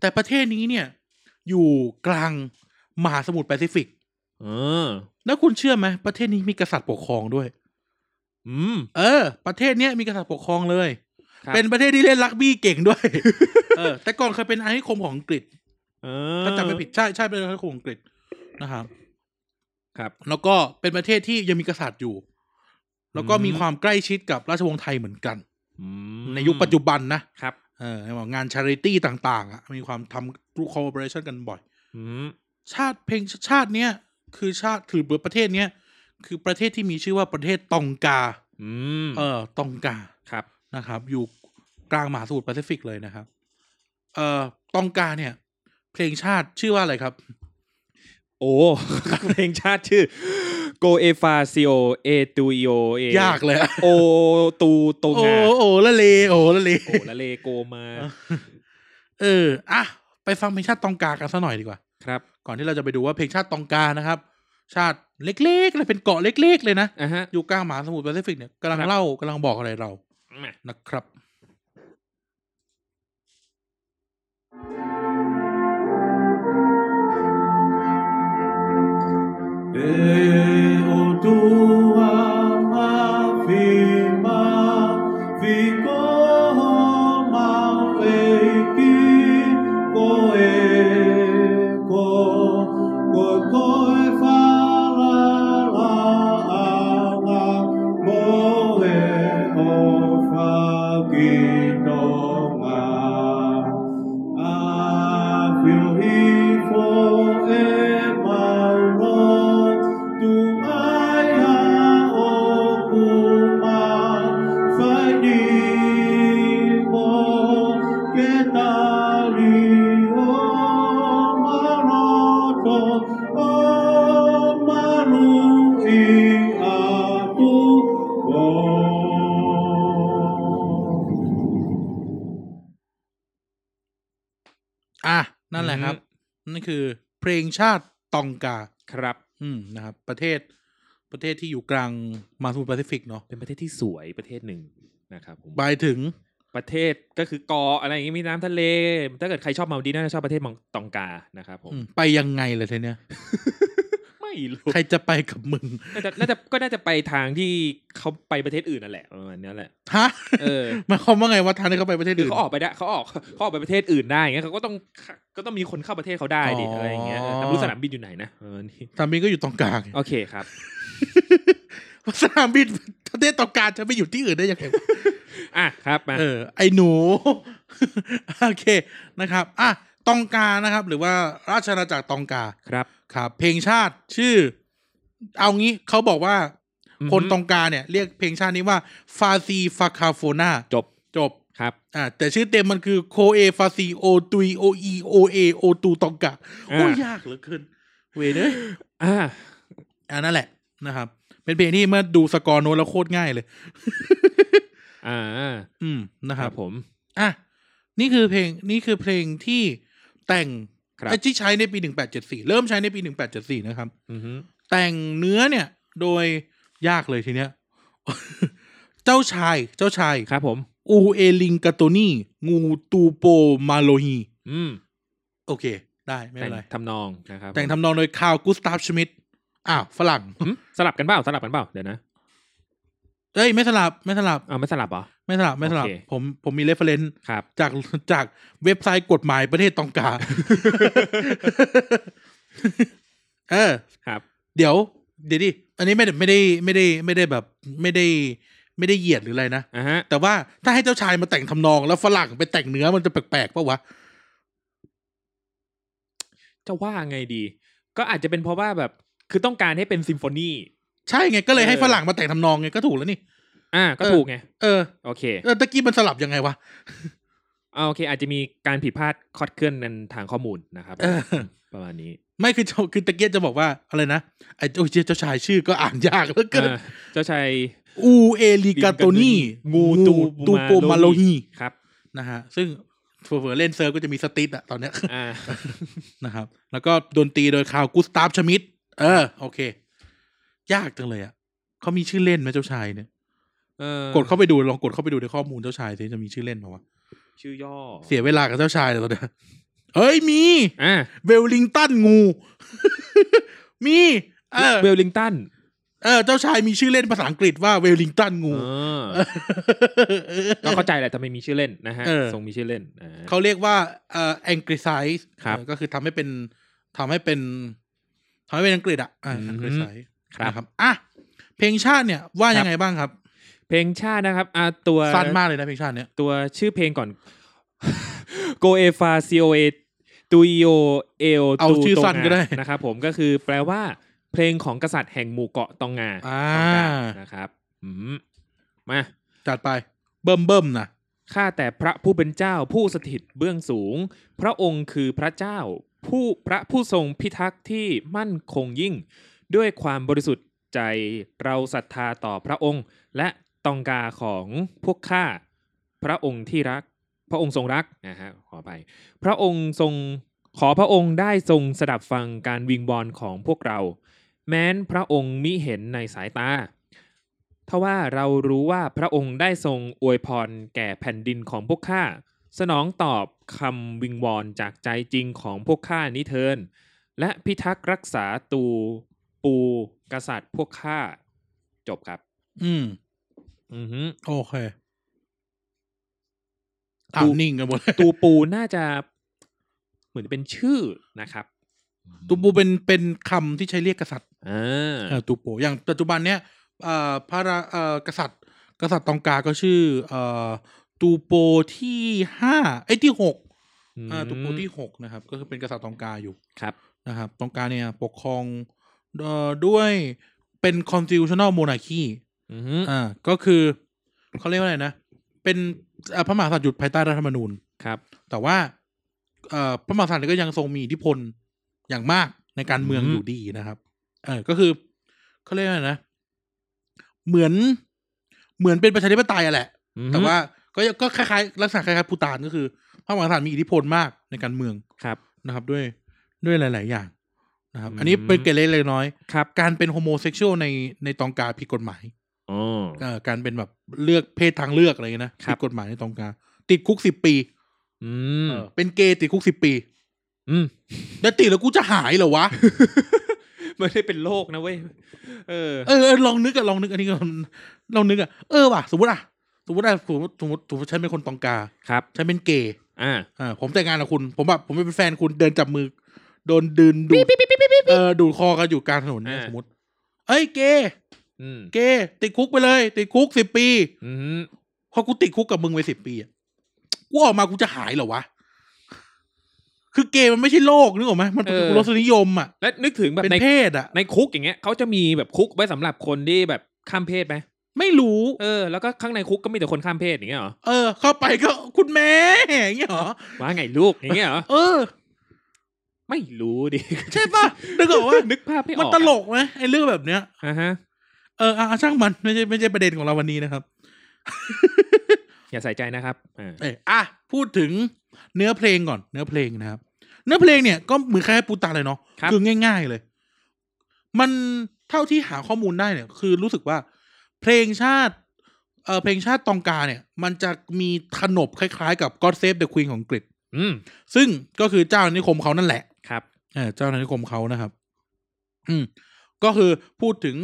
S1: แต่ประเทศนี้เนี่ย อยู่กลางมหาสมุทรแปซิฟิก
S2: เออ
S1: แล้วคุณเชื่อไหมประเทศนี้มีกษัตริย์ปกครองด้วย
S2: อืม
S1: เออ ประเทศเนี้ยมีกษัตริย์ปกครองเลย
S2: ครับ
S1: เป็นประเทศที่เล่นรักบี้เก่งด้วย เออ แต่ก่อนเคยเป็นอาณานิคมของอังกฤษ
S2: เออ
S1: ถ้าจำไม่ผิดใช่ใช่เป็นอาณานิคมของอังกฤษนะครับ
S2: ครับ
S1: แล้วก็เป็นประเทศที่ยังมีกษัตริย์อยู่ แล้วก็
S2: อืม
S1: มีความใกล้ชิดกับราชวงศ์ไทยเหมือนกัน
S2: อืม
S1: ในยุคปัจจุบันนะครับ เอองานชาริตี้ต่าง ๆอะมีความทำรูคอ o เปอเรชันกันบ่อย
S2: อืม
S1: ชาติเพลงชาติเนี้ยคือชาติถือประเทศเนี้ยคือประเทศที่มีชื่อว่าประเทศตองกา
S2: อืม
S1: เออตองกา
S2: ครับ
S1: นะครับ อยู่กลางมหาสมุทรแปซิฟิกเลยนะครับ เอ่อตองกาเนี่ย เพลงชาติชื่อว่าอะไรครับ
S2: โอ้ เพลงชาติชื่อ โกเอฟาซิโอเอตูอิโอเอย
S1: ากเลยอะ
S2: โอตูตง
S1: โอ้
S2: งา
S1: โหละเลโอ้ละเล
S2: โอละเลโกมา
S1: เอออ่ะไปฟังเพลงชาติตองกากันสักหน่อยดีกว่า
S2: ครับ
S1: ก่อนที่เราจะไปดูว่าเพลงชาติตองกานะครับ ชาติเล็กๆเลยเป็นเกาะเล็ก ๆ เลยนะ
S2: อ่ะฮะ
S1: อยู่กลางมหาสมุทรแปซิฟิกเนี่ยกำลัง
S2: ครับ
S1: เล่ากำลังบอกอะไรเรา
S2: มา
S1: นะครับ
S4: Eu tua mafima ficou mal feiti coe co co coe fala la ala moe o faquito mal Ah, will he forever run to Maya Okuma, fighting for Ketari O Maroto, O Maru Iatu O.
S1: อ่ะนั่นแหละครับ นั่นคือ เพลงชาติตองกา
S2: ครับ
S1: อืมนะครับ ประเทศประเทศที่อยู่กลางมหาสมุทรแปซิฟิกเนาะ
S2: เป็นประเทศที่สวยประเทศหนึ่งนะครับผม
S1: ไปถึง
S2: ประเทศก็คือเกาะอะไรอย่างงี้มีน้ำทะเล ถ้าเกิดใครชอบมาดีฟน่าจะชอบประเทศมองตองกานะครับผม
S1: อืมไปยังไงเลยทีเนี้ย
S2: ไม่ รู้
S1: ใครจะไปกับมึง
S2: น่าจะน่าจะก็น่าจะไปทางที่เขาไปประเทศอื่นนั่นแหละประมาณเนี้ยแหละ
S1: ฮะ
S2: เออ
S1: หมายความว่าไงว่าทางที่เขาไปประเทศ
S2: คือ
S1: อื่น
S2: เขาออกไปได้เขาออกเขาออกไปประเทศอื่นได้งั้นเขาก็ต้องก็ต้องมีคนเข้าประเทศเขาได้ดิ
S1: อ๋ออ
S2: อะไรอย่างเงี้ยเออแต่ไม่รู้สนามบินอยู่ไหนนะเออนี่
S1: สนามบินก็อยู่ตรงกลาง
S2: โอเคครับ
S1: สนามบินประเทศตรงกลางจะไปอยู่ที่อื่นได้ยังไงวะ
S2: อ่ะครับมา
S1: เออไอหนู โอเคนะครับอ่ะตองกานะครับ หรือว่าราชอาณาจักรตองกา
S2: ครับ
S1: ครับ เพลงชาติชื่อ เอางี้เขาบอกว่า คนตองกาเนี่ย เรียกเพลงชาตินี้ว่าฟาซีฟาคาโฟนา
S2: จบ
S1: จบ
S2: ครับ
S1: อ่ะแต่ชื่อเต็มมันคือโคเอฟาซีโอตุยโออีโอเอโอตูตองกาโอ้ย
S2: อ่ะ
S1: ยากเหลือเกินเวยเนย
S2: อ่า
S1: อ่ะนั่นแหละนะครับ เป็นเพลงที่เมื่อดูสกอร์โน้ตแล้วโคตรง่ายเลย
S2: อ่า
S1: อืมนะ
S2: ค
S1: ครั
S2: รับ บผม
S1: อ่ะนี่คือเพลงนี่คือเพลงที่แต่ง
S2: ครับ
S1: ไอ้ที่ใช้ในปีหนึ่งแปดเจ็ดสี่เริ่มใช้ในปีหนึ่งแปดเจ็ดสี่นะครับ
S2: อือฮึ
S1: แต่งเนื้อเนี่ย โดยยากเลยทีเนี้ย เจ้าชายเจ้าชาย
S2: ครับผม
S1: อูเอลิงกาโตนีงูตูโปมาโลฮี
S2: อืม
S1: โอเค ได้ไม่เป็นไร
S2: แต่งทำนองนะครับ
S1: แต่งทำนองโดยคา l กุสตาฟชมิดอ้าว ฝรั่ง
S2: อืมสลับกันเปล่าสลับกันเปล่าเดี๋ยวนะ
S1: เอ้ย ไม่สลับ ไม่สลับ
S2: เอาไม่สลับเหรอ
S1: ไม่สลับไม่สลับ
S2: โอเค
S1: ผมผมมีเรฟเฟรน
S2: ครับ
S1: จาก จากเว็บไซต์กฎหมายประเทศตองกา เออ
S2: ครับ
S1: เดี๋ยว เดี๋ยวดิ อันนี้ไม่ได้ไม่ได้ไม่ได้ไม่ได้แบบ ไม่ได้ ไม่ได้เหยียดหรืออะไรนะ
S2: อ่าฮะ
S1: แต่ว่าถ้าให้เจ้าชายมาแต่งทำนองแล้วฝรั่งไปแต่งเนื้อมันจะแปลกๆปะวะ
S2: จะว่าไงดี ก็อาจจะเป็นเพราะว่าแบบ คือต้องการให้เป็นซิมโฟนี
S1: ใช่ไงก็เลยให้
S2: เออ
S1: ฝรั่งมาแต่งทำนองไงก็ถูกแล้วนี่
S2: อ่า ก็
S1: เออ
S2: ถูกไง
S1: เออ
S2: โอเค
S1: เออตะกี้มันสลับยังไงวะ
S2: เอาโอเค อาจจะมีการผิดพลาดคลอดเคลื่อนในทางข้อมูลนะครับ
S1: เออ
S2: ประมาณนี้
S1: ไม่คือจะคือตะเกียจะบอกว่าอะไรนะไอ้โอ้ยเจ้าชายชื่อก็อ่านยากเหลือเกิน
S2: อ่าเจ้าชาย
S1: อูเอลิกาโตนีงูตูตูโปมาโลฮี
S2: ครับ
S1: นะฮะซึ่งเผื่อๆเล่นเซิร์ฟก็จะมีสติดอะตอนเนี้ย
S2: อ่า
S1: นะครับ แล้วก็ดนตรีโดยคาวกุสตาฟชมิดเออ โอเค ยากจังเลยอะเขามีชื่อเล่นไหมเจ้าชายเนี่ย
S2: เออก
S1: ดเข้าไปดูลองกดเข้าไปดูในข้อมูลเจ้าชายสิจะมีชื่อเล่นเปล่าวะ
S2: ชื่อย่อ
S1: เสียเวลากับเจ้าชายเลยตอนเนี้ย เอ้ยมี
S2: อ่า
S1: เวลลิงตันงู มีเออ
S2: เวลลิงตัน
S1: เออ เจ้าชายมีชื่อเล่นภาษาอังกฤษว่าเวลลิงตันงู
S2: เออก็เข้าใจแหละทำไมมีชื่อเล่นนะฮะ
S1: เออ
S2: ทรงมีชื่อเล่นอ่า
S1: เขาเรียกว่าเอ่อ anglicize
S2: ครับ
S1: เออก็คือทำให้เป็นทำให้เป็นทำให้เป็นอังกฤษอ่ะอ่า
S2: อืม
S1: anglicize
S2: ครับ
S1: นะครับอ่ะเพลงชาติเนี่ย ว่ายังไงบ้างครับ
S2: เพลงชาตินะครับอ่าตัว
S1: สั้นมากเลยนะเพลงชาติเนี่ย
S2: ตัวชื่อเพลงก่อน โกเอฟาซิโอเอตุยโอเอโอ
S1: เอาชื่อสั้นก็ได้
S2: นะครับผมก็คือแปลว่า เพลงของกษัตริย์แห่งหมู่เกาะตองงา
S1: อ่า
S2: ตองกานะครับอืมมา
S1: จัดไป เบิ่มเบิ่มๆนะ
S2: ข้าแต่พระผู้เป็นเจ้าผู้สถิตเบื้องสูง พระองค์คือพระเจ้า ผู้พระผู้ทรงพิทักษ์ที่มั่นคงยิ่ง ด้วยความบริสุทธิ์ใจเราศรัทธาต่อพระองค์ และตองการของพวกข้าพระองค์ที่รัก พระองค์ทรงรักนะฮะขอไป พระองค์ทรงขอพระองค์ได้ทรงสดับฟังการวิงบอลของพวกเรา แม้นพระองค์มิเห็นในสายตา ทว่าเรารู้ว่าพระองค์ได้ทรงอวยพรแก่แผ่นดินของพวกข้า สนองตอบคำวิงวอนจากใจจริงของพวกข้านิเทิน และพิทักษ์รักษาตูปูกษัตริย์พวกข้า จบครับ
S1: อืม
S2: อือฮึ
S1: โอเคอ่าวนิ่งกันหมดเลย
S2: ตูปูน่าจะเหมือนเป็นชื่อนะครับ
S1: ตูปูเป็นเป็นคำที่ใช้เรียกกษัตริย์
S2: อ่า
S1: เออตูปูอย่างปัจจุบันเนี้ยเอ่อพระราเอ่อกษัตริย์ กษัตริย์ตองกาก็ชื่อเอ่อตูโปที่ห้าเอ้ยที่หก อ่าตุกูที่หกนะครับ ก็คือเป็นกษัตริย์ตองกาอยู่
S2: ครับ
S1: นะครับตองกาเนี่ยปกครองเอ่อด้วยเป็น constitutional monarchy
S2: อือฮึ
S1: อ่าก็คือเขาเรียกว่าอะไรนะ เป็นอ่าพระมหากษัตริย์อยู่ภายใต้รัฐธรรมนูญ
S2: ครับ
S1: แต่ว่าเอ่อพระมหากษัตริย์ก็ยังทรงมีอิทธิพลอย่างมากในการเมืองอยู่ดีนะครับเออก็คือเขาเรียกว่าอะไรนะ เหมือนเหมือนเป็นประชาธิปไตยอะแหละ
S2: อือฮึ
S1: แต่ว่าก็ยังก็คล้ายๆลักษณะคล้ายๆภูตานก็คือพระมหากษัตริย์มีอิทธิพลมากในการเมือง
S2: ครับ
S1: นะครับ ด้วยด้วยหลาย ๆ อย่างนะครับ
S2: อืม
S1: อันนี้เป็นเกรดเล็กเล็กน้อย
S2: ครับ
S1: การเป็นโฮโมเซ็กชวลในในตองกาผิดกฎหมาย
S2: อ๋อ
S1: เอ่อการเป็นแบบเลือกเพศทางเลือกอะไรอย่างเงี้ยนะครับ ผิดกฎหมายในตองกา ติดคุกสิบปี
S2: อืม
S1: เออเป็นเกย์ติดคุกสิบปี
S2: อืม
S1: แล้วติดแล้วกูจะหายเหรอวะ
S2: ไม่ได้เป็นโรคนะเว้ย เออ
S1: เออเออลองนึกอะลองนึกอันนี้ ก่อนลองนึกอะเออว่ะสมมติอะสมมติอะสมมติสมมติสมมติฉันเป็นคนตองกา
S2: ครับ
S1: ฉันเป็นเกย์
S2: อ่า
S1: อ่าผมแต่งงานกับคุณ ผมแบบผมเป็นแฟนคุณเดินจับมือ โดนดึนดูดเออดูดคอกันอยู่กลางถนนเนี่ย
S2: อ่า
S1: สมมติ เอ้ยเกย์
S2: อืม
S1: เกย์ติดคุกไปเลย ติดคุกสิบปี
S2: อืม
S1: พอกูติดคุกกับมึงไปสิบปีอะกูออกมากูจะหายเหรอวะคือเกย์มันไม่ใช่โรคนึกออกไหมมันเป็น
S2: เออ
S1: รสนิยมอะ
S2: และนึกถึงแบบ
S1: เป็น
S2: ใน
S1: เพศอะ
S2: ในคุกอย่างเงี้ยเขาจะมีแบบคุกไว้สำหรับคนที่แบบข้ามเพศไหม
S1: ไม่รู้
S2: เออ แล้วก็ข้างในคุกก็มีแต่คนข้ามเพศอย่างเงี้ยเหรอ
S1: เออ เข้าไปก็คุณแม่อย่างเงี้ยเหรอ
S2: ว่าไงลูกอย่างเงี้ยเหรอ
S1: เออ
S2: ไม่รู้ดิ
S1: ใช่ปะนึกออกว่า
S2: นึกภาพไม่ออก
S1: มันตลกไหมไอ้เรื่องแบบเนี้ย
S2: อ่ะฮะ
S1: เอออ่ะช่างมันไม่ใช่ไม่ใช่ประเด็นของเราวันนี้นะครับ
S2: อย่าใส่ใจนะครับอ่า
S1: เอออ่ะพูดถึงเนื้อเพลงก่อน เนื้อเพลงนะครับ เนื้อเพลงเนี่ยก็เหมือนคล้ายๆปูตาเลยเนาะ
S2: ครับ
S1: อง่าย ๆเลย มันเท่าที่หาข้อมูลได้เนี่ย คือรู้สึกว่า เพลงชาติเออเพลงชาติตองกาเนี่ย มันจะมีขนบคล้ายๆกับ God Save the Queen ของอังกฤษ
S2: อืม
S1: ซึ่งก็คือเจ้าอาณานิคมเขานั่นแหละ
S2: ครับ
S1: เออเจ้าอาณานิคมเขานะครับ อืม ก็คือพูดถึง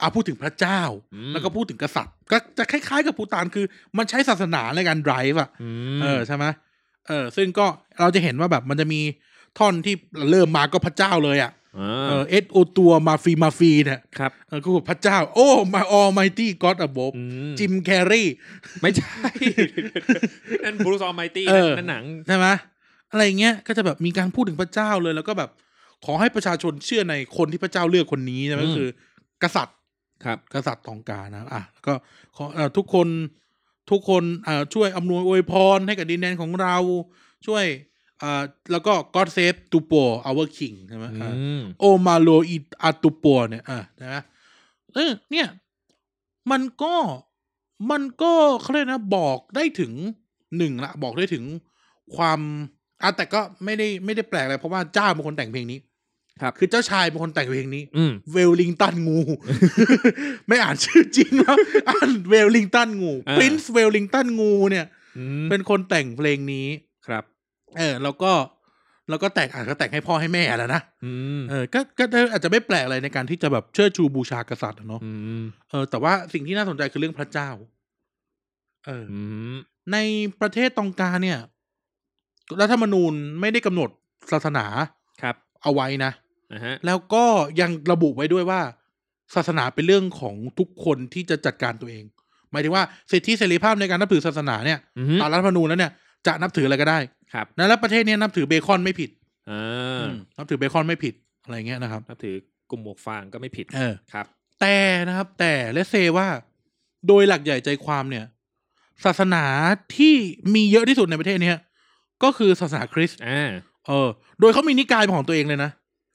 S1: อ่ะพูดถึงพระเจ้า
S2: อืม
S1: แล้วก็พูดถึงกษัตริย์ ก็จะคล้ายๆกับภูตานคือ มันใช้ศาสนาในการ drive อ่ะ
S2: อืม
S1: เออใช่ไหมเออ ซึ่งก็เราจะเห็นว่าแบบมันจะมีท่อนที่เริ่มมาก็พระเจ้าเลยอ่ะ
S2: อ่
S1: เอา อเอ็ดโอตัวมาฟีมาฟีเนี่ย
S2: ครับ
S1: เออก็คือพระเจ้า โอ้มาออไมตี้ก็อดอบ
S2: อืม
S1: จิมแคร์รี
S2: ไม่ใช่ นั่นบรูซอมไมตี้
S1: เออ
S2: นั่นหนัง
S1: ใช่ไหมอะไรอย่างเงี้ยก็จะแบบมีการพูดถึงพระเจ้าเลย แล้วก็แบบขอให้ประชาชนเชื่อในคนที่พระเจ้าเลือกคนนี้ใช่ไหม
S2: อืม
S1: ก็คือ กษัตริย์
S2: ครับ
S1: กษัตริย์ทองกานะอ่ะแล้วก็ขอเอ่อทุกคนทุกคนเอ่อช่วยอำนวยอวยพรให้กับดินแดนของเราช่วยเอ่อแล้วก็ God save t u p o our king ใช่ไหม
S2: อื
S1: อ่ะ
S2: ม
S1: โอมาโลอิอาตุปัวเนี่ยอ่ะนะ เออเนี่ยมันก็มันก็เขาเรียกนะบอกได้ถึงหนึ่งละบอกได้ถึงความอ่ะแต่ก็ไม่ได้ไม่ได้แปลกอะไรเพราะว่าเจ้าเป็นคนแต่งเพลงนี้
S2: ครับ
S1: คือเจ้าชายเป็นคนแต่งเพลงนี้
S2: อืม
S1: เวลลิงตันงู ไม่อ่านชื่อจริงแล้วอ่าน เวลลิงตันงู
S2: อ่า
S1: ปรินซ์เวลลิงตันงูเนี่ย
S2: อืม
S1: เป็นคนแต่งเพลงนี้
S2: ครับ
S1: เออ แล้วก็แล้วก็แต่งอ่ะก็แต่งให้พ่อให้แม่แล้วนะ
S2: อืม
S1: เออก็ก็อาจจะไม่แปลกอะไรในการที่จะแบบเชิดชูบูชากษัตริย์อะเนาะ
S2: อืม
S1: เออแต่ว่าสิ่งที่น่าสนใจคือเรื่องพระเจ้า เออ
S2: อืม
S1: ในประเทศตองกาเนี่ยรัฐธรรมนูญไม่ได้กำหนดศาสนา
S2: ครับ
S1: เอาไว้นะ
S2: อ่ะฮะ
S1: แล้วก็ยังระบุไว้ด้วยว่า ศาสนาเป็นเรื่องของทุกคนที่จะจัดการตัวเอง หมายถึงว่าสิทธิเสรีภาพในการนับถือศาสนาเนี่ย
S2: อืม
S1: ตามรัฐธรรมนูญแล้วเนี่ยจะนับถืออะไรก็ได้
S2: ครับ
S1: นะแล้วประเทศเนี้ยนับถือเบคอนไม่ผิด
S2: อ่า
S1: อืมนับถือเบคอนไม่ผิดอะไรเงี้ยนะครับ
S2: นับถือกลุ่มหมวกฟางก็ไม่ผิด
S1: เออ
S2: ครับ
S1: แต่นะครับ แต่และเซว่าโดยหลักใหญ่ใจความเนี่ย ศาสนาที่มีเยอะที่สุดในประเทศเนี้ยก็คือศาสนาคริสต์
S2: อ่า
S1: เออ โดยเขามีนิกายเป็นของตัวเองเลยนะ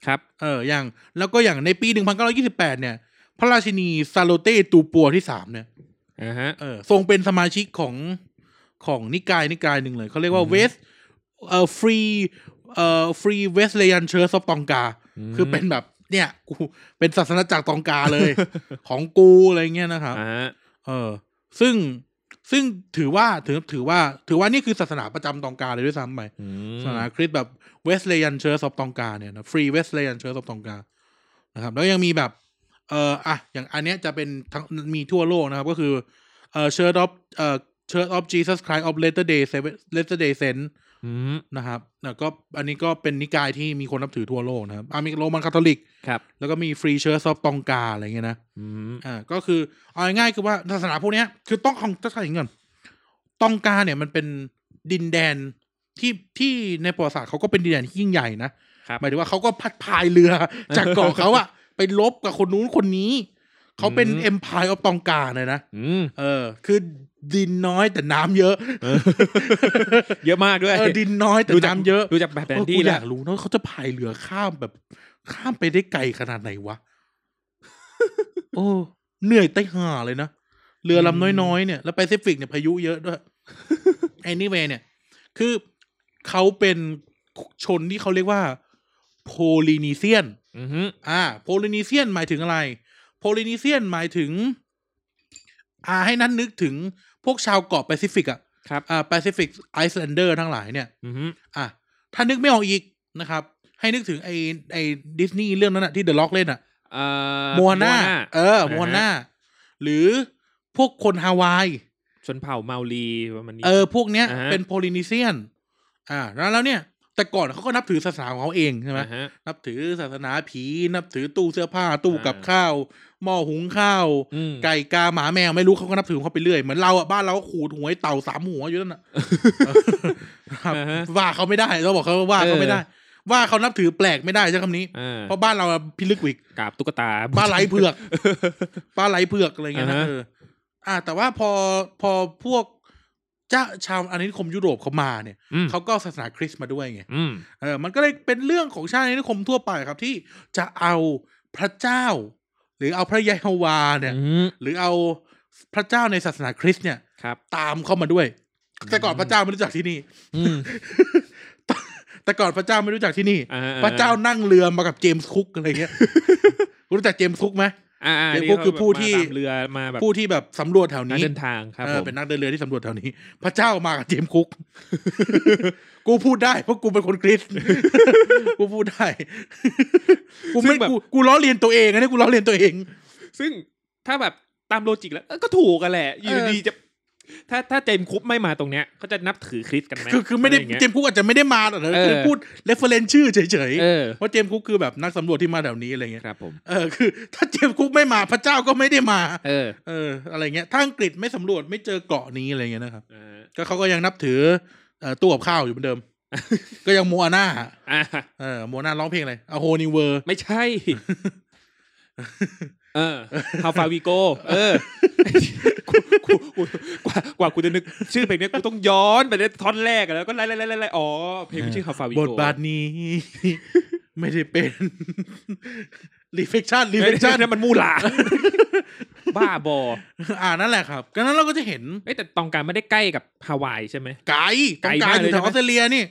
S1: ครับ เอออย่างแล้วก็อย่างในปี 1928 เนี่ย พระราชินีซาโลเตตูปัวที่สามเนี่ย
S2: อ่าฮะ
S1: เออทรงเป็นสมาชิกของของนิกายนิกายหนึ่งเลยเขาเรียกว่าเวสเอ่อฟรีเอ่อฟรีเวสเลยันเชิร์ซอฟตองกา
S2: อืม
S1: คือเป็นแบบเนี่ยกูเป็นศาสนาจักรตองกาเลย ของกูอะไรเงี้ยนะครับ
S2: อ่าฮะ
S1: เออ ซึ่งซึ่งถือว่าถือถือว่า ถือว่านี่คือศาสนาประจำตองกาเลยด้วยซ้ำไป
S2: อืม
S1: ศาสนาคริสต์แบบเวสเลยันเชิร์สอบตองกาเนี่ยนะฟรีเวสเลยันเชิร์สอบตองกานะครับ แล้วยังมีแบบ เอออ่ะอย่างอันเนี้ยจะเป็นทั้งมีทั่วโลกนะครับ ก็คือเออเชิร์ออฟเออเชิร์ออฟจีซัสคริสต์ออฟเลเตอร์เดย์เลเตอร์เดย์เซน
S2: อืม
S1: นะครับแล้วก็อันนี้ก็เป็นนิกายที่มีคนนับถือทั่วโลกนะครับอ่ะมีโรมันคาทอลิก
S2: ครับ
S1: แล้วก็มีฟรีเชิร์สอบตองกาอะไรเงี้ยนะ
S2: อืม
S1: อ่าก็คือเอาง่ายๆคือว่าศาสนาพวกเนี้ยคือต้องของต้องใช้ก่อนตองกาเนี่ยมันเป็นดินแดนที่ที่ในประวัติศาสตร์เขาก็เป็นดินแดนที่ยิ่งใหญ่นะครับ หมายถึงว่าเขาก็พัดพายเรือ จากเกาะ เขาอะไปลบกับคนนู้นคนนี้เขาเป็น
S2: อืม
S1: เอ็มพายออฟตองกาเลยนะ
S2: อืม
S1: เออ คือดินน้อยแต่น้ำเยอะ
S2: เออเยอะมากด้วย
S1: เออดินน้อยแต่
S2: ดูจาก
S1: น้ำเยอะ
S2: ดูจากแบบแผน
S1: เออกู
S2: ที่
S1: อ
S2: แล้
S1: ยาวกรู้นะเขาจะพายเรือข้ามแบบ ข้ามไปได้ไกลขนาดไหนวะ โอ้เหนื่อยใต้ห่าเลยนะ เรือลำน้อยๆ เนี่ย แล้วแปซิฟิกเนี่ยพายุเยอะด้วย แอนนี่เวเนี่ย คือเขาเป็นชนที่เขาเรียกว่า โพลินีเซียน
S2: อือฮึ
S1: อ่า โพลินีเซียนหมายถึงอะไร โพลินีเซียนหมายถึง อ่า ให้นั้นนึกถึงพวกชาวเกาะแปซิฟิกอะ
S2: ครับ
S1: อ่าแปซิฟิกไอซ์แลนเดอร์ทั้งหลายเนี่ย
S2: อือฮึ
S1: อ่ะถ้านึกไม่ออกอีกนะครับ ให้นึกถึงไอ้ไอ้ดิสนีย์เรื่องนั้นอะที่เดอะล็อกเล่นอะ
S2: เอ่อ
S1: โมนา
S2: โ
S1: เออโมนาหรือพวกคนฮาวาย
S2: ชนเผ่าเมาลีประมาณนี้
S1: เออ พวกเนี้ย
S2: อ่าฮะ
S1: เป็นโพลินีเซียน อ่า แล้วแล้วเนี่ย แต่ก่อนเขาก็นับถือศาสนาของเขาเองใช่ไหม
S2: อ่าฮะ
S1: นับถือศาสนาผี นับถือตู้เสื้อผ้า ตู้
S2: อ่ากั
S1: กับข้าวหม้อหุงข้าว
S2: อืม
S1: ไก่กาหมาแมวไม่รู้เขาก็นับถือของเขาไปเรื่อย เหมือนเราอ่ะ บ้านเราก็ขูดหวยเต่าสามหัวอยู่นั่นน่ะครับ
S2: อ่าฮะ
S1: ว่าเขาไม่ได้เราบอกเขาว่าว่าเขาไม่ได้ ว่าเขานับถือแปลกไม่ได้ใช้คำนี้
S2: อ่า
S1: เพราะบ้านเราอะพิลึกกวิก
S2: กราบตุ๊กตา
S1: ปลาไหลเผือก ปลาไหลเผือกอะไรเงี้ยนะ
S2: อ่าฮะ
S1: เอออ่า แต่ว่าพอพอพวกเจ้าชาวอาณานิคมยุโรปเขามาเนี่ย
S2: อืม
S1: เขาก็ศาสนาคริสต์มาด้วยไง
S2: อืม
S1: เออมันก็เลยเป็นเรื่องของชาติอาณานิคมทั่วไปครับ ที่จะเอาพระเจ้า หรือเอาพระยะโฮวาเนี่ย
S2: อืม
S1: หรือเอาพระเจ้าในศาสนาคริสต์เนี่ย
S2: ครับ
S1: ตามเข้ามาด้วย แต่ก่อนพระเจ้าไม่รู้จักที่นี่
S2: อืม
S1: แต่ก่อนพระเจ้าไม่รู้จักที่นี่
S2: อ่อ่
S1: พระเจ้านั่งเรือมากับเจมส์คุกอะไรเงี้ย รู้จักเจมส์คุกไหม
S2: อ่าอ่า
S1: เดี๋ยว
S2: นี่
S1: พวกคือผู้ที่
S2: มาตามเรือมาแบบ
S1: ผู้ที่แบบสำรวจแถว
S2: นัก
S1: นี้
S2: เดินทางครับ
S1: เอ
S2: ผ
S1: อ
S2: ม
S1: เป็นนักเดินเรือที่สำรวจแถวนี้ พระเจ้ามากับเจมส์คุก กูพูดได้เพราะกูเป็นคนคริสต์ กูพูดได้ กูไม่กูกูล้อเลียนตัวเองนะเนี่ยกูล้อเลียนตัวเอง
S2: ซึ่งถ้าแบบตามโลจิกแล้วเอ้ยก็ถูกกันแหละ อยู่
S1: เออ
S2: ดีจะ ถ้าถ้าเจมส์คุปไม่มาตรงเนี้ยเขาจะนับถือคริสต์กันไหม
S1: คือคือไม่ได้
S2: ะรย่างเงี้ย
S1: เจมส์คุกอาจจะไม่ได้มาหรอกนะ
S2: เออ
S1: คือพูดเลฟเฟรนชื่อเฉย
S2: เออ
S1: ๆเพราะเจมส์คุกคือแบบนักสำรวจที่มาแถวนี้อะไรเงี้ย
S2: ครับผม
S1: เออคือ ถ้าเจมส์คุกไม่มาพระเจ้าก็ไม่ได้มา
S2: เออ
S1: เออ อะไรเงี้ยถ้าอังกฤษไม่สำรวจไม่เจอเกาะนี้อะไรเงี้ยนะครับ
S2: อ่า
S1: ก็เขาก็ยังนับถือเอ่อตู้กับข้าวอยู่เหมือนเดิม ก็ยังโมอาน่า
S2: อ่า
S1: เออโมนาร้องเพลงอะไรอโฮนิเวอร์
S2: ไม่ใช่ เออฮาฟาวิโกเออกูกูกูกว่ากว่ากูจะนึกชื่อเพลงเนี้ยกูต้องย้อนไปในท่อนแรกอะแล้วก็ไล่ไล่ไล่ไล่ไล่อ๋อเพลงมันชื่อฮาฟาวิโก
S1: บทบาทนี้ ไม่ได้เป็น reflection reflection
S2: นั่นมันมู หลา บ้าบอ
S1: อ่านั่นแหละครับก็นั้นเราก็จะเห็น
S2: เอ้ยแต่ตองการไม่ได้ใกล้กับฮาวายใช่ไหม
S1: ไกด์ตรงกลางอยู่แถวออสเตรเลียนี่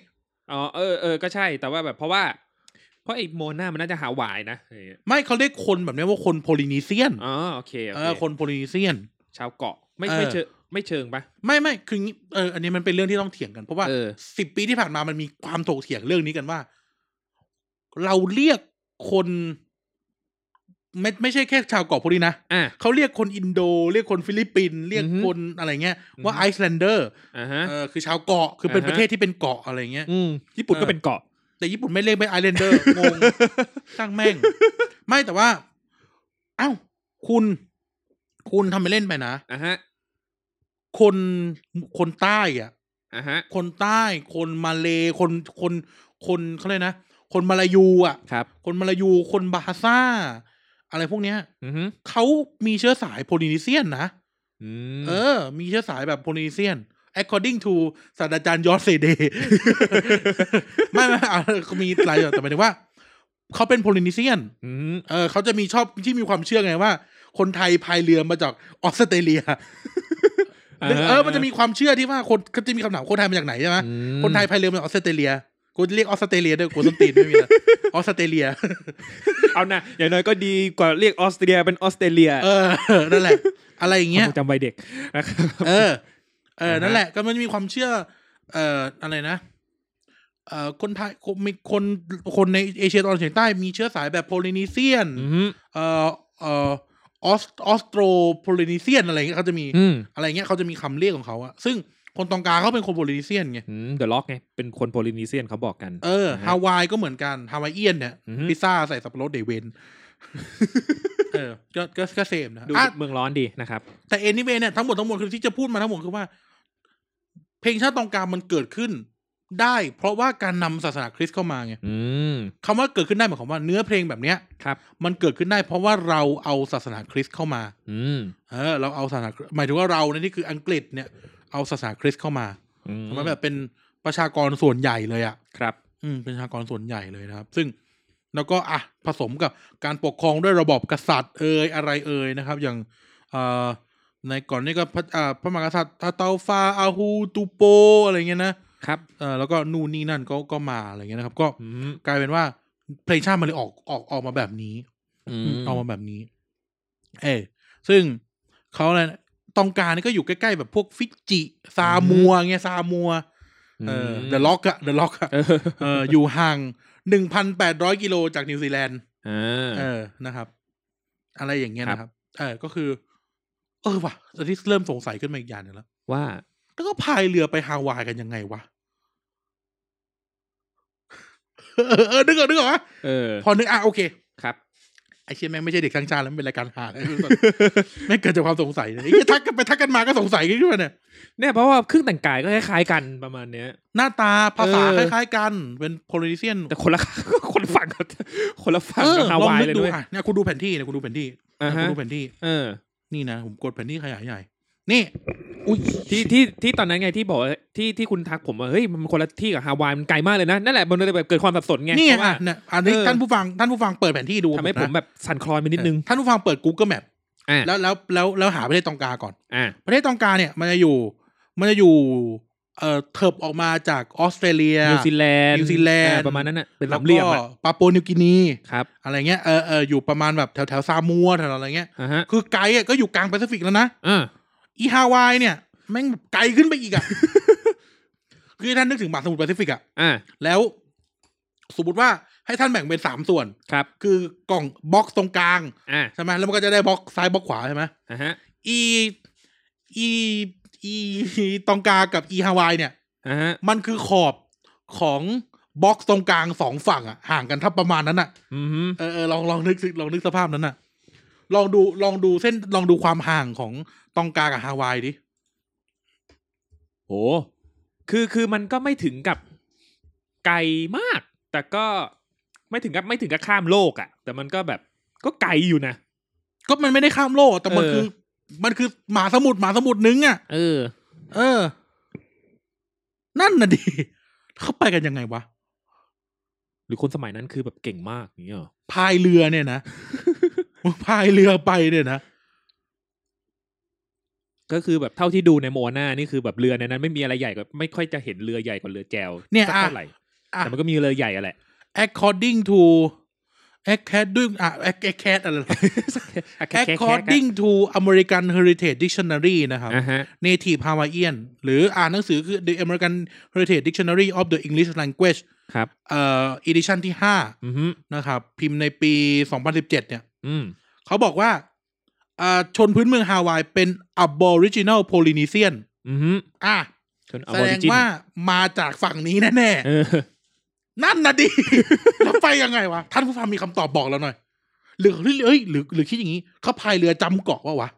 S2: อ๋อเออเออก็ใช่แต่ว่าแบบเพราะว่า เพราะไอ้โมนามันน่าจะฮาวายนะอะไรอย่างเงี้ย
S1: ไม่เขาเรียกคนแบบนี้ว่าคนโพลินีเซียน
S2: อ๋อโอเคโอ
S1: เอ
S2: เค
S1: อคนโพลินีเซียน
S2: ชาวเกาะไม่
S1: เออ
S2: ไม่เชิงไม่เชิงปะ
S1: ไม่ไม่คืองี้เอออันนี้มันเป็นเรื่องที่ต้องเถียงกัน เพราะว่า
S2: เออ
S1: สิบปีที่ผ่านมามันมีความถกเถียงเรื่องนี้กันว่า เราเรียกคนไม่ไม่ใช่แค่ชาวเกาะพวกนี้นะ
S2: อ่ะ
S1: เขาเรียกคนอินโด เรียกคนฟิลิปปินส์เรียก
S2: อือฮึ
S1: คนอะไรเงี้ย
S2: อือฮึ
S1: ว่าไอซ์แลนเดอร์
S2: อ่าฮะ
S1: เออคือชาวเกาะคือเป็น
S2: อ่าฮะ
S1: ประเทศที่เป็นเกาะอะไรเงี้ย
S2: อืมญี่ปุ่น
S1: เออ
S2: ก็เป็นเกาะ
S1: แต่ญี่ปุ่นไม่เรียกเป็นไอแลนเดอ ร์ งงสร้างแม่ง ไม่แต่ว่า เอ้า คุณ คุณทำไปเล่นไปนะ
S2: อ่ะฮะ
S1: คนคนใต้อ่ะ
S2: อ่ะฮะ
S1: คนใต้ คนมาเลย์คนคนคนเขาเลยกนะ คนมาลายูอ่ะ
S2: ครับ
S1: คนมาลายูคนบาฮาซ่า อะไรพวกเนี้ย
S2: อือฮึ
S1: เขามีเชื้อสายโพลินีเซียนนะ
S2: อืม
S1: เออ มีเชื้อสายแบบโพลินีเซียน according to ศาสตราจารย์ยอร์เซเด ไม่ไม่เอาเขามีหลายอย่างแต่หมายถึงว่า เขาเป็นโพลินีเซียน
S2: อืม
S1: เออ เขาจะมีชอบที่มีความเชื่อไงว่า คนไทยพายเรือมาจากออสเตรเลีย
S2: า
S1: เออ มันจะมีความเชื่อที่ว่าคนก็จะมีคำถามคนไทยมาจากไหนใช่ไหม
S2: อืม
S1: คนไทยพายเรือมาจากออสเตรเลีย กูจะเรียกออสเตรเลียด้วยกูส้นตีนไม่มี นะออสเตรเลีย
S2: เอานะอย่างน้อยก็ดีกว่าเรียกออสเตรเลียเป็นออสเตรเลีย
S1: เออ นั่นแหละ อะไรอย่างเงี้ย
S2: ความจำวัยเด็กนะครับ
S1: เออ เออ
S2: อ่าฮะ
S1: นั่นแหละ ก็มันจะมีความเชื่อ เอ่อ อะไรนะ เอ่อ คนไทยคนมีคน คนในเอเชียตะวันออกเฉียงใต้มีเชื้อสายแบบโพลินีเซียน
S2: อืม
S1: เอ่อ เอ่อ ออส ออสโตรโพลินีเซียนอะไรเงี้ยเขาจะมี
S2: อืม
S1: อะไรเงี้ยเขาจะมีคำเรียกของเขาอะซึ่งคนตองกลางเขาเป็นคนโพลินีเซียนไง
S2: อืมเดอะล็อกไงเป็นคนโพลินีเซียนเขาบอกกัน
S1: เออ ฮาวายก็เหมือนกัน ฮาวายเอียนเนี่ย
S2: อือฮึ
S1: พิซซ่าใส่สับปะรดเดเวน เออ ก็ก็ก็เซมนะ
S2: ดู
S1: อ่ะ
S2: เมืองร้อนดีนะครับ
S1: แต่ anyway เนี่ยทั้งหมดทั้งมวลคือที่จะพูดมาทั้งหมดคือว่า เพลงชาติตองกลางมันเกิดขึ้น ได้เพราะว่าการนำศาสนาคริสต์เข้ามาไง
S2: อืม
S1: คำว่าเกิดขึ้นได้หมายความว่าเนื้อเพลงแบบเนี้ย
S2: ครับ
S1: มันเกิดขึ้นได้เพราะว่าเราเอาศาสนาคริสต์เข้ามา
S2: อืม
S1: เออเราเอาศาสนาหมายถึงว่าเราในที่คืออังกฤษเนี่ยเอาศาสนาคริสต์เข้ามา
S2: อืม
S1: มันแบบเป็นประชากรส่วนใหญ่เลยอะ่ะ
S2: ครับ
S1: อืมเป็นประชากรส่วนใหญ่เลยนะครับ ซึ่งแล้วก็อ่ะผสมกับการปกครองด้วยระบอบกษัตริย์เอ่ยอะไรเอ่ยนะครับ อย่างเอ่อ ในก่อนนี่ก็พระอ่าพระมหากษัตริย์ตาเตาฟาอาฮูตูโป อะไรเงี้ยนะครับ เออแล้วก็นู่นนี่นั่นก็ก็มาอะไรเงี้ยนะครับ ก็
S2: อืม
S1: กลายเป็นว่าเพลงชาติมันเลยออกออกออกมาแบบนี้
S2: อื
S1: อ
S2: ม
S1: อกมาแบบนี้ เออซึ่งเขาอะไรนะตองการนี่ก็อยู่ใกล้ๆ แบบพวกฟิจิ ซามัวเงี้ยซามัว เออเดอะล็อกอะเดอะล็อกอะ
S2: เออ
S1: เอออยู่ห่าง หนึ่งพันแปดร้อยกิโลจากนิวซีแลนด์
S2: อ่า
S1: เออ นะครับ อะไรอย่างเงี้ย
S2: ครับ
S1: นะครับ เออ ก็คือ เออว่ะตอนนี้เริ่มสงสัยขึ้นมาอีกอย่างหนึงแล้ว
S2: ว่า
S1: แล้วก็พายเรือไปฮาวายกันยังไงวะ เออเออนึกออกนึกออกวะ
S2: เออ
S1: พอนึกอ่ะโอเค
S2: ครับ
S1: ไอ้เชี่ยแม่งไม่ใช่เด็กทั้างชาติแล้วมันเป็นรายการหาเลย แม่งเกิดจากความสงสัยเลยไอ้เหี้ยทักกันไปทักกันมาก็สงสัยขึ้นมาเนี่ย
S2: เนี่ยเพราะว่าเครื่องแต่งกายก็คล้ายๆกันประมาณเนี้ย
S1: หน้าตาภาษา
S2: เอ
S1: ค
S2: อ
S1: ล้ายๆกันเป็นโพลินีเซียน
S2: แต่คนละ คนละฝั่งกับคนละฝั่ง
S1: เออ
S2: กับฮา
S1: ลอง
S2: วาย
S1: นึก
S2: เลย
S1: ดู
S2: ด้วย
S1: อ่ะเนี่ยคุณดูแผนที่เนี่ยคุณดูแผนที่
S2: อ่าฮะ
S1: คุณดูแผนที่
S2: เออ
S1: นี่นะผมกดแผนที่ขยายใหญ่ นี่ อุ้ย
S2: ที่ที่ที่ตอนนั้นไงที่บอกว่าที่ที่คุณทักผมว่าเฮ้ยมันคนละที่กับฮาวายมันไกลมากเลยนะ นั่นแหละมันเลยแบบเกิดความสับสนไง
S1: นี่
S2: เพราะว่า
S1: อ่ะเนี่ยอันนี้
S2: เออ
S1: ท่านผู้ฟังท่านผู้ฟังเปิดแผนที่ดู
S2: ทำให้
S1: นะ
S2: ผมแบบสั่นคลอนไปนิดนึง
S1: เออท่านผู้ฟังเปิด Google Map
S2: อ่า
S1: แล้วแล้วแล้วแล้วหาประเทศตองกาก่อน
S2: อ่า
S1: ประเทศตองกาเนี่ยมันจะอยู่ มันจะอยู่ เอ่อเถิบออกมาจากออสเตรเลีย
S2: นิวซีแลนด์
S1: นิวซีแลนด์
S2: อ่าประมาณนั้นน่ะเป็นสา
S1: แว
S2: ม
S1: ก็
S2: เหลี่ยมอะ
S1: ปาโปวนิวกินี
S2: ครับ
S1: อะไรเงี้ยเออเอออยู่ประมาณแบบแถวแถวซามัวแถวอะไรเงี้ย
S2: อ่าฮะ
S1: คือไกลอ่ะก็อยู่กลางแปซิฟิกแล้วนะ
S2: อ่า
S1: อีฮาวายเนี่ย แม่งแบบไกลขึ้นไปอีกอ่ะ คือท่านนึกถึงมหาสมุทรแปซิฟิกอ่ะ
S2: อ่า
S1: แล้ว สมมติว่าให้ท่านแบ่งเป็นสามส่วน
S2: ครับ
S1: คือกล่องบ็อกซ์ตรงกลาง
S2: อ่า
S1: ใช่ไหมแล้วมันก็จะได้บ็อกซ์ซ้ายบ็อกซ์ขวาใช่ไหม
S2: อ่าฮะ
S1: อีอีอีอีตรงกลางกับอีฮาวายเนี่ย
S2: อ่าฮะ
S1: มันคือขอบของบ็อกซ์ตรงกลางสองฝั่งอ่ะห่างกันเท่าประมาณนั้นอ่ะ
S2: อืมฮึ
S1: เออเออลองลองนึกสิลองนึกสภาพนั้นน่ะ ลองดูลองดูเส้นลองดูความห่างของตองกากับฮาวายดิ
S2: โหคือคือมันก็ไม่ถึงกับไกลมาก แต่ก็ไม่ถึงกับไม่ถึงกับข้ามโลกอ่ะ แต่มันก็แบบก็ไกลอยู่นะ
S1: ก็มันไม่ได้ข้ามโลกแต่มัน
S2: เออ
S1: คือ มันคือหมาสมุทรหมาสมุทรนึงอ่ะ
S2: เออ
S1: เออ นั่นน่ะดิ เขาไปกันยังไงวะ
S2: หรือคนสมัยนั้นคือแบบเก่งมากอย่างเงี้ยเหรอ
S1: พายเรือเนี่ยนะ พายเรือไปเนี่ยนะ
S2: ก็คือแบบเท่าที่ดูในโมอานานี่คือแบบเรือในนั้น ไม่มีอะไรใหญ่กว่าไม่ค่อยจะเห็นเรือใหญ่กว่าเรือแจว
S1: เนี่ย
S2: สัก
S1: อ่ะ
S2: เท่าไหร่
S1: อ่ะ
S2: แต่มันก็มีเรือให ญ่อะแหละ
S1: according to according อ่ะ according อะไร according to American Heritage Dictionary นะครับ
S2: อ่ะฮะ
S1: Native Hawaiian หรืออ่านหนังสือคือ The American Heritage Dictionary of the English Language
S2: ครับ
S1: เอ่อ edition ที่
S2: อือฮึ
S1: 5 นะครับ พิมพ์ในปี 2017 เนี่ย
S2: อืม
S1: เขาบอกว่าอ่าชนพื้นเมืองฮาวายเป็น Aboriginal Polynesian
S2: อือฮึ
S1: อ่ะ
S2: ชน
S1: แสดง
S2: Aborigin
S1: ว่ามาจากฝั่งนี้แน่
S2: เออ
S1: ๆ นั่นนะดิ แล้วไปยังไงวะ ท่านผู้ฟังมีคำตอบบอกเราหน่อย หรือหรือเอ้ยหรือหรือคิดอย่างนี้ เขาพายเรือจำเกาะว่าวะ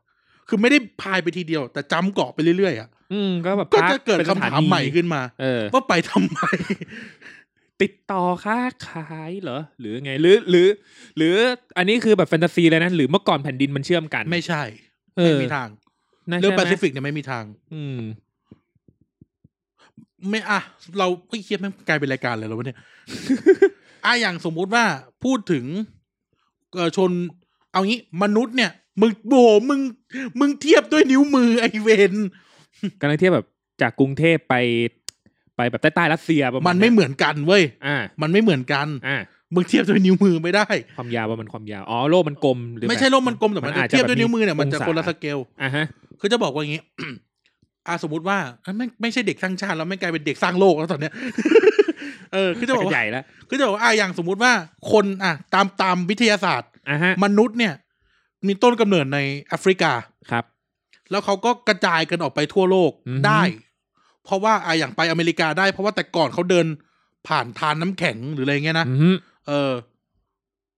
S1: คือไม่ได้พายไปทีเดียว แต่จำเกาะไปเรื่อยๆอ่ะ
S2: อืมก็แบบ
S1: ก็
S2: พั
S1: จะเกิด
S2: ป็น
S1: คำ
S2: ส
S1: ถามใหม่ขึ้นมา
S2: เออ
S1: ว่าไปทำไม
S2: ติดต่อค้าขายเหรอ หรือไงหรือหรือ หรืออันนี้คือแบบแฟนตาซีเลยนะหรือเมื่อก่อนแผ่นดินมันเชื่อมกัน
S1: ไม่ใช่
S2: เอ
S1: ไม่
S2: อ
S1: มีทาง
S2: น่า
S1: เรื่อง
S2: ใช่ไหม
S1: แปซิฟิกเนี่ยไม่มีทาง
S2: อืม
S1: ไม่อ่ะเราเฮ้ยเคียแม่งกลายเป็นรายการเลยแล้ววะเนี่ย อ่ะอย่างสมมุติว่าพูดถึงเอ่อชน เอางี้มนุษย์เนี่ย มึงโบมึง มึงเทียบด้วยนิ้วมือไอเวน
S2: กำลังเทียบแบบจากกรุงเทพไปไปแบบใต้ๆรัสเซียประมาณ
S1: มันไม่เหมือนกันเว้ย
S2: อ่า
S1: มันไม่เหมือนกัน
S2: อ่า
S1: มึงเทียบด้วยนิ้วมือไม่ได้
S2: ความยาวว่ามันความยาว อ๋อ โลกมันกลมหรือ
S1: ไม่ใช่โลกมันกลมแต่มัน
S2: อาจจะ
S1: เทียบด้วยนิ้วมือเนี่ยมันจะ
S2: งศา
S1: คนละสเกล
S2: อ่ะฮะ
S1: คือจะบอกว่าอย่างงี้ อ่ะสมมติว่าไม่งไม่ใช่เด็กสร้างชาติแล้วไม่งกลายเป็นเด็กสร้างโลกแล้วตอนเนี้ย เออ คือจะบอก
S2: มัน
S1: ว่า
S2: ใหญ่แล้ว
S1: คือจะบอกว่าอ่ะอย่างสมมุติว่าคนอ่ะตามตามวิทยาศาสตร์
S2: อ่ะฮะ
S1: มนุษย์เนี่ย มีต้นกำเนิดในแอฟริกา
S2: ครับ
S1: แล้วเขาก็กระจายกันออกไปทั่วโลก
S2: อือฮึ
S1: ได้ เพราะว่าอ่ะอย่างไปอเมริกาได้ เพราะว่าแต่ก่อนเขาเดินผ่านทานน้ำแข็งหรืออะไรเงี้ยนะ
S2: อือฮึ
S1: เออ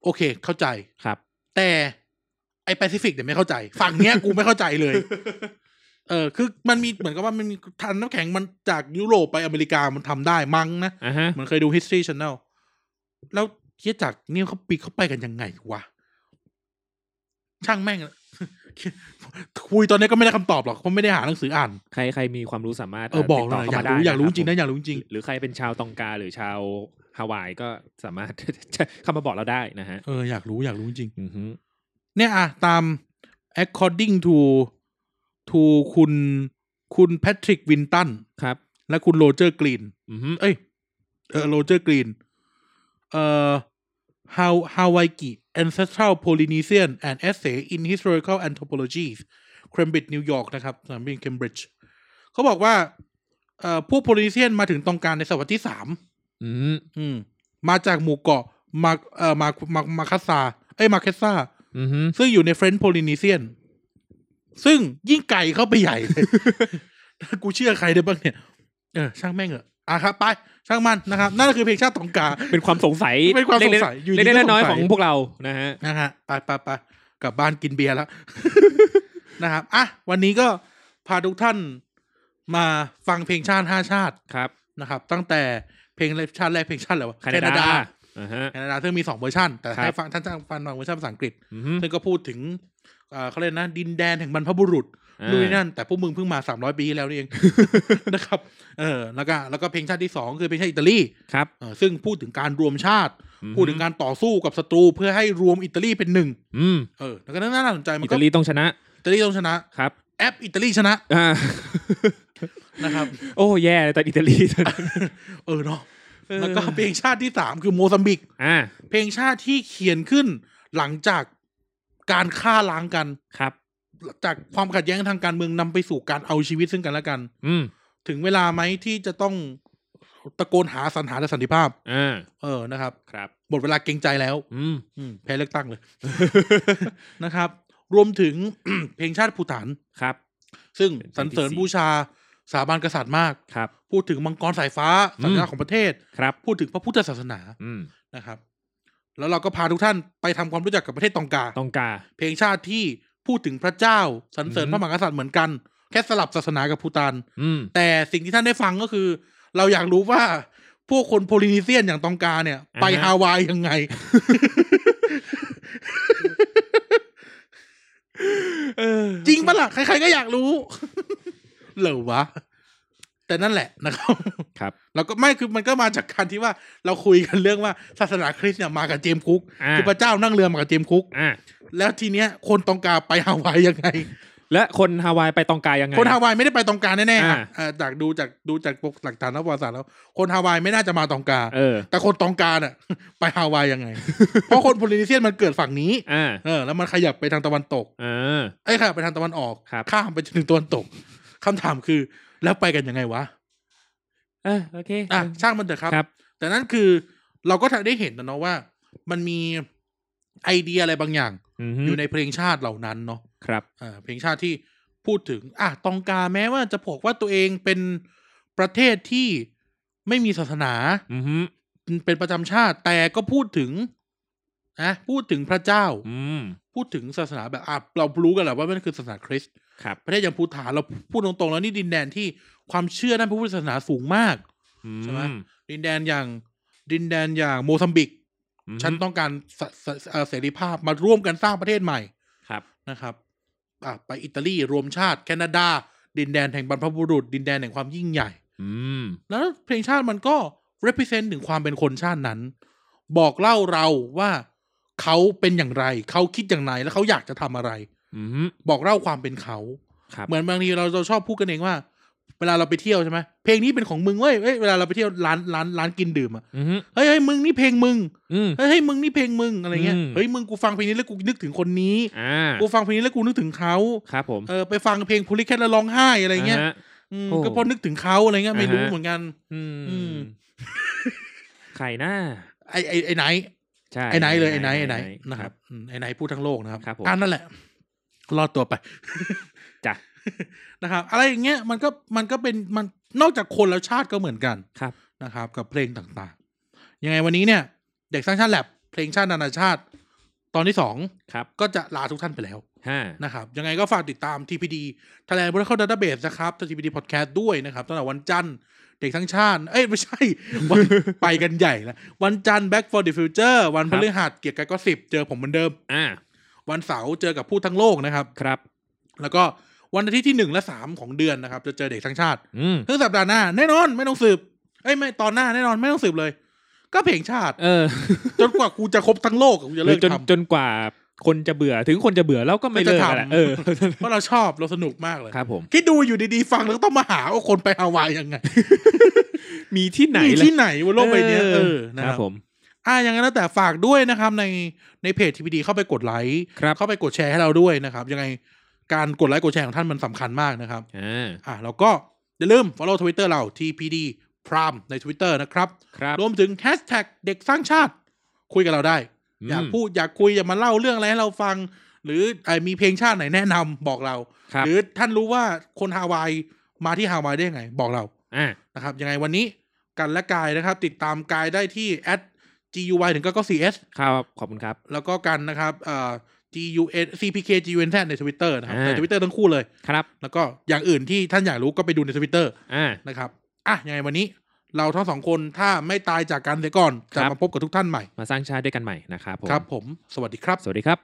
S1: โอเค เข้าใจ
S2: ครับ
S1: แต่ไอแปซิฟิกเนี่ยไม่เข้าใจ ฝั่งเนี้ ยกูไม่เข้าใจเลย เออ คือมันมีเหมือนกับว่ามันมีทานน้ำแข็งมันจากยุโรปไปอเมริกามันทำได้มั้งนะ
S2: อ่ะฮะ
S1: เหมันเคยดู history channel แล้วเทียจากเนี่ยเขาปีเขาไปกันยังไงวะ ช่างแม่ง คุยตอนนี้ก็ไม่ได้คำตอบหรอกเพราะไม่ได้หาหนังสืออ่าน
S2: ใครใครมีความรู้สามารถ
S1: เออ บอกหน่อยอ
S2: ติด
S1: ยาก
S2: ต่
S1: รู้
S2: เข้มได้
S1: อยากรู้จริงนะ
S2: คบ
S1: อยากรู้จริง
S2: หรือใครเป็นชาวตองกาหรือชาวฮาวายก็สามารถ เข้ามาบอกเราได้นะฮะ
S1: เอออยากรู้อยากรู้จริง
S2: อือฮึ
S1: เนี่ยอะตาม according to to คุณคุณแพทริกวินตัน
S2: ครับ
S1: และคุณโรเจอร์กรีน
S2: อือฮึ
S1: เอ้ย เออโรเจอร์กรีน เอ่อฮาวฮาวายกิ ancestral Polynesian and essay in historical anthropology Cambridge New York นะครับสนามบิน Cambridge เขาบอกว่า เอ่อ พวกโพลินีเซียนมาถึงตรงกลางในศตวรรษที่สาม
S2: อือฮึ
S1: อืม มาจากหมู่เกาะมาเอ่อมามามาคัสซาเอ้ยมาเคสซา
S2: อือฮึ
S1: ซึ่งอยู่ในเฟรน c ์โพลินีเซียน ซึ่งยิ่งไก่เข้าไปใหญ่เลย กูเชื่อใครได้บ้างเนี่ย เออ ช่างแม่งเหอะอ่ะครับ ไป ช่างมันนะครับ นั่นก็คือเพลงชาติตองกา
S2: เป็นความสงสัย
S1: เป็นความสงสัยอยู่ดี
S2: เล็กๆเล็กๆน้อย
S1: ก็สงสัย
S2: ๆของพวกเรานะฮะ
S1: นะฮะไปไปไปกลับบ้านกินเบียร์แล้ว นะครับอ่ะวันนี้ก็พาทุกท่านมาฟังเพลงชาติห้าชาติ
S2: ครับ
S1: นะครับ ตั้งแต่เพลงชาติแรกเพลงชาติอะไรวะ
S2: แคนาดาอ่าฮะ
S1: แคนาดาซึ่งมีสองเวอร์ชันแต่
S2: ครับ
S1: ให้ฟังท่านฟังฟังเวอร์ชันภาษาอังกฤษ
S2: อือฮึ
S1: ซึ่งก็พูดถึงเอ่อเขาเรียกนะ ดินแดนแห่งบรรพบุรุษนู่นนี่นั่น แต่พวกมึงเพิ่งมาสามร้อยปีที่แล้วนี่เอง นะครับเออแล้วก็แล้วก็เพลงชาติที่สองคือเพลงชาติอิตาลี
S2: ครับ
S1: เออซึ่งพูดถึงการรวมชาติ
S2: อือฮึ
S1: พูดถึงการต่อสู้กับศัตรูเพื่อให้รวมอิตาลีเป็นหนึ่ง
S2: อืม
S1: เออแล้วก็น่าสนใจมัน
S2: อิ
S1: ก็
S2: ตาลีต้องชนะ
S1: อิตาลีต้องชนะ
S2: ครับ
S1: แอปอิตาลีชนะ
S2: อ่า
S1: นะครับ
S2: โอ้แย่เลยแต่อิตาลี
S1: เออเนาะ
S2: เอ อ
S1: แล้วก็เพลงชาติที่สามคือโมซัมบิก
S2: อ่า
S1: เพลงชาติที่เขียนขึ้นหลังจากการฆ่าล้างกัน
S2: ครับ
S1: จากความขัดแย้งทางการเมืองนำไปสู่การเอาชีวิตซึ่งกันและกัน
S2: อืม
S1: ถึงเวลาไหมที่จะต้องตะโกนหาสันหาและสันติภาพ
S2: อ่า
S1: เออนะครับ
S2: ครับ
S1: หมดเวลาเกรงใจแล้ว
S2: อืม
S1: อืมแพ้เลือกตั้งเลย นะครับ รวมถึง เพลงชาติภูฐาน
S2: ครับ
S1: ซึ่ง
S2: เป็นเพ
S1: สรร
S2: ลงที่
S1: เสริญ
S2: สี่
S1: บูชาสถาบันกษัตริย์มาก
S2: ครับ
S1: พูดถึงมังกรสายฟ้าสัญลักษณ์ของประเทศ
S2: ครับ
S1: พูดถึงพระพุทธศาสนา
S2: อืม
S1: นะครับ แล้วเราก็พาทุกท่านไปทำความรู้จักกับประเทศตองกา
S2: ต้องกา
S1: เพลงชาติที่พูดถึงพระเจ้าสรรเสริญ
S2: อืม
S1: พระมหากษัตริย์เหมือนกัน แค่สลับศาสนากับภูตาน
S2: อืม
S1: แต่สิ่งที่ท่านได้ฟังก็คือ เราอยากรู้ว่าพวกคนโพลินีเซียนอย่างตองกาเนี่ย ไปฮาวายยังไง
S2: เออ
S1: จริงปะล่ะ ใครๆก็อยากรู้ เหรอวะ แต่นั่นแหละนะครับ
S2: ครับ
S1: เราก็ไม่คือมันก็มาจากการที่ว่าเราคุยกันเรื่องว่าศาสนาคริสต์เนี่ยมากับเจมส์คุก
S2: อ่า
S1: คือพระเจ้านั่งเรือมากับเจมส์คุก
S2: อ่า
S1: แล้วทีเนี้ยคนตองกาไปฮาวายยังไง
S2: และคนฮาวายไปตองกายังไง
S1: คนฮาวายไม่ได้ไปตองกาแน่ๆ
S2: อ่า
S1: อ่ะเอ่อจากดูจากดูจากปกหลักฐานทางประวัติศาสตร์แล้ว คนฮาวายไม่น่าจะมาตองกา
S2: เออ
S1: แต่คนตองกาน่ะ ไปฮาวาย ยังไง เพราะคนโพลินีเซียนมันเกิดฝั่งนี้
S2: อ่า
S1: เออแล้วมันขยับไปทางตะวันตก
S2: เออ
S1: ไอ้ยขยับไปทางตะวันออก
S2: ครับ
S1: ข้ามไปจนถึงตะวันตกคำถามคือแล้วไปกันยังไงวะ
S2: เออโอเค
S1: อ่ะช่างมันเถอะครับ
S2: ครับ
S1: แต่นั่นคือเราก็ได้เห็นนะเนาะว่า มันมีไอเดียอะไรบางอย่าง
S2: อืม
S1: อยู่ในเพลงชาติเหล่านั้นเนาะ
S2: ครับ
S1: อ่าเพลงชาติที่พูดถึง อ่ะตองกาแม้ว่าจะบอกว่าตัวเองเป็นประเทศที่ไม่มีศาสนา
S2: อือฮึ
S1: เป็นประจำชาติ แต่ก็พูดถึงนะพูดถึงพระเจ้า
S2: อืม
S1: พูดถึงศาสนาแบบอ่ะเรารู้กันแหละว่ามันคือศาสนาคริสต์
S2: ครับ
S1: ประเทศอย่างภูฐานเราพูดตรงๆ แล้วนี่ดินแดนที่ความเชื่อด้านพระพุทธศาสนาสูงมาก
S2: อื
S1: ใช่ไหม ดินแดนอย่างดินแดนอย่างโมซัมบิก
S2: อือฮึ
S1: ฉันต้องการสสเอ่อเสรีภาพมาร่วมกันสร้างประเทศใหม่
S2: ครับ
S1: นะครับอ่ะไปอิตาลีรวมชาติ แคนาดา ดินแดนแห่งบรรพบุรุษ ดินแดนแห่งความยิ่งใหญ่
S2: อืม
S1: แล้วเพลงชาติมันก็ represent ถึงความเป็นคนชาตินั้น บอกเล่าเราว่าเขาเป็นอย่างไร เขาคิดอย่างไรแล้วเขาอยากจะทำอะไร
S2: อือฮึ
S1: บอกเล่าความเป็นเขา
S2: ครับ
S1: เหมือนบางทีเราเราชอบพูดกันเองว่า เวลาเราไปเที่ยวใช่ไหมเพลงนี้เป็นของมึงเว้ยเอ้ยเวลาเราไปเที่ยวร้านร้านร้านกินดื่มอะ
S2: อือฮึ
S1: เฮ้ยเฮ้ยมึงนี่เพลงมึง
S2: อืม
S1: เฮ้ยเฮ้ยมึงนี่เพลงมึงอะไรเงี้ย
S2: อืม
S1: เฮ้ยมึงกูฟังเพลงนี้แล้วกูนึกถึงคนนี้
S2: อ่า
S1: กูฟังเพลงนี้แล้วกูนึกถึงเขา
S2: ครับผม
S1: เออไปฟังเพลงพลิแคทแล้วร้องไห้อะไรเงี้ย
S2: าฮะ
S1: อืม
S2: โอ้
S1: ก็เพอนึกถึงเขาอะไรเงี้ยไม่รู้
S2: อ่าฮะ
S1: เหมือนกัน
S2: อืม
S1: อืม
S2: ใครหน้า
S1: ไอไอไอไหน
S2: ใช่
S1: ไอไหนเลยไอไหนไอไหนนะ
S2: ค
S1: ค
S2: รั
S1: รับ บอืมไอไหนพูดทั้งโลกนะครับ
S2: ครับผม
S1: อ่านั่นแหละ รอดตัวไป
S2: จ้ะ
S1: นะครับ อะไรอย่างเงี้ยมันก็มันก็เป็นมันนอกจากคนแล้วชาติก็เหมือนกัน
S2: ครับ
S1: นะครับกับเพลงต่างๆ ยังไงวันนี้เนี่ย เด็กสร้างชาติแลบเพลงชาตินานาชาติ ตอนที่สอง
S2: ครับ
S1: ก็จะลาทุกท่านไปแล้ว
S2: ห้า
S1: นะครับ ยังไงก็ฝากติดตาม TPD Thailand Protocol Database นะครับ TPD Podcast ด้วยนะครับตั้งแต่วันจันทร์เด็กสร้างชาติ เอ้ย ไม่ใช่ วัน ไปกันใหญ่แล้ว วันจันทร์ Back for the Future วันพฤหัสเกียรติกายก็สิบเจอผมเหมือนเดิม
S2: อ่า
S1: วันเสาร์เจอกับผู้ทั้งโลกนะครับ
S2: ครับ
S1: แล้วก็วันอาทิตย์ที่หนึ่งและสามของเดือนนะครับจะเจอเด็กสร้างชาติ
S2: อืม
S1: ซึ่งสัปดาห์หน้าแน่นอนไม่ต้องสืบ เอ้ยไม่ตอนหน้าแน่นอนไม่ต้องสืบเลย ก็เพลงชาติ
S2: เออ
S1: จนกว่ากูจะครบทั้งโลกอะกูจะ
S2: หรื
S1: เลิ
S2: อก จน
S1: ท
S2: จนกว่าคนจะเบื่อถึงคนจะเบื่อแล้วก็ไม่
S1: ก็จะ
S2: เลิกอะแหละ
S1: ทำ
S2: เออ
S1: ำเพราะเราชอบเราสนุกมากเลย
S2: ครับผม
S1: คิดดูอยู่ดีๆฟังแล้วต้องมาหาว่าคนไปฮาวายยังไง
S2: มีที่ไหน
S1: มี
S2: ล่ะ
S1: ที่ไหนบนโลกใบเนี้ยเออนะ
S2: ค
S1: ค
S2: รั
S1: รั
S2: บบ ผม
S1: อ่ะอย่างนั้นแล้วแต่ฝากด้วยนะครับในในเพจทีพีดีเข้าไปกดไลค์
S2: ครับ
S1: เข้าไปกดแชร์ให้เราด้วยนะครับ ยังไงการกดไลค์กดแชร์ของท่านมันสำคัญมากนะครับ
S2: อ่า
S1: อ่ะแล้วก็อย่าลืม follow Twitter เรา TPD พรามใน Twitter นะครับ
S2: ครับ
S1: รวมถึงแฮชแท็กเด็กสร้างชาติ คุยกับเราได้
S2: อืม
S1: อยากพูดอยากคุย อยากมาเล่าเรื่องอะไรให้เราฟัง หรือเอ่อมีเพลงชาติไหนแนะนำบอกเรา
S2: ครับ
S1: หรือท่านรู้ว่าคนฮาวายมาที่ฮาวายได้ยังไง บอกเรา
S2: อ่า
S1: นะครับยังไงวันนี้กันและกายนะครับ ติดตามกายได้ที่ at guy ถึงก็ cs
S2: ครับขอบคุณครับ
S1: แล้วก็กันนะครับเอ่อ gun cpk gun แทใน Twitter นะครับ
S2: อ่า
S1: ใน Twitter ทั้งคู่เลย
S2: ครับ
S1: แล้วก็อย่างอื่นที่ท่านอยากรู้ก็ไปดูใน Twitter
S2: อ่า
S1: นะครับ อ่ะ ยังไงวันนี้เราทั้งสองคนถ้าไม่ตายจากกันเสียก่อน จะ
S2: ครับ
S1: มาพบกับทุกท่านใหม่
S2: มาสร้างชาติด้วยกันใหม่นะครับผม
S1: ครับผม สวัสดีครับ
S2: สวัสดีครับ